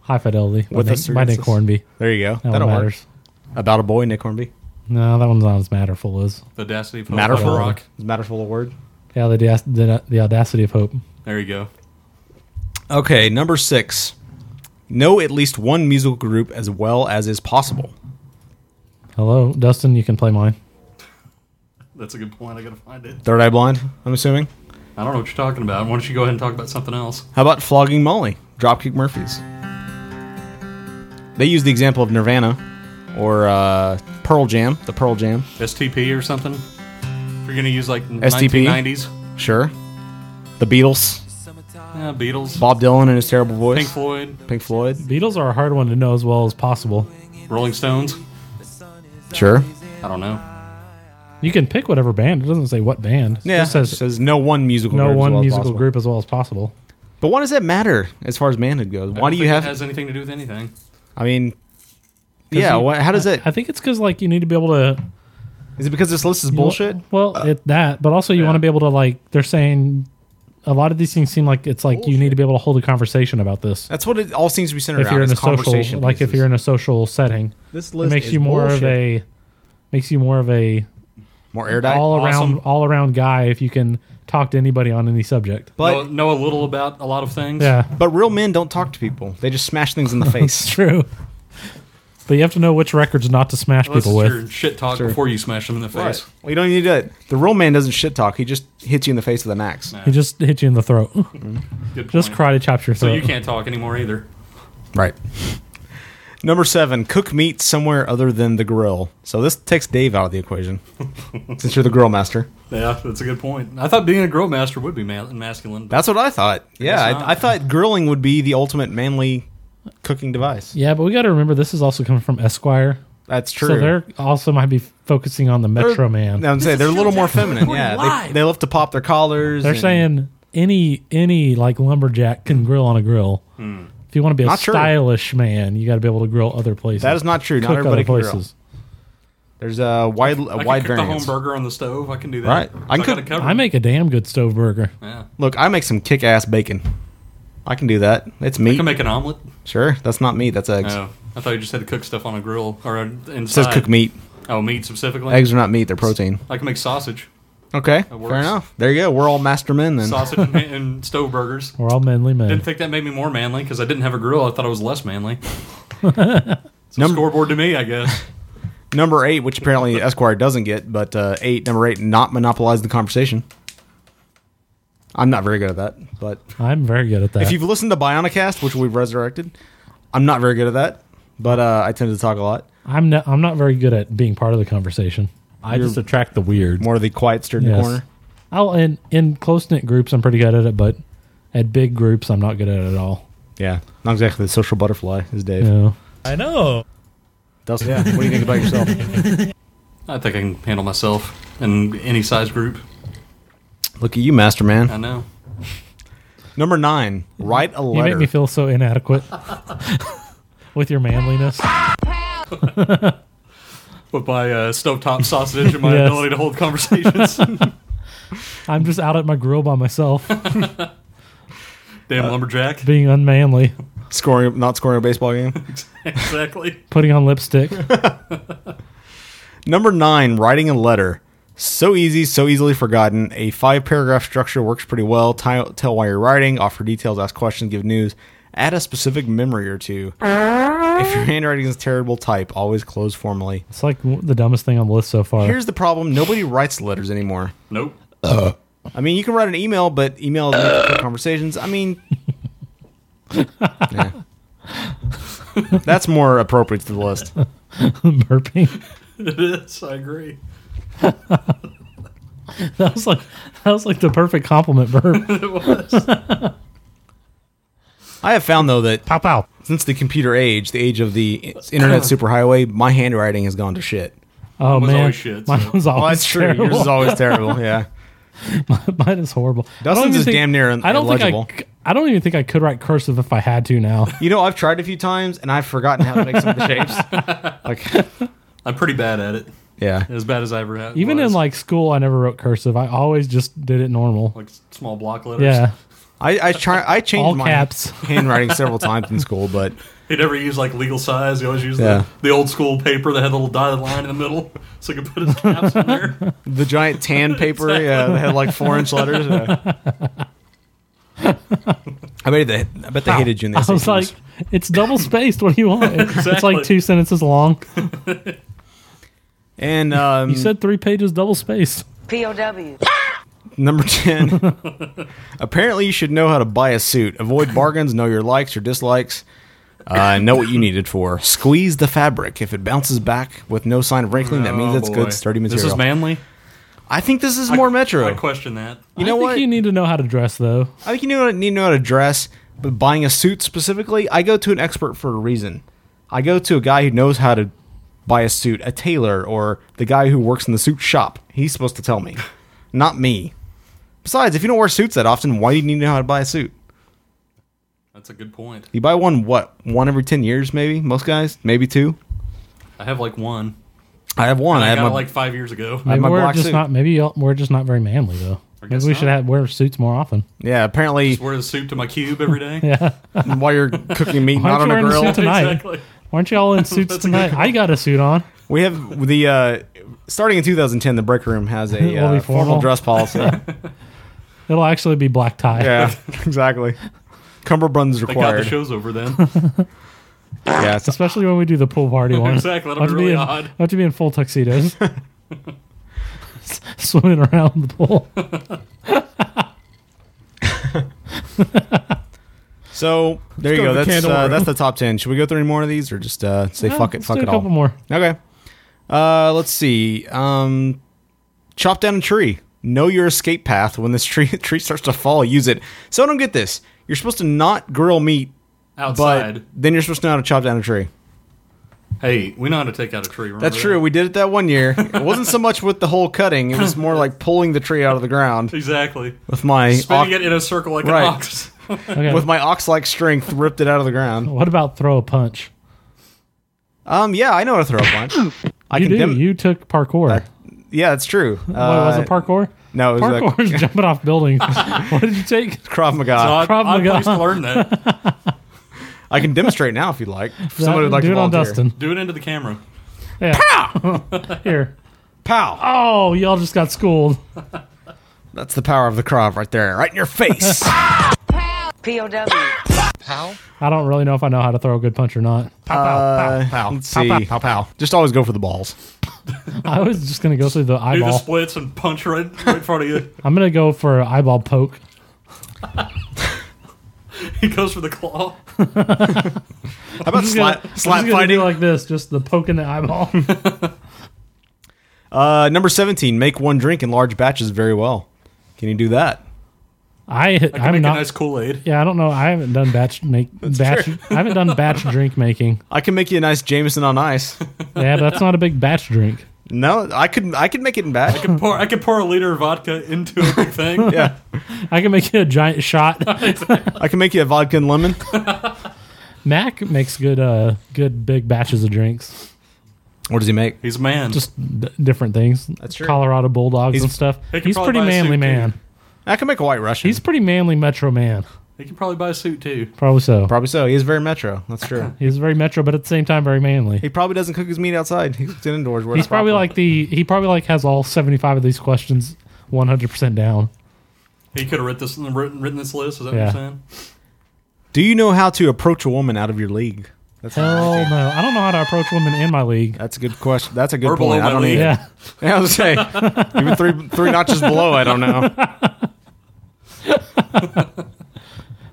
Speaker 8: High Fidelity.
Speaker 6: With
Speaker 8: by,
Speaker 6: us,
Speaker 8: Nick, by Nick Hornby.
Speaker 6: There you go.
Speaker 8: That
Speaker 6: That'll
Speaker 8: one
Speaker 6: work.
Speaker 8: matters.
Speaker 6: About a boy, Nick Hornby.
Speaker 8: No, that one's not as matterful as.
Speaker 7: The Audacity of Hope.
Speaker 6: Matterful
Speaker 7: Rock.
Speaker 6: Is matterful a word?
Speaker 8: Yeah, the, da- the, the audacity of hope.
Speaker 7: There you go.
Speaker 6: Okay, number six. Know at least one musical group as well as is possible.
Speaker 8: Hello, Dustin. You can play mine.
Speaker 7: That's a good point. I gotta find it.
Speaker 6: Third Eye Blind, I'm assuming.
Speaker 7: I don't know what you're talking about. Why don't you go ahead and talk about something else?
Speaker 6: How about Flogging Molly, Dropkick Murphys? They use the example of Nirvana or uh, Pearl Jam, the Pearl Jam.
Speaker 7: STP or something? If you're gonna use like
Speaker 6: STP.
Speaker 7: 1990s.
Speaker 6: Sure. The Beatles.
Speaker 7: Yeah, Beatles.
Speaker 6: Bob Dylan and his terrible voice.
Speaker 7: Pink Floyd.
Speaker 6: Pink Floyd.
Speaker 8: Beatles are a hard one to know as well as possible.
Speaker 7: Rolling Stones.
Speaker 6: Sure.
Speaker 7: I don't know.
Speaker 8: You can pick whatever band. It doesn't say what band.
Speaker 6: Yeah,
Speaker 8: It just says
Speaker 6: says no one musical
Speaker 8: no
Speaker 6: group as
Speaker 8: one
Speaker 6: well as
Speaker 8: musical
Speaker 6: possible.
Speaker 8: group as well as possible.
Speaker 6: But why does that matter as far as manhood goes?
Speaker 7: I
Speaker 6: Why
Speaker 7: don't
Speaker 6: do you
Speaker 7: think
Speaker 6: have?
Speaker 7: It has anything to do with anything?
Speaker 6: I mean,
Speaker 8: 'Cause
Speaker 6: yeah.
Speaker 8: you-
Speaker 6: why, how does
Speaker 8: I-
Speaker 6: that?
Speaker 8: I think it's because like you need to be able to.
Speaker 6: Is it because this list is
Speaker 8: you-
Speaker 6: bullshit?
Speaker 8: Well, it, that, but also you want to be able to like. They're saying a lot of these things seem like it's like you need to be able to hold a conversation about this.
Speaker 6: That's what it all seems to be centered
Speaker 8: if you're
Speaker 6: around. is
Speaker 8: in a social,
Speaker 6: conversation
Speaker 8: like if
Speaker 6: pieces.
Speaker 8: you're in a social setting,
Speaker 6: This
Speaker 8: it
Speaker 6: list
Speaker 8: makes
Speaker 6: is
Speaker 8: you more of
Speaker 6: bullshit.
Speaker 8: a makes you more of a
Speaker 6: More erudite?
Speaker 8: all around
Speaker 6: Awesome.
Speaker 8: all around guy if you can talk to anybody on any subject.
Speaker 7: But know, know a little about a lot of things.
Speaker 8: Yeah.
Speaker 6: But real men don't talk to people. They just smash things
Speaker 8: (laughs)
Speaker 6: in the face.
Speaker 8: It's true. But you have to know which records not to smash
Speaker 7: Unless
Speaker 8: people
Speaker 7: it's
Speaker 8: with.
Speaker 7: your shit talk
Speaker 6: Sure.
Speaker 7: before you smash them in the face.
Speaker 6: Right. Well, you don't need to do it. The real man doesn't shit talk. He just hits you in the face with an axe.
Speaker 8: He just hit you in
Speaker 6: (laughs)
Speaker 8: the throat.
Speaker 7: Good
Speaker 8: Just karate chops your
Speaker 7: So
Speaker 8: throat.
Speaker 7: you can't talk anymore either.
Speaker 6: Right. Number seven, cook meat somewhere other than the grill. So this takes Dave out of the
Speaker 7: (laughs)
Speaker 6: equation, since you're the grill master.
Speaker 7: Yeah, that's a good point. I thought being a grill master would be ma- masculine.
Speaker 6: That's what I thought. Yeah,
Speaker 7: It's not.
Speaker 6: I, I thought grilling would be the ultimate manly cooking device.
Speaker 8: Yeah, but we got to remember this is also coming from Esquire.
Speaker 6: That's
Speaker 8: So
Speaker 6: true.
Speaker 8: they're also might be focusing on the Metro Man.
Speaker 6: I'm saying they're a little more feminine. Yeah, they, they love to pop their collars.
Speaker 8: They're
Speaker 6: and-
Speaker 8: saying any any like lumberjack can grill on a grill.
Speaker 6: Hmm.
Speaker 8: If you want to be a
Speaker 6: Not true.
Speaker 8: stylish man, you got to be able to grill other places.
Speaker 6: that is not true. Not
Speaker 8: Cook
Speaker 6: everybody
Speaker 8: other
Speaker 6: can grill.
Speaker 8: places.
Speaker 6: There's a wide
Speaker 7: I
Speaker 6: a
Speaker 7: can
Speaker 6: wide
Speaker 7: cook
Speaker 6: variance.
Speaker 7: the home burger on the stove. I can do that.
Speaker 6: Right. I can
Speaker 7: I got
Speaker 6: cook-
Speaker 7: it covered.
Speaker 8: I make a damn good stove burger.
Speaker 7: Yeah.
Speaker 6: Look, I make some kick ass bacon. I can do that. It's meat.
Speaker 7: I can make an omelet.
Speaker 6: Sure, that's not meat. That's eggs.
Speaker 7: Oh, I thought you just had to cook stuff on a grill or inside.
Speaker 6: It says cook meat.
Speaker 7: Oh, meat specifically.
Speaker 6: Eggs are not meat; they're protein.
Speaker 7: I can make sausage,
Speaker 6: Okay,
Speaker 7: That
Speaker 6: fair
Speaker 7: works.
Speaker 6: enough. There you go. We're all master men then.
Speaker 7: sausage and, and stove burgers.
Speaker 8: We're all manly men.
Speaker 7: Didn't think that made me more manly because I didn't have a grill. I thought I was
Speaker 6: (laughs)
Speaker 7: less manly. It's a scoreboard to me, I guess.
Speaker 6: Number eight, which apparently Esquire doesn't get, but uh, eight, number eight, not monopolize the conversation. I'm not very good at that, but
Speaker 8: I'm very good at that.
Speaker 6: if you've listened to Bionicast, which we've resurrected, I'm not very good at that, but uh, I tend to talk a lot.
Speaker 8: I'm not, I'm not very good at being part of the conversation. I
Speaker 6: You're
Speaker 8: just attract the weird.
Speaker 6: More of the quiet stirred in the
Speaker 8: Yes.
Speaker 6: corner.
Speaker 8: I'll in in close knit groups I'm pretty good at it, but at big groups I'm not good at it at all.
Speaker 6: Yeah, not exactly the social butterfly, is Dave.
Speaker 8: No.
Speaker 24: I know.
Speaker 6: Dustin, what do you think about yourself?
Speaker 7: I think I can handle myself in any size group.
Speaker 6: (laughs) Look at you, master man.
Speaker 7: I know.
Speaker 6: Number nine, write a
Speaker 8: You
Speaker 6: letter.
Speaker 8: make me feel so (laughs) inadequate with your manliness.
Speaker 7: With my uh, stovetop sausage and my
Speaker 8: (laughs) Yes.
Speaker 7: ability to hold
Speaker 8: (laughs)
Speaker 7: conversations.
Speaker 8: I'm just out at my grill by myself,
Speaker 7: Damn
Speaker 8: (laughs)
Speaker 7: lumberjack.
Speaker 8: being unmanly,
Speaker 6: scoring, not scoring a baseball game.
Speaker 7: exactly.
Speaker 8: putting on lipstick.
Speaker 6: Number nine, writing a letter. So easy, so easily forgotten. A five paragraph structure works pretty well. Ti- tell why you're writing, offer details, ask questions, give news, add a specific memory or two. If your handwriting is terrible, type. Always close formally.
Speaker 8: It's like w- the dumbest thing on the list so far.
Speaker 6: Here's the problem nobody writes letters anymore.
Speaker 7: Nope.
Speaker 6: I mean, you can write an email, but email doesn't make for conversations. I mean, (laughs) yeah. (laughs) that's more appropriate to the list.
Speaker 8: (laughs) Burping.
Speaker 7: it is. I agree.
Speaker 8: That was like that was like the perfect compliment (laughs) burp.
Speaker 7: it was.
Speaker 6: I have found though that
Speaker 8: pow pow
Speaker 6: since the computer age, the age of the
Speaker 8: (clears throat)
Speaker 6: internet superhighway, my handwriting has gone to shit.
Speaker 8: Oh man, mine was always
Speaker 6: well, Oh, that's true.
Speaker 8: terrible.
Speaker 6: Yours is
Speaker 8: (laughs)
Speaker 6: always terrible. Yeah,
Speaker 8: mine is horrible. I don't
Speaker 6: Dustin's
Speaker 8: even
Speaker 6: is damn near
Speaker 8: I don't
Speaker 6: illegible.
Speaker 8: think I. c- I don't even think I could write cursive if I had to
Speaker 6: (laughs)
Speaker 8: now.
Speaker 6: you know I've tried a few times and I've forgotten how to make some of the (laughs) shapes. Like,
Speaker 7: I'm pretty bad at it.
Speaker 6: Yeah.
Speaker 7: As bad as I ever had.
Speaker 8: Even in like school, I never wrote cursive. I always just did it normal.
Speaker 7: Like small block letters. (laughs)
Speaker 8: yeah,
Speaker 6: I I try I changed
Speaker 8: All
Speaker 6: my
Speaker 8: caps.
Speaker 6: handwriting several times in school, but
Speaker 7: He never used like legal size. He always used
Speaker 6: Yeah.
Speaker 7: the, the old school paper that had a little dotted line in the middle, (laughs) so he could put his caps
Speaker 6: (laughs)
Speaker 7: in there.
Speaker 6: the giant (laughs) tan paper yeah, that had like four inch letters. yeah. (laughs) I bet they I bet they hated you in the
Speaker 8: I was
Speaker 6: SATs.
Speaker 8: like, it's double spaced. What do
Speaker 7: (laughs)
Speaker 8: you want? It's
Speaker 6: Exactly.
Speaker 8: like two
Speaker 6: (laughs)
Speaker 8: sentences long.
Speaker 6: and um,
Speaker 8: you said three pages double spaced.
Speaker 25: POW.
Speaker 6: Number 10. (laughs) Apparently, you should know how to buy a suit. Avoid bargains, know your likes or dislikes, uh, know what you need it for. Squeeze the fabric. If it bounces back with no sign of wrinkling, that means
Speaker 7: Oh,
Speaker 6: it's
Speaker 7: boy.
Speaker 6: good, sturdy
Speaker 7: This is
Speaker 6: material.
Speaker 7: manly?
Speaker 6: I think this is
Speaker 7: I-
Speaker 6: more metro.
Speaker 7: I question that.
Speaker 6: You know
Speaker 8: I think
Speaker 6: what?
Speaker 8: You need to know how to dress though.
Speaker 6: I think you know, need to know how to dress, but buying a suit specifically, I go to an expert for a reason. I go to a guy who knows how to buy a suit, a tailor, or the guy who works in the suit shop. He's supposed to tell me, (laughs) not me. Besides, if you don't wear suits that often, why do you need to know how to buy a suit?
Speaker 7: That's a good point.
Speaker 6: You buy one, what, one every 10 years, maybe? Most guys? Maybe two?
Speaker 7: I have like one.
Speaker 6: I have one.
Speaker 7: And
Speaker 6: I
Speaker 7: I
Speaker 6: have
Speaker 7: got
Speaker 6: my,
Speaker 7: it like five years
Speaker 8: (laughs)
Speaker 7: ago.
Speaker 6: I have
Speaker 8: Maybe
Speaker 6: my
Speaker 8: we're
Speaker 6: black
Speaker 8: just
Speaker 6: suit.
Speaker 8: not. Maybe y'all- we're just not very manly though. Maybe we should have, wear suits more often.
Speaker 6: yeah, apparently.
Speaker 7: Just wear the suit to my cube every day.
Speaker 8: (laughs) Yeah.
Speaker 6: While you're cooking meat,
Speaker 8: (laughs) Why
Speaker 6: not
Speaker 8: aren't
Speaker 6: on a
Speaker 8: you wearing a
Speaker 6: grill.
Speaker 8: suit tonight?
Speaker 7: Exactly.
Speaker 8: Why aren't you all in
Speaker 7: (laughs)
Speaker 8: suits
Speaker 7: That's a good
Speaker 8: tonight? I got a suit on.
Speaker 6: We have the uh, starting in 2010. The break room
Speaker 8: (laughs)
Speaker 6: has a
Speaker 8: Will be
Speaker 6: uh, formal
Speaker 8: formal.
Speaker 6: dress policy.
Speaker 8: (laughs) It'll actually be black tie.
Speaker 6: yeah, (laughs) exactly. Cummerbunds
Speaker 7: Thank God the
Speaker 6: required.
Speaker 7: show's
Speaker 6: (laughs)
Speaker 7: over then.
Speaker 6: yeah, it's-
Speaker 8: Especially when we do the
Speaker 7: (laughs)
Speaker 8: pool party one.
Speaker 7: Exactly, that'll
Speaker 8: We'll
Speaker 7: be
Speaker 8: have to
Speaker 7: really
Speaker 8: in,
Speaker 7: odd.
Speaker 8: we'll have to be in
Speaker 7: (laughs)
Speaker 8: full tuxedos, S- swimming around the pool.
Speaker 6: so there
Speaker 8: Let's
Speaker 6: you
Speaker 8: go
Speaker 6: go.
Speaker 8: to the
Speaker 6: That's
Speaker 8: candle
Speaker 6: uh,
Speaker 8: room.
Speaker 6: that's the top ten. Should we go through any more of these, or just uh, say
Speaker 8: Yeah,
Speaker 6: fuck it,
Speaker 8: let's
Speaker 6: fuck
Speaker 8: do
Speaker 6: it
Speaker 8: a
Speaker 6: all?
Speaker 8: couple more.
Speaker 6: Okay. Uh, let's see. Um, chop down a tree. Know your escape path. When this tree (laughs) tree starts to fall, use it. So I don't get this. You're supposed to not grill meat
Speaker 7: Outside.
Speaker 6: But then you're supposed to know how to chop down a tree.
Speaker 7: hey, we know how to take out a tree. Remember
Speaker 6: That's true. We did it that one year. It wasn't so much with the whole cutting; it was more like pulling the tree out of the ground.
Speaker 7: Exactly.
Speaker 6: With my ox-
Speaker 7: Spinning it in a circle like
Speaker 6: Right.
Speaker 7: an
Speaker 6: (laughs)
Speaker 7: ox.
Speaker 6: with my ox-like strength, ripped it out of the ground.
Speaker 8: What about throw a punch?
Speaker 6: Um, yeah, I know how to throw a punch. I
Speaker 8: you
Speaker 6: can
Speaker 8: do.
Speaker 6: dem-
Speaker 8: you took parkour.
Speaker 6: yeah, that's true. Uh,
Speaker 8: what was it? Parkour.
Speaker 6: No, it was uh, (laughs)
Speaker 8: parkour is jumping off buildings. what did you take?
Speaker 6: Krav Maga.
Speaker 8: It's an odd- Krav odd Maga. place to learn (laughs)
Speaker 7: that.
Speaker 6: I can demonstrate now if you'd like. If somebody would like
Speaker 8: do
Speaker 6: to
Speaker 8: it on
Speaker 6: volunteer.
Speaker 8: Dustin.
Speaker 7: Do it into the camera.
Speaker 8: Yeah. Pow! Here.
Speaker 6: Pow.
Speaker 8: Oh, y'all just got schooled.
Speaker 6: That's the power of the Krav right there, right in your
Speaker 8: (laughs)
Speaker 6: face.
Speaker 25: POW.
Speaker 6: Pow.
Speaker 8: I don't really know if I know how to throw a good punch or not.
Speaker 6: Uh, let's
Speaker 8: pow,
Speaker 6: see.
Speaker 8: pow,
Speaker 6: Just always go for the balls.
Speaker 8: I was just gonna go through the
Speaker 7: Do the
Speaker 8: eyeball.
Speaker 7: splits and punch right, right in front of you. (laughs)
Speaker 8: I'm gonna go for an eyeball poke.
Speaker 7: He goes for the claw.
Speaker 8: How (laughs)
Speaker 6: about slap- slap
Speaker 8: fighting like this? Just the poke in
Speaker 6: (laughs)
Speaker 8: the eyeball.
Speaker 6: Uh, number seventeen. Make one drink in large batches very well. Can you do that?
Speaker 8: I
Speaker 7: I can
Speaker 8: I'm
Speaker 7: make
Speaker 8: not.
Speaker 7: a nice Kool Aid.
Speaker 8: yeah, I don't know. I haven't done batch make batch.
Speaker 6: true.
Speaker 8: I haven't done batch drink making.
Speaker 6: I can make you a nice Jameson on ice. (laughs)
Speaker 8: Yeah, but that's not a big batch drink.
Speaker 6: No, I could I could make it in batch.
Speaker 7: I could pour. I could pour a liter of vodka
Speaker 8: (laughs)
Speaker 7: into a big thing.
Speaker 6: yeah,
Speaker 8: I can make you a giant shot.
Speaker 6: I can make you a vodka and
Speaker 8: (laughs)
Speaker 6: lemon.
Speaker 8: Mac makes good uh good big batches of drinks.
Speaker 6: What does he make?
Speaker 7: He's a man.
Speaker 8: Just d- different things.
Speaker 6: That's true.
Speaker 8: Colorado Bulldogs
Speaker 6: He's-
Speaker 8: and stuff.
Speaker 7: He can
Speaker 8: He's
Speaker 7: probably
Speaker 8: pretty
Speaker 7: buy a
Speaker 8: manly
Speaker 7: suit,
Speaker 8: man.
Speaker 6: I can make a white Russian.
Speaker 8: He's pretty manly metro man.
Speaker 7: He can probably buy a suit too.
Speaker 8: Probably so.
Speaker 6: Probably so. He is very metro. That's
Speaker 8: (laughs)
Speaker 6: true.
Speaker 8: He's very metro, but at the same time very manly.
Speaker 6: He probably doesn't cook his meat outside. He cooks it indoors. where
Speaker 8: He's
Speaker 6: it's
Speaker 8: probably
Speaker 6: proper.
Speaker 8: like the he probably like has all seventy five of these questions one hundred percent down.
Speaker 7: He could have written this written, written this list. Is that
Speaker 8: Yeah.
Speaker 7: what you're saying?
Speaker 6: Do you know how to approach a woman out of your league? That's
Speaker 8: Hell no, I don't know how to approach women in my league.
Speaker 6: That's a good question. That's a good
Speaker 8: Or below
Speaker 6: point. I
Speaker 8: my
Speaker 6: don't
Speaker 8: league.
Speaker 6: either.
Speaker 8: Yeah.
Speaker 6: Yeah, (laughs) I was say even three three notches below. I don't know.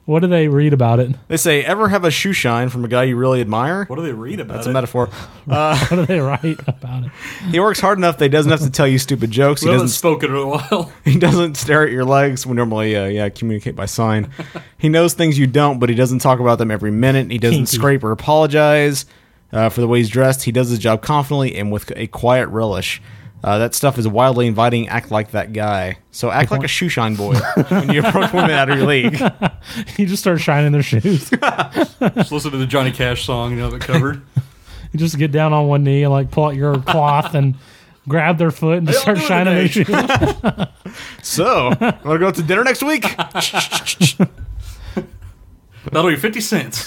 Speaker 8: What do they read about it?
Speaker 6: (laughs) They say, ever have a shoe shine from a guy you really admire? What
Speaker 7: do they read about
Speaker 6: That's
Speaker 7: it?
Speaker 6: a metaphor. Uh,
Speaker 8: what do they write about it? (laughs)
Speaker 6: He works hard enough that he doesn't have to tell you stupid jokes.
Speaker 7: we
Speaker 6: he
Speaker 7: haven't
Speaker 6: doesn't
Speaker 7: spoken in a while. (laughs)
Speaker 6: (laughs) He doesn't stare at your legs. We normally, uh, yeah, communicate by sign. he knows things you don't, but he doesn't talk about them every minute. He doesn't
Speaker 8: Kinky.
Speaker 6: scrape or apologize uh, for the way he's dressed. He does his job confidently and with a quiet relish. Uh, that stuff is wildly inviting. Act like that guy. So act like a shoe shine boy when you approach women out of your league.
Speaker 8: you just start shining their shoes. (laughs)
Speaker 7: Just listen to the Johnny Cash song, you know, that covered.
Speaker 8: You just get down on one knee and like pull out your cloth and grab their foot and just
Speaker 7: How
Speaker 8: start
Speaker 7: y'all
Speaker 8: shining their
Speaker 7: doing
Speaker 8: shoes.
Speaker 6: (laughs)
Speaker 7: today?
Speaker 6: so, want to go out to dinner next week?
Speaker 7: That'll be 50
Speaker 8: (laughs)
Speaker 7: cents.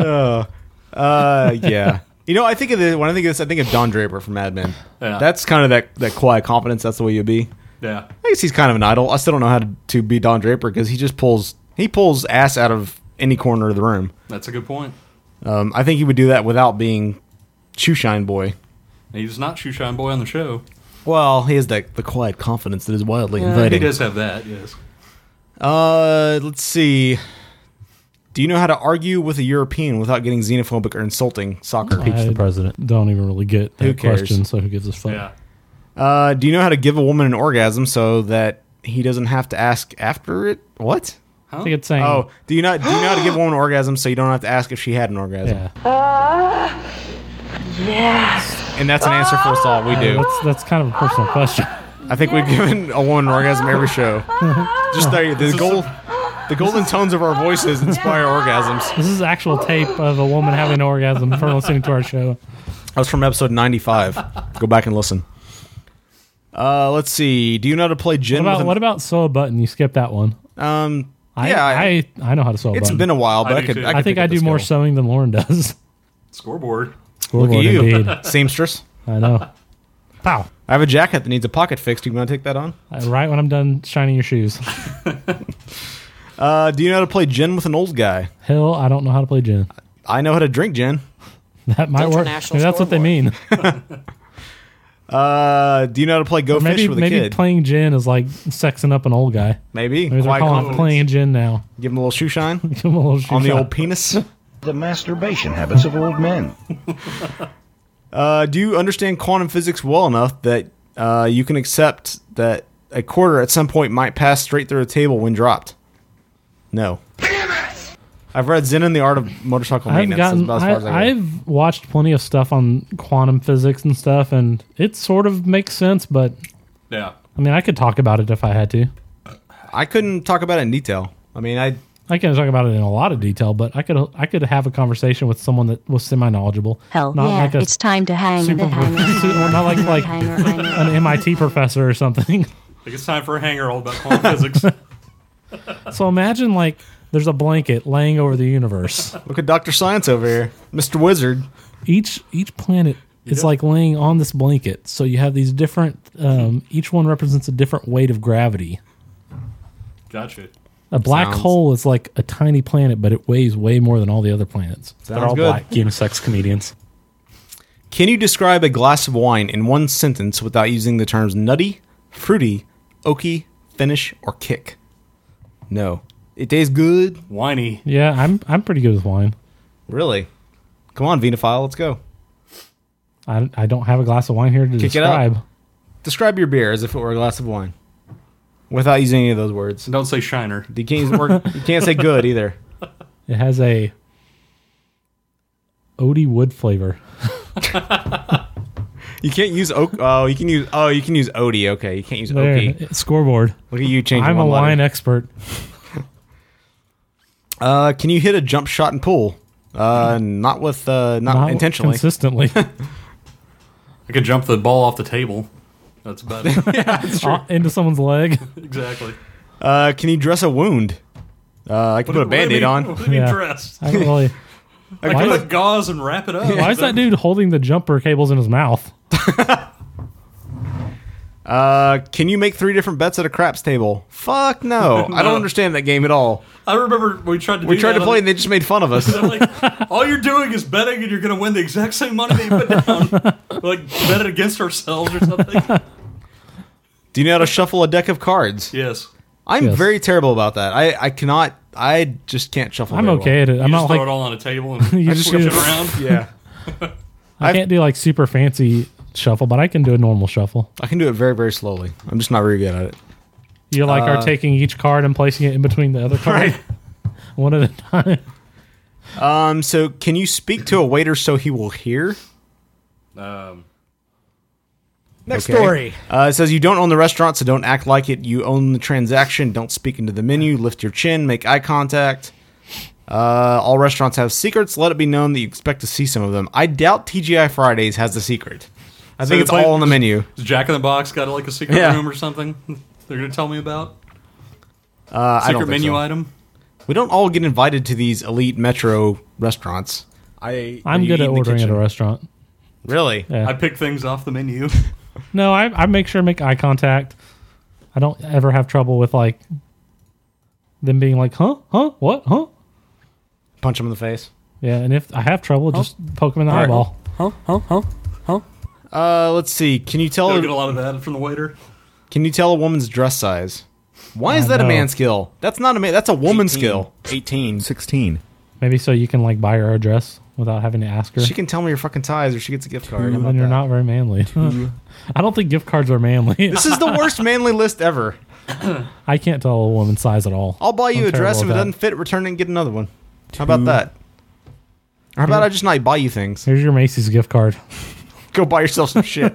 Speaker 6: oh, uh, yeah. You know, I think of the when I think of this, I think of Don Draper from Mad Men.
Speaker 7: Yeah.
Speaker 6: That's kind of that that quiet confidence. That's the way you be.
Speaker 7: Yeah.
Speaker 6: I guess he's kind of an idol. I still don't know how to, to be Don Draper because he just pulls he pulls ass out of any corner of the room.
Speaker 7: That's a good point.
Speaker 6: Um, I think he would do that without being shoe shine boy.
Speaker 7: He's not Shoe Shine Boy on the show.
Speaker 6: Well, he has that the quiet confidence that is wildly
Speaker 7: Yeah,
Speaker 6: inviting.
Speaker 7: he does have that, yes.
Speaker 6: Uh, let's see. Do you know how to argue with a European without getting xenophobic or insulting?
Speaker 7: Oh.
Speaker 6: Soccer.
Speaker 8: I Don't even really get
Speaker 6: Who
Speaker 8: that
Speaker 6: cares?
Speaker 8: question, so who gives a fuck?
Speaker 6: Uh, do you know how to give a woman an orgasm so that he doesn't have to ask after it? What?
Speaker 8: I think it's
Speaker 7: Mm.
Speaker 8: saying-
Speaker 6: Oh, do you not do you know how to give a woman an orgasm so you don't have to ask if she had an orgasm?
Speaker 5: yes.
Speaker 6: And that's an answer for us all. We
Speaker 7: Uh,
Speaker 6: do.
Speaker 8: That's that's kind of a personal question. (laughs)
Speaker 6: I think we've given a woman an orgasm every show. Just there, the gold, the golden tones of our voices inspire orgasms.
Speaker 8: This is actual tape of a woman having an orgasm from listening to our show.
Speaker 6: That was from episode ninety-five. Go back and listen. Uh, let's see. Do you know how to play
Speaker 8: What
Speaker 6: gin?
Speaker 8: about,
Speaker 6: with
Speaker 8: what about sew a button? You skipped that one.
Speaker 6: Um,
Speaker 8: I,
Speaker 6: yeah,
Speaker 8: I, I know how to sew a
Speaker 6: It's
Speaker 8: button.
Speaker 6: been a while, but I I do could-
Speaker 8: could.
Speaker 6: too. I could
Speaker 8: think
Speaker 6: pick
Speaker 8: I
Speaker 6: up
Speaker 8: do
Speaker 6: the
Speaker 8: more
Speaker 6: skill.
Speaker 8: sewing than Lauren does.
Speaker 7: Scoreboard.
Speaker 6: Look at
Speaker 8: Scoreboard,
Speaker 6: you,
Speaker 8: indeed.
Speaker 6: (laughs) seamstress. (laughs)
Speaker 8: I know. Pow!
Speaker 6: I have a jacket that needs a pocket fix. Do you want to take that on?
Speaker 8: Uh, Right when I'm done shining your shoes.
Speaker 6: Uh, do you know how to play gin with an old guy?
Speaker 8: Hell, I don't know how to play gin. (laughs)
Speaker 6: I know how to drink gin.
Speaker 8: That might work. Maybe that's what they mean.
Speaker 6: Uh, do you know how to play go
Speaker 8: Or maybe
Speaker 6: fish with a
Speaker 8: maybe
Speaker 6: kid?
Speaker 8: playing gin is like sexing up an old guy.
Speaker 6: Maybe.
Speaker 8: Maybe they're
Speaker 6: Quiet
Speaker 8: calling it
Speaker 6: confidence.
Speaker 8: playing gin now. (laughs)
Speaker 6: Give him a little shoe shine.
Speaker 8: Give him a little shoe
Speaker 6: on the
Speaker 8: shine.
Speaker 6: old penis. (laughs) The masturbation habits of old men. (laughs) uh, do you understand quantum physics well enough that uh, you can accept that a quarter at some point might pass straight through a table when dropped? No. I've read Zen and the Art of Motorcycle
Speaker 8: I've
Speaker 6: Maintenance. That's
Speaker 8: gotten.
Speaker 6: about as far as I go.
Speaker 8: I, I've watched plenty of stuff on quantum physics and stuff, and it sort of makes sense. But
Speaker 7: Yeah.
Speaker 8: I mean, I could talk about it if I had to.
Speaker 6: I couldn't talk about it in detail. I mean, I
Speaker 8: I can talk about it in a lot of detail, but I could I could have a conversation with someone that was semi knowledgeable.
Speaker 1: Hell,
Speaker 8: not
Speaker 1: yeah,
Speaker 8: like a
Speaker 1: it's time to hang
Speaker 8: super-
Speaker 1: the hanger.
Speaker 8: well, not like
Speaker 1: (laughs)
Speaker 8: like
Speaker 1: Hanger, hanger.
Speaker 8: an MIT professor or something.
Speaker 7: I
Speaker 8: (laughs)
Speaker 7: think it's time for a hanger all about quantum
Speaker 6: (laughs)
Speaker 7: physics.
Speaker 8: So imagine like there's a blanket laying over
Speaker 6: (laughs)
Speaker 8: the universe.
Speaker 6: Look at Doctor Science over here, Mister Wizard.
Speaker 8: Each each planet is
Speaker 6: Yeah.
Speaker 8: like laying on this blanket, so you have these different. Um, each one represents a different weight of gravity.
Speaker 7: Gotcha.
Speaker 8: A black
Speaker 7: Sounds-
Speaker 8: hole is like a tiny planet, but it weighs way more than all the other planets.
Speaker 6: They're Sounds all good. black (laughs)
Speaker 8: unisex comedians.
Speaker 6: Can you describe a glass of wine in one sentence without using the terms nutty, fruity, oaky, finish, or kick? No. It tastes good.
Speaker 7: Whiny.
Speaker 8: Yeah, I'm I'm pretty good with wine.
Speaker 6: Really? Come on, Venophile, let's go.
Speaker 8: I, I don't have a glass of wine here to
Speaker 6: Kick it
Speaker 8: describe.
Speaker 6: up. Describe your beer as if it were a glass of wine. Without using any of those words.
Speaker 7: Don't say shiner.
Speaker 6: You can't, use the word- you can't say good either.
Speaker 8: It has a Odie wood flavor.
Speaker 6: You can't use oak. Oh, you can use. Oh, you can use odie. Okay, you can't use
Speaker 8: There,
Speaker 6: oaky.
Speaker 8: Scoreboard.
Speaker 6: Look at you changing.
Speaker 8: I'm a
Speaker 6: one letter.
Speaker 8: wine expert.
Speaker 6: Uh, can you hit a jump shot and pull? Uh, not with uh, not,
Speaker 8: Not
Speaker 6: intentionally. (laughs)
Speaker 8: consistently.
Speaker 7: I could jump the ball off the table. That's about it.
Speaker 6: (laughs)
Speaker 7: yeah, that's
Speaker 8: Uh, Into someone's leg. (laughs)
Speaker 7: Exactly.
Speaker 6: Uh, can you dress a wound? Uh, I can put a band aid on.
Speaker 7: What do you mean
Speaker 6: (laughs)
Speaker 7: dressed?
Speaker 8: I don't really.
Speaker 7: I
Speaker 8: Why
Speaker 7: can
Speaker 8: is-
Speaker 7: put gauze and wrap it up.
Speaker 8: Why is that dude holding the jumper cables in his mouth?
Speaker 6: Uh, can you make three different bets at a craps table? Fuck no. (laughs) I
Speaker 7: No.
Speaker 6: don't understand that game at all.
Speaker 7: I remember we tried to.
Speaker 6: We
Speaker 7: do
Speaker 6: tried
Speaker 7: that
Speaker 6: to play
Speaker 7: on-
Speaker 6: and they just made fun (laughs) of
Speaker 7: (laughs)
Speaker 6: us.
Speaker 7: All you're doing is betting, and you're going to win the exact same money that you put down.
Speaker 6: (laughs)
Speaker 7: like bet it against ourselves or something.
Speaker 6: Do you know how to shuffle a deck of cards?
Speaker 7: Yes.
Speaker 6: I'm
Speaker 7: Yes.
Speaker 6: very terrible about that. I, I cannot. I just can't shuffle.
Speaker 8: I'm
Speaker 6: very
Speaker 8: okay
Speaker 6: well.
Speaker 8: at it. I'm You not
Speaker 7: Just throw it all on a
Speaker 6: (laughs)
Speaker 7: table and
Speaker 8: You
Speaker 7: switch it
Speaker 8: just-
Speaker 7: around.
Speaker 6: Yeah.
Speaker 8: I can't do like super fancy shuffle, but I can do a normal shuffle.
Speaker 6: I can do it very very slowly. I'm just not very good at it.
Speaker 8: You like
Speaker 6: Uh,
Speaker 8: are taking each card and placing it in between the other card, (laughs) one at a time.
Speaker 6: Um. So can you speak to a waiter so he will hear?
Speaker 7: Um,
Speaker 6: Okay. Uh, it says you don't own the restaurant, so don't act like it. You own the transaction. Don't speak into the menu. Lift your chin. Make eye contact. Uh, all restaurants have secrets. Let it be known that you expect to see some of them. I doubt TGI Fridays has the secret. I
Speaker 7: So
Speaker 6: think
Speaker 7: it's
Speaker 6: it's
Speaker 7: like-
Speaker 6: all on the menu.
Speaker 7: Does Jack in the Box got like a secret
Speaker 6: Yeah.
Speaker 7: room or something? (laughs) They're gonna tell me about
Speaker 6: Uh, I
Speaker 7: secret
Speaker 6: don't think
Speaker 7: menu
Speaker 6: so.
Speaker 7: item.
Speaker 6: We don't all get invited to these elite metro restaurants. I
Speaker 8: I'm
Speaker 6: you
Speaker 8: good
Speaker 6: eat
Speaker 8: at
Speaker 6: in the
Speaker 8: ordering at a
Speaker 6: kitchen.
Speaker 8: restaurant.
Speaker 6: Really?
Speaker 8: Yeah.
Speaker 7: I pick things off the menu. (laughs)
Speaker 8: No, I, I make sure to make eye contact. I don't ever have trouble with like them being like, huh, huh, what, huh?
Speaker 6: Punch him in the face.
Speaker 8: Yeah, and if I have trouble, just poke him in the
Speaker 6: All right.
Speaker 8: eyeball.
Speaker 6: Huh? Huh? Huh? Huh? Uh, let's see. Can you tell?
Speaker 7: Don't get a lot of that from the waiter.
Speaker 6: Can you tell a woman's dress size? Why is
Speaker 8: Oh,
Speaker 6: that a
Speaker 8: no.
Speaker 6: man's skill? That's not a man. That's a woman's skill. 18. 16.
Speaker 8: Maybe so you can like buy her a dress without having to ask her.
Speaker 6: She can tell me your fucking size or she gets a gift card. How
Speaker 8: Mm,
Speaker 6: about
Speaker 8: then you're
Speaker 6: that?
Speaker 8: not very manly.
Speaker 6: Two.
Speaker 8: (laughs) I don't think gift cards are manly.
Speaker 6: This is the worst manly list ever.
Speaker 8: (laughs) I can't tell a woman's size at all.
Speaker 6: I'll buy you
Speaker 8: I'm
Speaker 6: a dress. If it
Speaker 8: terrible at
Speaker 6: doesn't fit, return it and get another one. How about that? Or how about I just not buy you things? (laughs)
Speaker 8: Here's your Macy's gift card. (laughs)
Speaker 6: Go buy yourself some shit.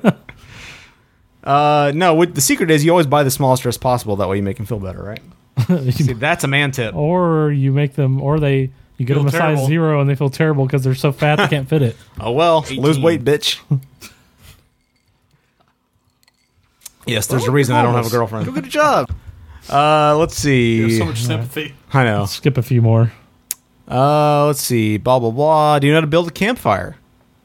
Speaker 6: uh, no, what, the secret is you always buy the smallest dress possible. That way you make them feel better, right? See, that's a man tip.
Speaker 8: Or you make them, or they, you get
Speaker 6: Feel
Speaker 8: them a
Speaker 6: terrible.
Speaker 8: size zero and they feel terrible because they're so fat they can't fit it.
Speaker 6: (laughs) Oh well, lose weight, bitch. (laughs) yes, there's a reason I don't have a girlfriend.
Speaker 7: Go
Speaker 6: Oh, get a job. (laughs) Uh, let's see.
Speaker 7: You have so much sympathy.
Speaker 6: I know.
Speaker 8: Skip a few more.
Speaker 6: Uh, let's see. Blah blah blah. Do you know how to build a campfire?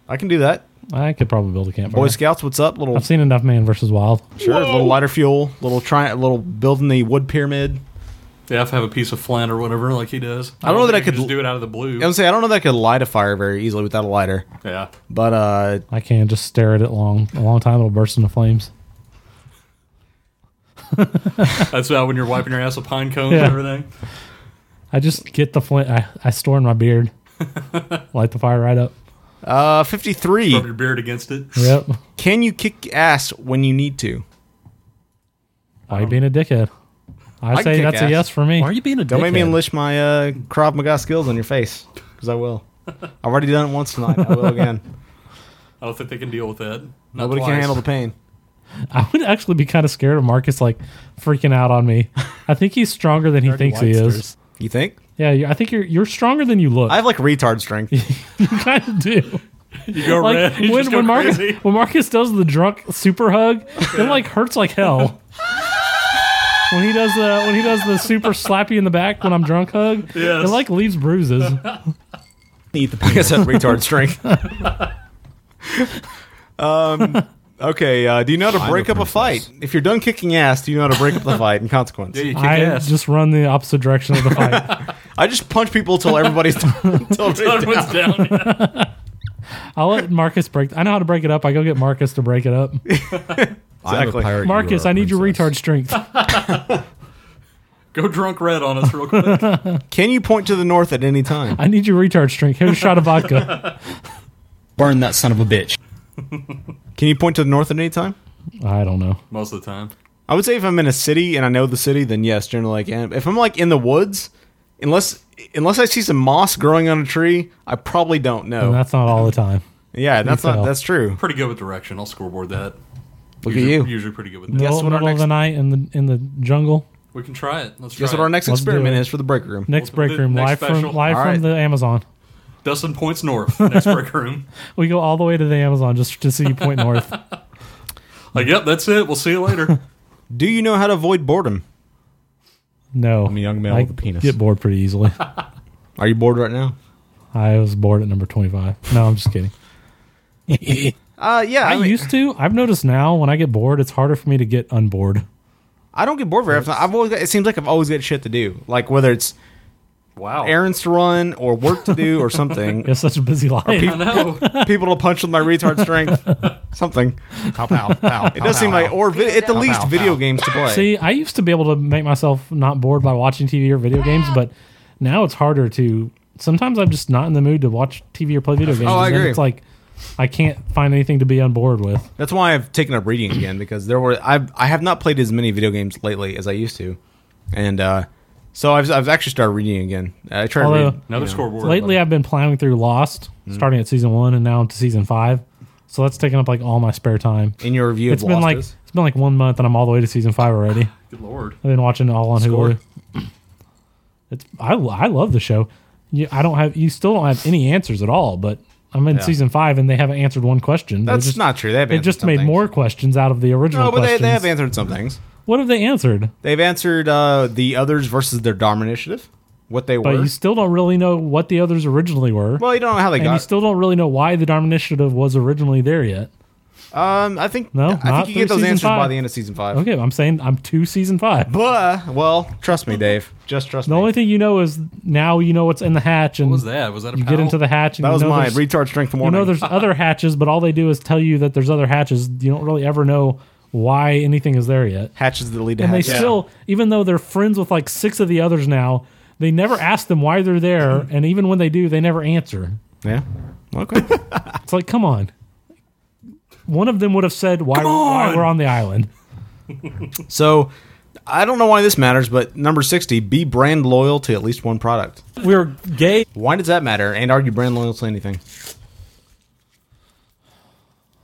Speaker 6: I can do that.
Speaker 8: I could probably build a campfire.
Speaker 6: Boy Scouts, what's up? Little
Speaker 7: (laughs)
Speaker 8: I've seen enough Man versus Wild.
Speaker 6: sure, little lighter fuel, little try, little building the wood pyramid.
Speaker 7: They have to have a piece of flint or whatever, like he does.
Speaker 6: I don't know that I
Speaker 7: think you
Speaker 6: could-
Speaker 7: just do it out of the blue.
Speaker 6: I would say I don't know that I could light a fire very easily without a lighter.
Speaker 7: Yeah.
Speaker 6: But uh,
Speaker 8: I can't just stare at it long, a long time. It'll burst into flames.
Speaker 7: That's about when you're wiping your ass with pine cones
Speaker 8: Yeah.
Speaker 7: and everything.
Speaker 8: I just get the flint. I, I store in
Speaker 6: (laughs)
Speaker 8: my beard. Light the fire right up.
Speaker 6: uh, fifty three.
Speaker 7: Rub your beard against it.
Speaker 8: Yep.
Speaker 6: Can you kick ass when you need to?
Speaker 8: Why you being a dickhead? I,
Speaker 6: can
Speaker 8: say
Speaker 6: kick
Speaker 8: that's a
Speaker 6: ass.
Speaker 8: yes for me.
Speaker 6: Don't make me unleash my uh, Krav Maga skills on your face, because I will. I've already done it once tonight. I will again.
Speaker 7: I don't think they can deal with that. Not
Speaker 6: Nobody can
Speaker 7: twice. (laughs)
Speaker 6: handle the pain.
Speaker 8: I would actually be kind of scared of Marcus like freaking out on me. I think he's stronger than he thinks he is.
Speaker 6: You think?
Speaker 8: Yeah, you- I think you're you're stronger than you look.
Speaker 6: I have like retard (laughs) strength.
Speaker 8: (laughs) you kind of do.
Speaker 7: You go
Speaker 8: like,
Speaker 7: red. You
Speaker 8: when,
Speaker 7: just go
Speaker 8: when Marcus
Speaker 7: crazy.
Speaker 8: when Marcus does the drunk super hug, it like hurts like hell. when he does the when he does the super slappy in the back when I'm drunk hug,
Speaker 6: Yes.
Speaker 8: it like leaves bruises.
Speaker 6: Eat the I guess that's retard (laughs) strength. um, okay. Uh, do you know how to
Speaker 8: I'm
Speaker 6: break
Speaker 8: a
Speaker 6: up a fight? If you're done kicking ass, do you know how to break up the fight and consequence?
Speaker 8: I just run the opposite direction of the fight.
Speaker 6: I just punch people till everybody's till everybody's down. (laughs)
Speaker 8: I'll let Marcus break. I know how to break it up. I go get Marcus to break
Speaker 6: (laughs)
Speaker 8: it up.
Speaker 6: Exactly. pirate, you
Speaker 8: Marcus,
Speaker 6: are a
Speaker 8: I need your retard strength.
Speaker 7: Go drunk red on us real quick. (laughs)
Speaker 6: Can you point to the north at any time?
Speaker 8: I need your retard strength. Here's a shot of vodka.
Speaker 6: (laughs) Burn that son of a bitch. Can you point to the north at any time?
Speaker 8: I don't know.
Speaker 7: Most of the time.
Speaker 6: I would say if I'm in a city and I know the city, then yes, generally I can. If I'm like in the woods, unless unless I see some moss growing on a tree, I probably don't know.
Speaker 8: And that's not all the time.
Speaker 6: yeah, that's
Speaker 8: You
Speaker 6: not
Speaker 8: fell.
Speaker 6: that's true.
Speaker 7: Pretty good with direction. I'll scoreboard that.
Speaker 6: Look at
Speaker 7: usually,
Speaker 6: you.
Speaker 7: Usually pretty good with that.
Speaker 8: Middle, middle of the night in the in the jungle.
Speaker 7: We can try it. Let's try
Speaker 6: Guess what our
Speaker 7: it.
Speaker 6: next
Speaker 8: Let's do
Speaker 6: experiment
Speaker 8: it.
Speaker 6: is for the break room.
Speaker 8: Next break room,
Speaker 7: Next
Speaker 8: live
Speaker 7: special.
Speaker 8: from live
Speaker 7: All
Speaker 8: from the Amazon.
Speaker 7: Dustin points north. (laughs) Next break room.
Speaker 8: We go all the way to the Amazon just to see you
Speaker 6: (laughs)
Speaker 8: point north.
Speaker 7: Like, yep, that's it. We'll see you
Speaker 8: (laughs)
Speaker 7: later.
Speaker 6: Do you know how to avoid boredom?
Speaker 8: No, I'm
Speaker 6: a young man
Speaker 8: I
Speaker 6: with a penis.
Speaker 8: Get bored pretty
Speaker 6: (laughs)
Speaker 8: easily.
Speaker 6: Are you bored right now?
Speaker 8: I was bored at number twenty-five. No, I'm just kidding.
Speaker 6: Uh, yeah,
Speaker 8: I,
Speaker 6: I, mean,
Speaker 8: used to. I've noticed now when I get bored, it's harder for me to get unbored.
Speaker 6: I don't get bored very often. I've always got, it seems like I've always got shit to do. Like whether it's
Speaker 7: Wow.
Speaker 6: errands to run or work to do or something.
Speaker 8: You're such a busy life.
Speaker 6: Or
Speaker 8: I
Speaker 6: peop-
Speaker 7: Oh,
Speaker 6: people to punch with my retard
Speaker 8: (laughs)
Speaker 6: strength. Something. It does seem like, or vi- at the least, video games to play.
Speaker 8: See, I used to be able to make myself not bored by watching TV or video games, but now it's harder to. Sometimes I'm just not in the mood to watch TV or play video games.
Speaker 6: Oh, I
Speaker 8: and then
Speaker 6: agree.
Speaker 8: It's like I can't find anything to be on board with.
Speaker 6: That's why I've taken up reading again because there were I I have not played as many video games lately as I used to, and uh, so I've, I've actually started reading again. I try to read you know,
Speaker 8: Lately, I've been plowing through Lost,
Speaker 6: Mm.
Speaker 8: starting at season one and now to season five. So that's taken up like all my spare time.
Speaker 6: In your review of
Speaker 8: it's been
Speaker 6: Lost
Speaker 8: like
Speaker 6: is?
Speaker 8: it's been like one month, and I'm all the way to season five already.
Speaker 7: Good lord!
Speaker 8: I've been watching it all on
Speaker 7: Score.
Speaker 8: Hulu. It's I I love the show. You, I don't have you still don't have any answers at all, but I'm in
Speaker 6: Yeah.
Speaker 8: season five and they haven't answered one question. They
Speaker 6: That's
Speaker 8: just-
Speaker 6: not true. They have
Speaker 8: It
Speaker 6: answered
Speaker 8: just
Speaker 6: some
Speaker 8: made
Speaker 6: things.
Speaker 8: more questions out of the original.
Speaker 6: No, but they,
Speaker 8: questions.
Speaker 6: they have answered some things.
Speaker 8: What have they answered?
Speaker 6: They've answered uh, the others versus their Dharma initiative, what they
Speaker 8: But
Speaker 6: were.
Speaker 8: you still don't really know what the others originally were.
Speaker 6: Well, you don't know how they
Speaker 8: and
Speaker 6: got
Speaker 8: You
Speaker 6: it.
Speaker 8: still don't really know why the Dharma Initiative was originally there yet.
Speaker 6: um, I think I
Speaker 8: No, not
Speaker 6: think you get
Speaker 8: through
Speaker 6: those
Speaker 8: season
Speaker 6: answers by
Speaker 8: five.
Speaker 6: the end of season five.
Speaker 8: Okay, I'm saying I'm to season five.
Speaker 6: But well, trust me, Dave. Just trust
Speaker 8: the only thing you know is now you know what's in the hatch. And what was
Speaker 7: that? Was that a
Speaker 8: you get
Speaker 7: pal?
Speaker 8: into the hatch? And
Speaker 6: That
Speaker 8: you
Speaker 6: was
Speaker 8: know
Speaker 6: my
Speaker 8: there's-
Speaker 6: retard strength
Speaker 8: You know
Speaker 6: warning. Uh, (laughs)
Speaker 8: there's other hatches, but all they do is tell you that there's other hatches. You don't really ever know why anything is there yet.
Speaker 6: Hatches that lead to
Speaker 8: and
Speaker 6: hatches.
Speaker 8: they still, even though they're friends with like six of the others now, they never ask them why they're there,
Speaker 6: Mm-hmm.
Speaker 8: and even when they do, they never answer.
Speaker 6: Yeah. Okay. (laughs)
Speaker 8: It's like, come on. One of them would have said why, why we're on the island.
Speaker 6: So I don't know why this matters, but number 60, be brand loyal to at least one product.
Speaker 24: We're gay.
Speaker 6: Why does that matter? And are you brand loyal to anything?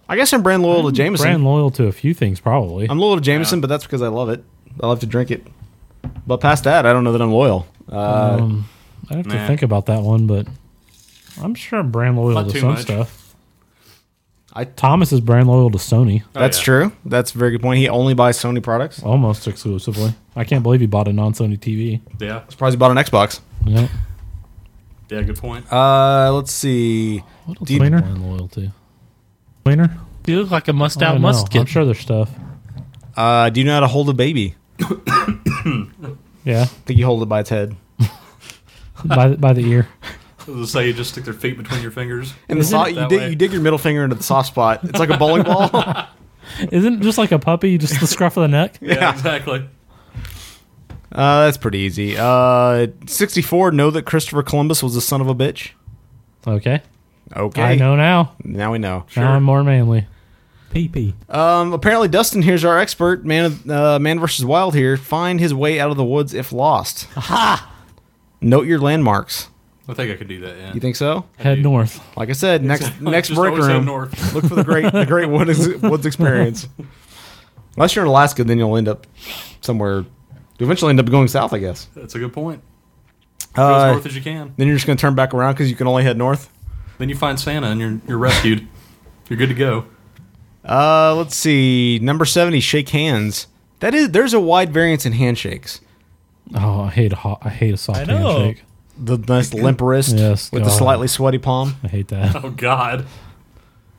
Speaker 6: I guess I'm brand loyal to Jameson.
Speaker 8: Brand loyal to a few things, probably.
Speaker 6: I'm loyal to Jameson, but that's because I love it. I love to drink it. But past that, I don't know that I'm loyal. Uh,
Speaker 8: um, I have
Speaker 6: nah.
Speaker 8: to think about that one, but I'm sure I'm brand loyal
Speaker 6: Not
Speaker 8: to
Speaker 6: too
Speaker 8: some
Speaker 6: much.
Speaker 8: stuff.
Speaker 6: I
Speaker 8: Thomas is brand loyal to Sony.
Speaker 6: that's true. That's a very good point. He only buys Sony products.
Speaker 8: Almost exclusively. I can't believe he bought a non-Sony TV.
Speaker 7: Yeah.
Speaker 6: Surprised he bought an Xbox.
Speaker 8: Yeah.
Speaker 7: Yeah, good point.
Speaker 6: Uh, let's see. What
Speaker 8: else am I brand loyal to? Cleaner?
Speaker 24: You look like a must
Speaker 8: I
Speaker 24: out
Speaker 8: don't know.
Speaker 24: must
Speaker 8: I'm
Speaker 24: get.
Speaker 8: sure there's stuff.
Speaker 6: Uh, do you know how to hold a baby?
Speaker 8: Yeah. (laughs) I
Speaker 6: think you hold it by its head.
Speaker 8: by the, by the ear.
Speaker 7: As I say, you just stick their feet between your fingers.
Speaker 6: (laughs) And the so- you, dig, you dig your middle finger into the soft spot. It's like a bowling
Speaker 7: (laughs)
Speaker 6: ball. (laughs)
Speaker 8: Isn't it just like a puppy, just the scruff of the neck?
Speaker 7: yeah, exactly.
Speaker 6: Uh, that's pretty easy. Uh, 64, know that Christopher Columbus was the son of a bitch.
Speaker 8: Okay.
Speaker 6: Okay.
Speaker 8: I know now.
Speaker 6: Now we know.
Speaker 8: Now I'm more manly. PP.
Speaker 6: Um, apparently, Dustin here's our expert, man, of- uh, man versus wild here. Find his way out of the woods if lost. Aha! Note your landmarks.
Speaker 7: I think I could do that. Yeah.
Speaker 6: You think so?
Speaker 8: Head north.
Speaker 6: Like I said, next
Speaker 7: Exactly.
Speaker 6: next
Speaker 7: Just
Speaker 6: break
Speaker 7: always head
Speaker 6: room.
Speaker 7: north.
Speaker 6: Look for the great the
Speaker 8: (laughs)
Speaker 6: great woods woods experience. Unless you're in Alaska, then you'll end up somewhere. You eventually end up going south, I guess.
Speaker 7: That's a
Speaker 6: (laughs)
Speaker 7: good point.
Speaker 6: Uh,
Speaker 7: Go as north as you can.
Speaker 6: Then you're just going to turn back around because you can only head north.
Speaker 7: Then you find Santa and you're you're rescued. you're good to go.
Speaker 6: Uh, let's see. Number seventy, shake hands. That is, there's a wide variance in handshakes.
Speaker 8: Oh, I hate a hot, I hate a soft
Speaker 6: I know.
Speaker 8: handshake.
Speaker 6: The nice limp wrist
Speaker 8: Yes,
Speaker 6: with the
Speaker 8: God.
Speaker 6: slightly sweaty palm.
Speaker 8: I hate that.
Speaker 7: Oh God.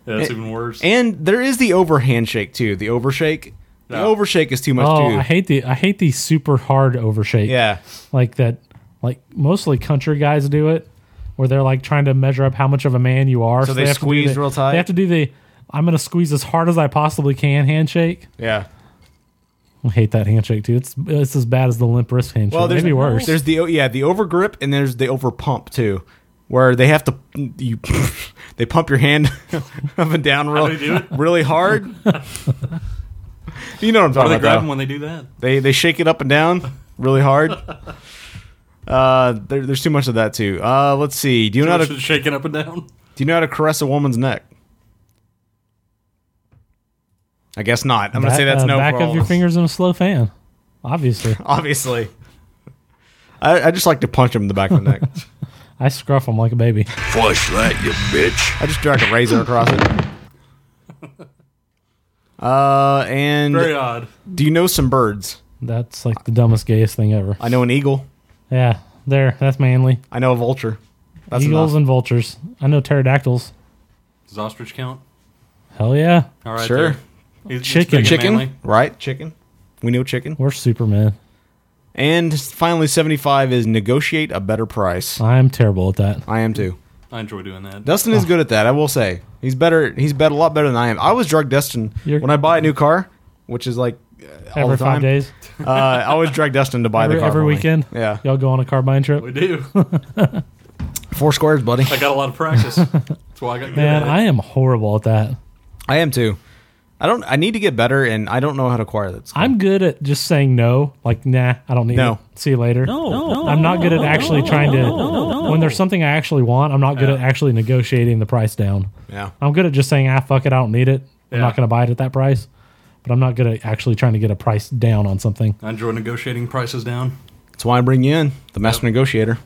Speaker 7: Yeah, that's
Speaker 6: And-
Speaker 7: even worse.
Speaker 6: And there is the over handshake too. The overshake. The overshake is too much
Speaker 8: Oh,
Speaker 6: too.
Speaker 8: I hate the I hate the super hard overshake.
Speaker 6: Yeah.
Speaker 8: Like that like mostly country guys do it where they're like trying to measure up how much of a man you are.
Speaker 6: So they
Speaker 8: have to do
Speaker 6: squeeze
Speaker 8: the-
Speaker 6: real tight?
Speaker 8: They have to do the I'm gonna squeeze as hard as I possibly can handshake.
Speaker 6: yeah.
Speaker 8: I hate that handshake too. It's it's as bad as the limp wrist handshake.
Speaker 6: Well, there's
Speaker 8: Maybe worse.
Speaker 6: There's the yeah the over grip and there's the over pump too, where they have to you (laughs) they pump your hand (laughs) up and down real,
Speaker 7: they do it?
Speaker 6: really hard. you know what I'm
Speaker 7: What
Speaker 6: talking
Speaker 7: are they
Speaker 6: about?
Speaker 7: grabbing
Speaker 6: though.
Speaker 7: when they do that?
Speaker 6: They they shake it up and down really hard. Uh, there, there's too much of that too. Uh, let's see. Do you know how to
Speaker 7: Just shaking up and
Speaker 6: (laughs)
Speaker 7: down?
Speaker 6: do you know how to caress a woman's neck? I guess not. I'm gonna
Speaker 8: Back-
Speaker 6: say that's
Speaker 8: uh,
Speaker 6: no.
Speaker 8: back
Speaker 6: for
Speaker 8: of
Speaker 6: all
Speaker 8: your
Speaker 6: of us.
Speaker 8: fingers in a slow fan. Obviously.
Speaker 6: (laughs) Obviously. I, I just like to punch him in the back of the neck.
Speaker 8: (laughs) I scruff them like a baby.
Speaker 6: Flush that, you bitch. I just drag a razor across it. Uh, and
Speaker 7: Very odd.
Speaker 6: Do you know some birds?
Speaker 8: That's like the dumbest, gayest thing ever.
Speaker 6: I know an eagle.
Speaker 8: Yeah, there. That's manly.
Speaker 6: I know a vulture. That's
Speaker 8: Eagles
Speaker 6: enough.
Speaker 8: and vultures. I know pterodactyls.
Speaker 7: Does ostrich count?
Speaker 8: Hell yeah.
Speaker 7: All right, there. He's- he's
Speaker 8: Chicken.
Speaker 7: big and manly.
Speaker 6: Right, chicken. We know chicken.
Speaker 8: We're Superman.
Speaker 6: And finally, 75 is negotiate a better price.
Speaker 8: I'm terrible at that.
Speaker 6: I am too.
Speaker 7: I enjoy doing that.
Speaker 6: Dustin
Speaker 8: Oh.
Speaker 6: is good at that, I will say. He's better. He's bet a lot better than I am. I was drug Dustin when I buy a new car, which is like uh, all
Speaker 8: Every
Speaker 6: the time, (laughs)
Speaker 8: five days.
Speaker 6: Uh, I always drug Dustin to buy
Speaker 8: every,
Speaker 6: the car
Speaker 8: every
Speaker 6: for me.
Speaker 8: weekend.
Speaker 6: Yeah,
Speaker 8: y'all go on a car buying trip.
Speaker 7: We do. (laughs)
Speaker 6: four squares, buddy.
Speaker 7: I got a lot of
Speaker 8: (laughs)
Speaker 7: practice. That's why I got good
Speaker 8: Man,
Speaker 7: at it.
Speaker 8: I am horrible at that.
Speaker 6: I am too. I don't. I need to get better, and I don't know how to acquire that.
Speaker 8: I'm good at just saying no, like nah, I don't need
Speaker 6: No.
Speaker 8: it. See you later.
Speaker 6: No, no,
Speaker 8: I'm not good at
Speaker 6: no,
Speaker 8: actually
Speaker 6: no,
Speaker 8: trying to.
Speaker 6: no, no,
Speaker 8: When there's something I actually want, I'm not good at actually negotiating the price down.
Speaker 6: Yeah.
Speaker 8: I'm good at just saying ah fuck it, I don't need it. I'm not going to buy it at that price. But I'm not good at actually trying to get a price down on something.
Speaker 7: I enjoy negotiating prices down
Speaker 6: That's why I bring you in, the master negotiator.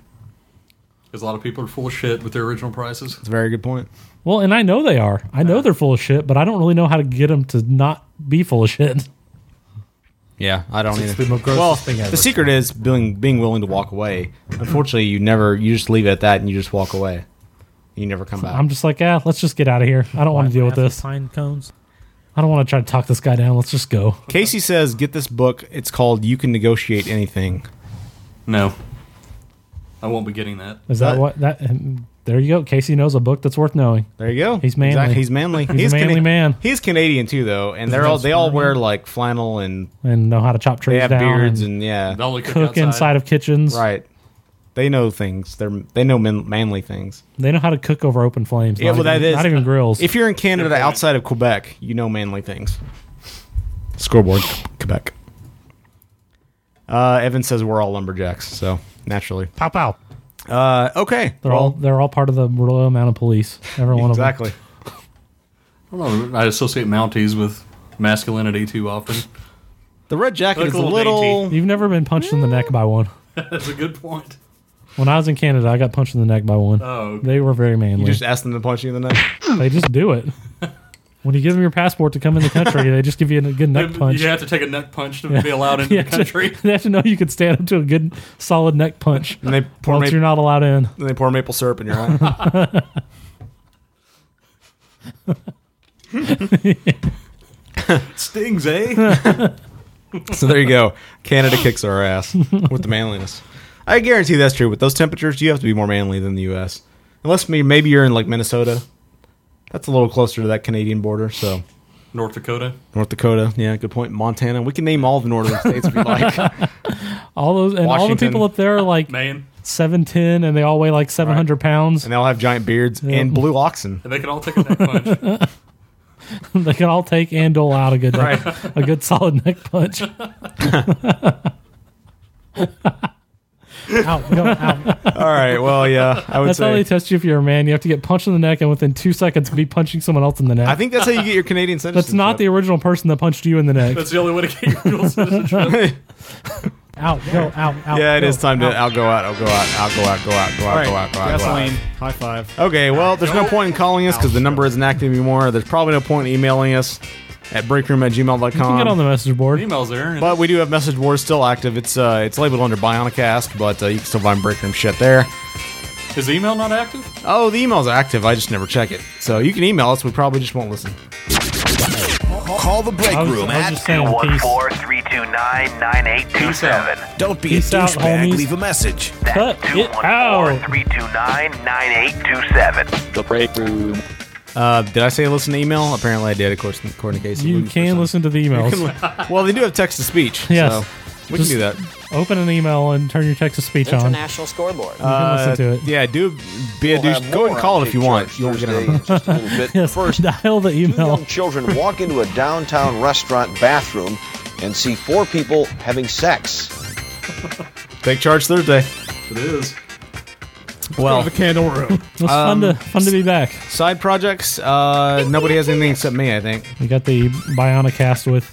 Speaker 7: because a lot of people are full of shit with their original prices.
Speaker 6: That's a very good point.
Speaker 8: Well, and I know they are. I know they're full of shit, but I don't really know how to get them to not be full of shit.
Speaker 6: Yeah, I don't
Speaker 8: It's
Speaker 6: either.
Speaker 8: the most grossest
Speaker 6: well,
Speaker 8: thing ever.
Speaker 6: the secret is being being willing to walk away. Unfortunately, you never you just leave it at that and you just walk away. You never come back.
Speaker 8: I'm just like, ah, let's just get out of here. I don't want to deal with this.
Speaker 24: Pine cones.
Speaker 8: I don't want to try to talk this guy down. Let's just go.
Speaker 6: Casey says, "Get this book. It's called You Can Negotiate Anything."
Speaker 7: No, I won't be getting that.
Speaker 8: Is that, what that? and there you go. Casey knows a book that's worth knowing.
Speaker 6: There you go.
Speaker 8: He's manly.
Speaker 6: Exactly. He's manly.
Speaker 8: He's, a manly
Speaker 6: Cana-
Speaker 8: man
Speaker 6: He's Canadian too, though, and
Speaker 8: Does
Speaker 6: they're
Speaker 8: he
Speaker 6: all
Speaker 8: have
Speaker 6: they all
Speaker 8: sperm?
Speaker 6: wear like flannel and
Speaker 8: and know how to chop trees
Speaker 6: they have
Speaker 8: down.
Speaker 6: beards and, yeah,
Speaker 7: They'll only
Speaker 8: cook Cook outside. inside of kitchens.
Speaker 6: Right. They know things. They're they know man, manly things.
Speaker 8: they know how to cook over open flames.
Speaker 6: Yeah,
Speaker 8: not
Speaker 6: well, that
Speaker 8: even-
Speaker 6: is uh,
Speaker 8: not even grills.
Speaker 6: If you're in Canada outside of Quebec, you know manly things. Scoreboard, Quebec. Uh, Evan says we're all lumberjacks, so naturally.
Speaker 8: Pow pow.
Speaker 6: Uh, okay,
Speaker 8: they're all they're all part of the Royal Mountain Police. Every one
Speaker 6: exactly.
Speaker 7: I don't know. I associate Mounties with masculinity too often. (laughs)
Speaker 6: The red jacket
Speaker 7: Look
Speaker 6: is
Speaker 7: a
Speaker 6: a
Speaker 7: little
Speaker 6: little.
Speaker 7: dainty.
Speaker 8: of them. You've never been punched in the neck by one.
Speaker 7: That's a good point.
Speaker 8: When I was in Canada, I got punched in the neck by one.
Speaker 7: Oh.
Speaker 8: They were very manly.
Speaker 6: You just asked them to punch you in the neck.
Speaker 8: they just do it. When you give them your passport to come in
Speaker 6: (laughs)
Speaker 8: the country, they just give you a
Speaker 24: (laughs)
Speaker 8: good neck punch.
Speaker 7: You have to take a neck punch to
Speaker 8: (laughs) Yeah.
Speaker 7: be allowed into
Speaker 8: You
Speaker 7: the
Speaker 8: have to-
Speaker 7: country.
Speaker 8: they have to know you can stand up to a good, solid neck punch.
Speaker 6: And they pour
Speaker 8: once
Speaker 6: ma-
Speaker 8: you're not allowed in.
Speaker 6: Then they pour maple syrup in your eye.
Speaker 7: Stings, eh?
Speaker 6: so there you go. Canada kicks our ass with the manliness. I guarantee that's true. With those temperatures, you have to be more manly than the U.S. Unless me- maybe you're in like Minnesota. That's a little closer to that Canadian border. So
Speaker 7: North Dakota.
Speaker 6: North Dakota, yeah, good point. Montana. We can name all the northern states if you like.
Speaker 8: All those and all the
Speaker 6: Washington.
Speaker 8: people up there are like seven ten, and they all weigh like seven hundred pounds. (laughs)
Speaker 6: And they all have giant beards
Speaker 8: Yeah.
Speaker 6: and blue oxen.
Speaker 7: And they can all take a neck punch.
Speaker 8: (laughs) they can all take and dole out a good, neck- (laughs) a good solid neck
Speaker 6: (laughs)
Speaker 8: punch.
Speaker 6: (laughs) All right. Well, yeah, I would
Speaker 8: That's how
Speaker 6: say.
Speaker 8: they test you if you're a man. You have to get punched in the neck and within two seconds be punching someone else in the neck.
Speaker 6: I think that's how you get your Canadian citizenship.
Speaker 8: That's not the original person that punched you in the neck.
Speaker 7: That's the only way to get your dual citizenship.
Speaker 8: out, go, out,
Speaker 6: (laughs)
Speaker 8: out.
Speaker 6: yeah, it
Speaker 8: go,
Speaker 6: is time
Speaker 8: out.
Speaker 6: to. I'll go out. I'll go out. I'll go out. Go out. Go out.
Speaker 11: All right,
Speaker 6: Go out. Go out.
Speaker 11: gasoline.
Speaker 6: Go out.
Speaker 11: High five.
Speaker 6: Okay, well, there's no point in calling us because the number isn't active anymore. There's probably no point in emailing us at breakroom at gmail.com.
Speaker 8: You can get on the message board.
Speaker 7: Emails there.
Speaker 6: But we do have message boards still active. It's uh, it's labeled under Bionicast, but uh, you can still find breakroom shit there.
Speaker 7: Is email not active?
Speaker 6: Oh, the email's active. I just never check it. So you can email us. We probably just won't listen.
Speaker 1: Call the break
Speaker 6: I was-
Speaker 1: room
Speaker 6: I was
Speaker 1: at
Speaker 6: just saying, peace.
Speaker 1: 214-329-9827. Don't be
Speaker 6: Peace
Speaker 1: a
Speaker 6: out,
Speaker 1: douchebag.
Speaker 6: homies.
Speaker 1: Leave a message.
Speaker 8: Cut it out.
Speaker 1: 214-329-9827. The break room.
Speaker 6: Uh, did I say listen to email? Apparently I did, according to, according to Casey.
Speaker 8: You
Speaker 6: Loomis.
Speaker 8: can listen to
Speaker 6: (laughs)
Speaker 8: the
Speaker 6: You
Speaker 8: emails.
Speaker 6: can li- well, they do have text to speech.
Speaker 8: Yes.
Speaker 6: So we
Speaker 8: Just
Speaker 6: can do that.
Speaker 8: Open an email and turn your text to speech on.
Speaker 26: International scoreboard.
Speaker 8: You can listen to it.
Speaker 6: Yeah, do be a douche. Go ahead and call it if you want. You'll get it.
Speaker 26: Thursday, just a little bit. First,
Speaker 6: Uh,
Speaker 8: (laughs) dial the email.
Speaker 26: young children walk into a downtown restaurant bathroom and see four people having sex.
Speaker 6: Take charge Thursday.
Speaker 7: It is.
Speaker 6: Well,
Speaker 7: Throw the candle room.
Speaker 8: It's fun to- fun to be back.
Speaker 6: Side projects. Uh, nobody has anything except me. I think.
Speaker 8: We got the Bionicast with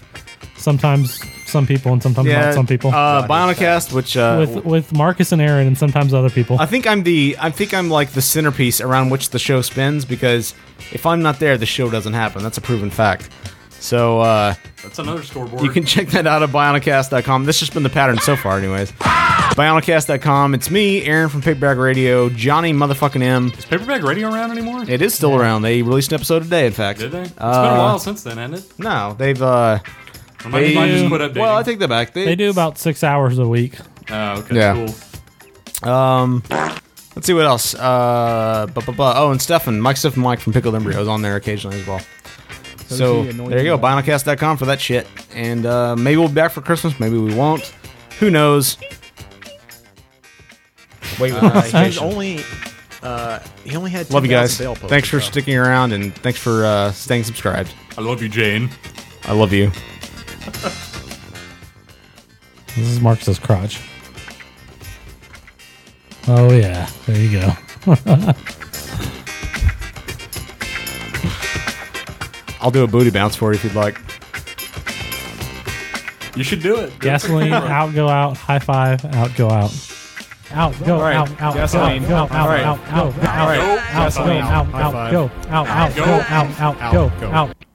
Speaker 8: sometimes some people and sometimes not some people.
Speaker 6: Uh, Bionicast, which uh,
Speaker 8: with with Marcus and Aaron and sometimes other people.
Speaker 6: I think I'm the I think I'm like the centerpiece around which the show spins because if I'm not there, the show doesn't happen. That's a proven fact. So uh,
Speaker 7: That's another scoreboard.
Speaker 6: you can check that out at bionicast.com. This has been the pattern so far, anyways. Bionicast.com. It's me, Aaron from Paperback Radio, Johnny motherfucking M.
Speaker 7: Is Paperback Radio around anymore?
Speaker 6: It is still around. They released an episode today, in fact.
Speaker 7: Did they? It's been
Speaker 6: Uh,
Speaker 7: a while since then, hasn't it?
Speaker 6: No, they've uh,
Speaker 7: Or might- might just quit updating.
Speaker 6: Well, I take that back. They,
Speaker 8: They do about six hours a week.
Speaker 7: Oh, okay.
Speaker 6: yeah. Um, let's see what else. Uh, bu- bu- bu- oh, and Stefan, Mike Stefan Mike from Pickled Embryo is on there occasionally as well. So
Speaker 7: So is he annoying
Speaker 6: there you go,
Speaker 7: or not?
Speaker 6: binalcast.com for that shit. And uh, maybe we'll be back for Christmas, maybe we won't. Who knows? Wait,
Speaker 11: Uh,
Speaker 6: (laughs)
Speaker 11: he's only. Uh, he only had.
Speaker 6: Love
Speaker 11: 10,000
Speaker 6: you guys.
Speaker 11: bail posters
Speaker 6: Thanks for
Speaker 11: up.
Speaker 6: sticking around and thanks for uh, staying subscribed.
Speaker 7: I love you, Jane.
Speaker 6: I love you.
Speaker 8: This is Marx's crotch. Oh yeah, there you go.
Speaker 6: I'll do a booty bounce for you if you'd like.
Speaker 7: You should do it.
Speaker 8: Gasoline, out, go out. High five, out, go out. Out, go,
Speaker 7: All right.
Speaker 8: out, out,
Speaker 7: Gasoline.
Speaker 8: go, out,
Speaker 7: All right.
Speaker 8: out, go,
Speaker 7: All right.
Speaker 8: out, out,
Speaker 7: Gasoline.
Speaker 8: go, out,
Speaker 7: High
Speaker 8: out, go, out, out, go, out, out, go, out, out, go, out.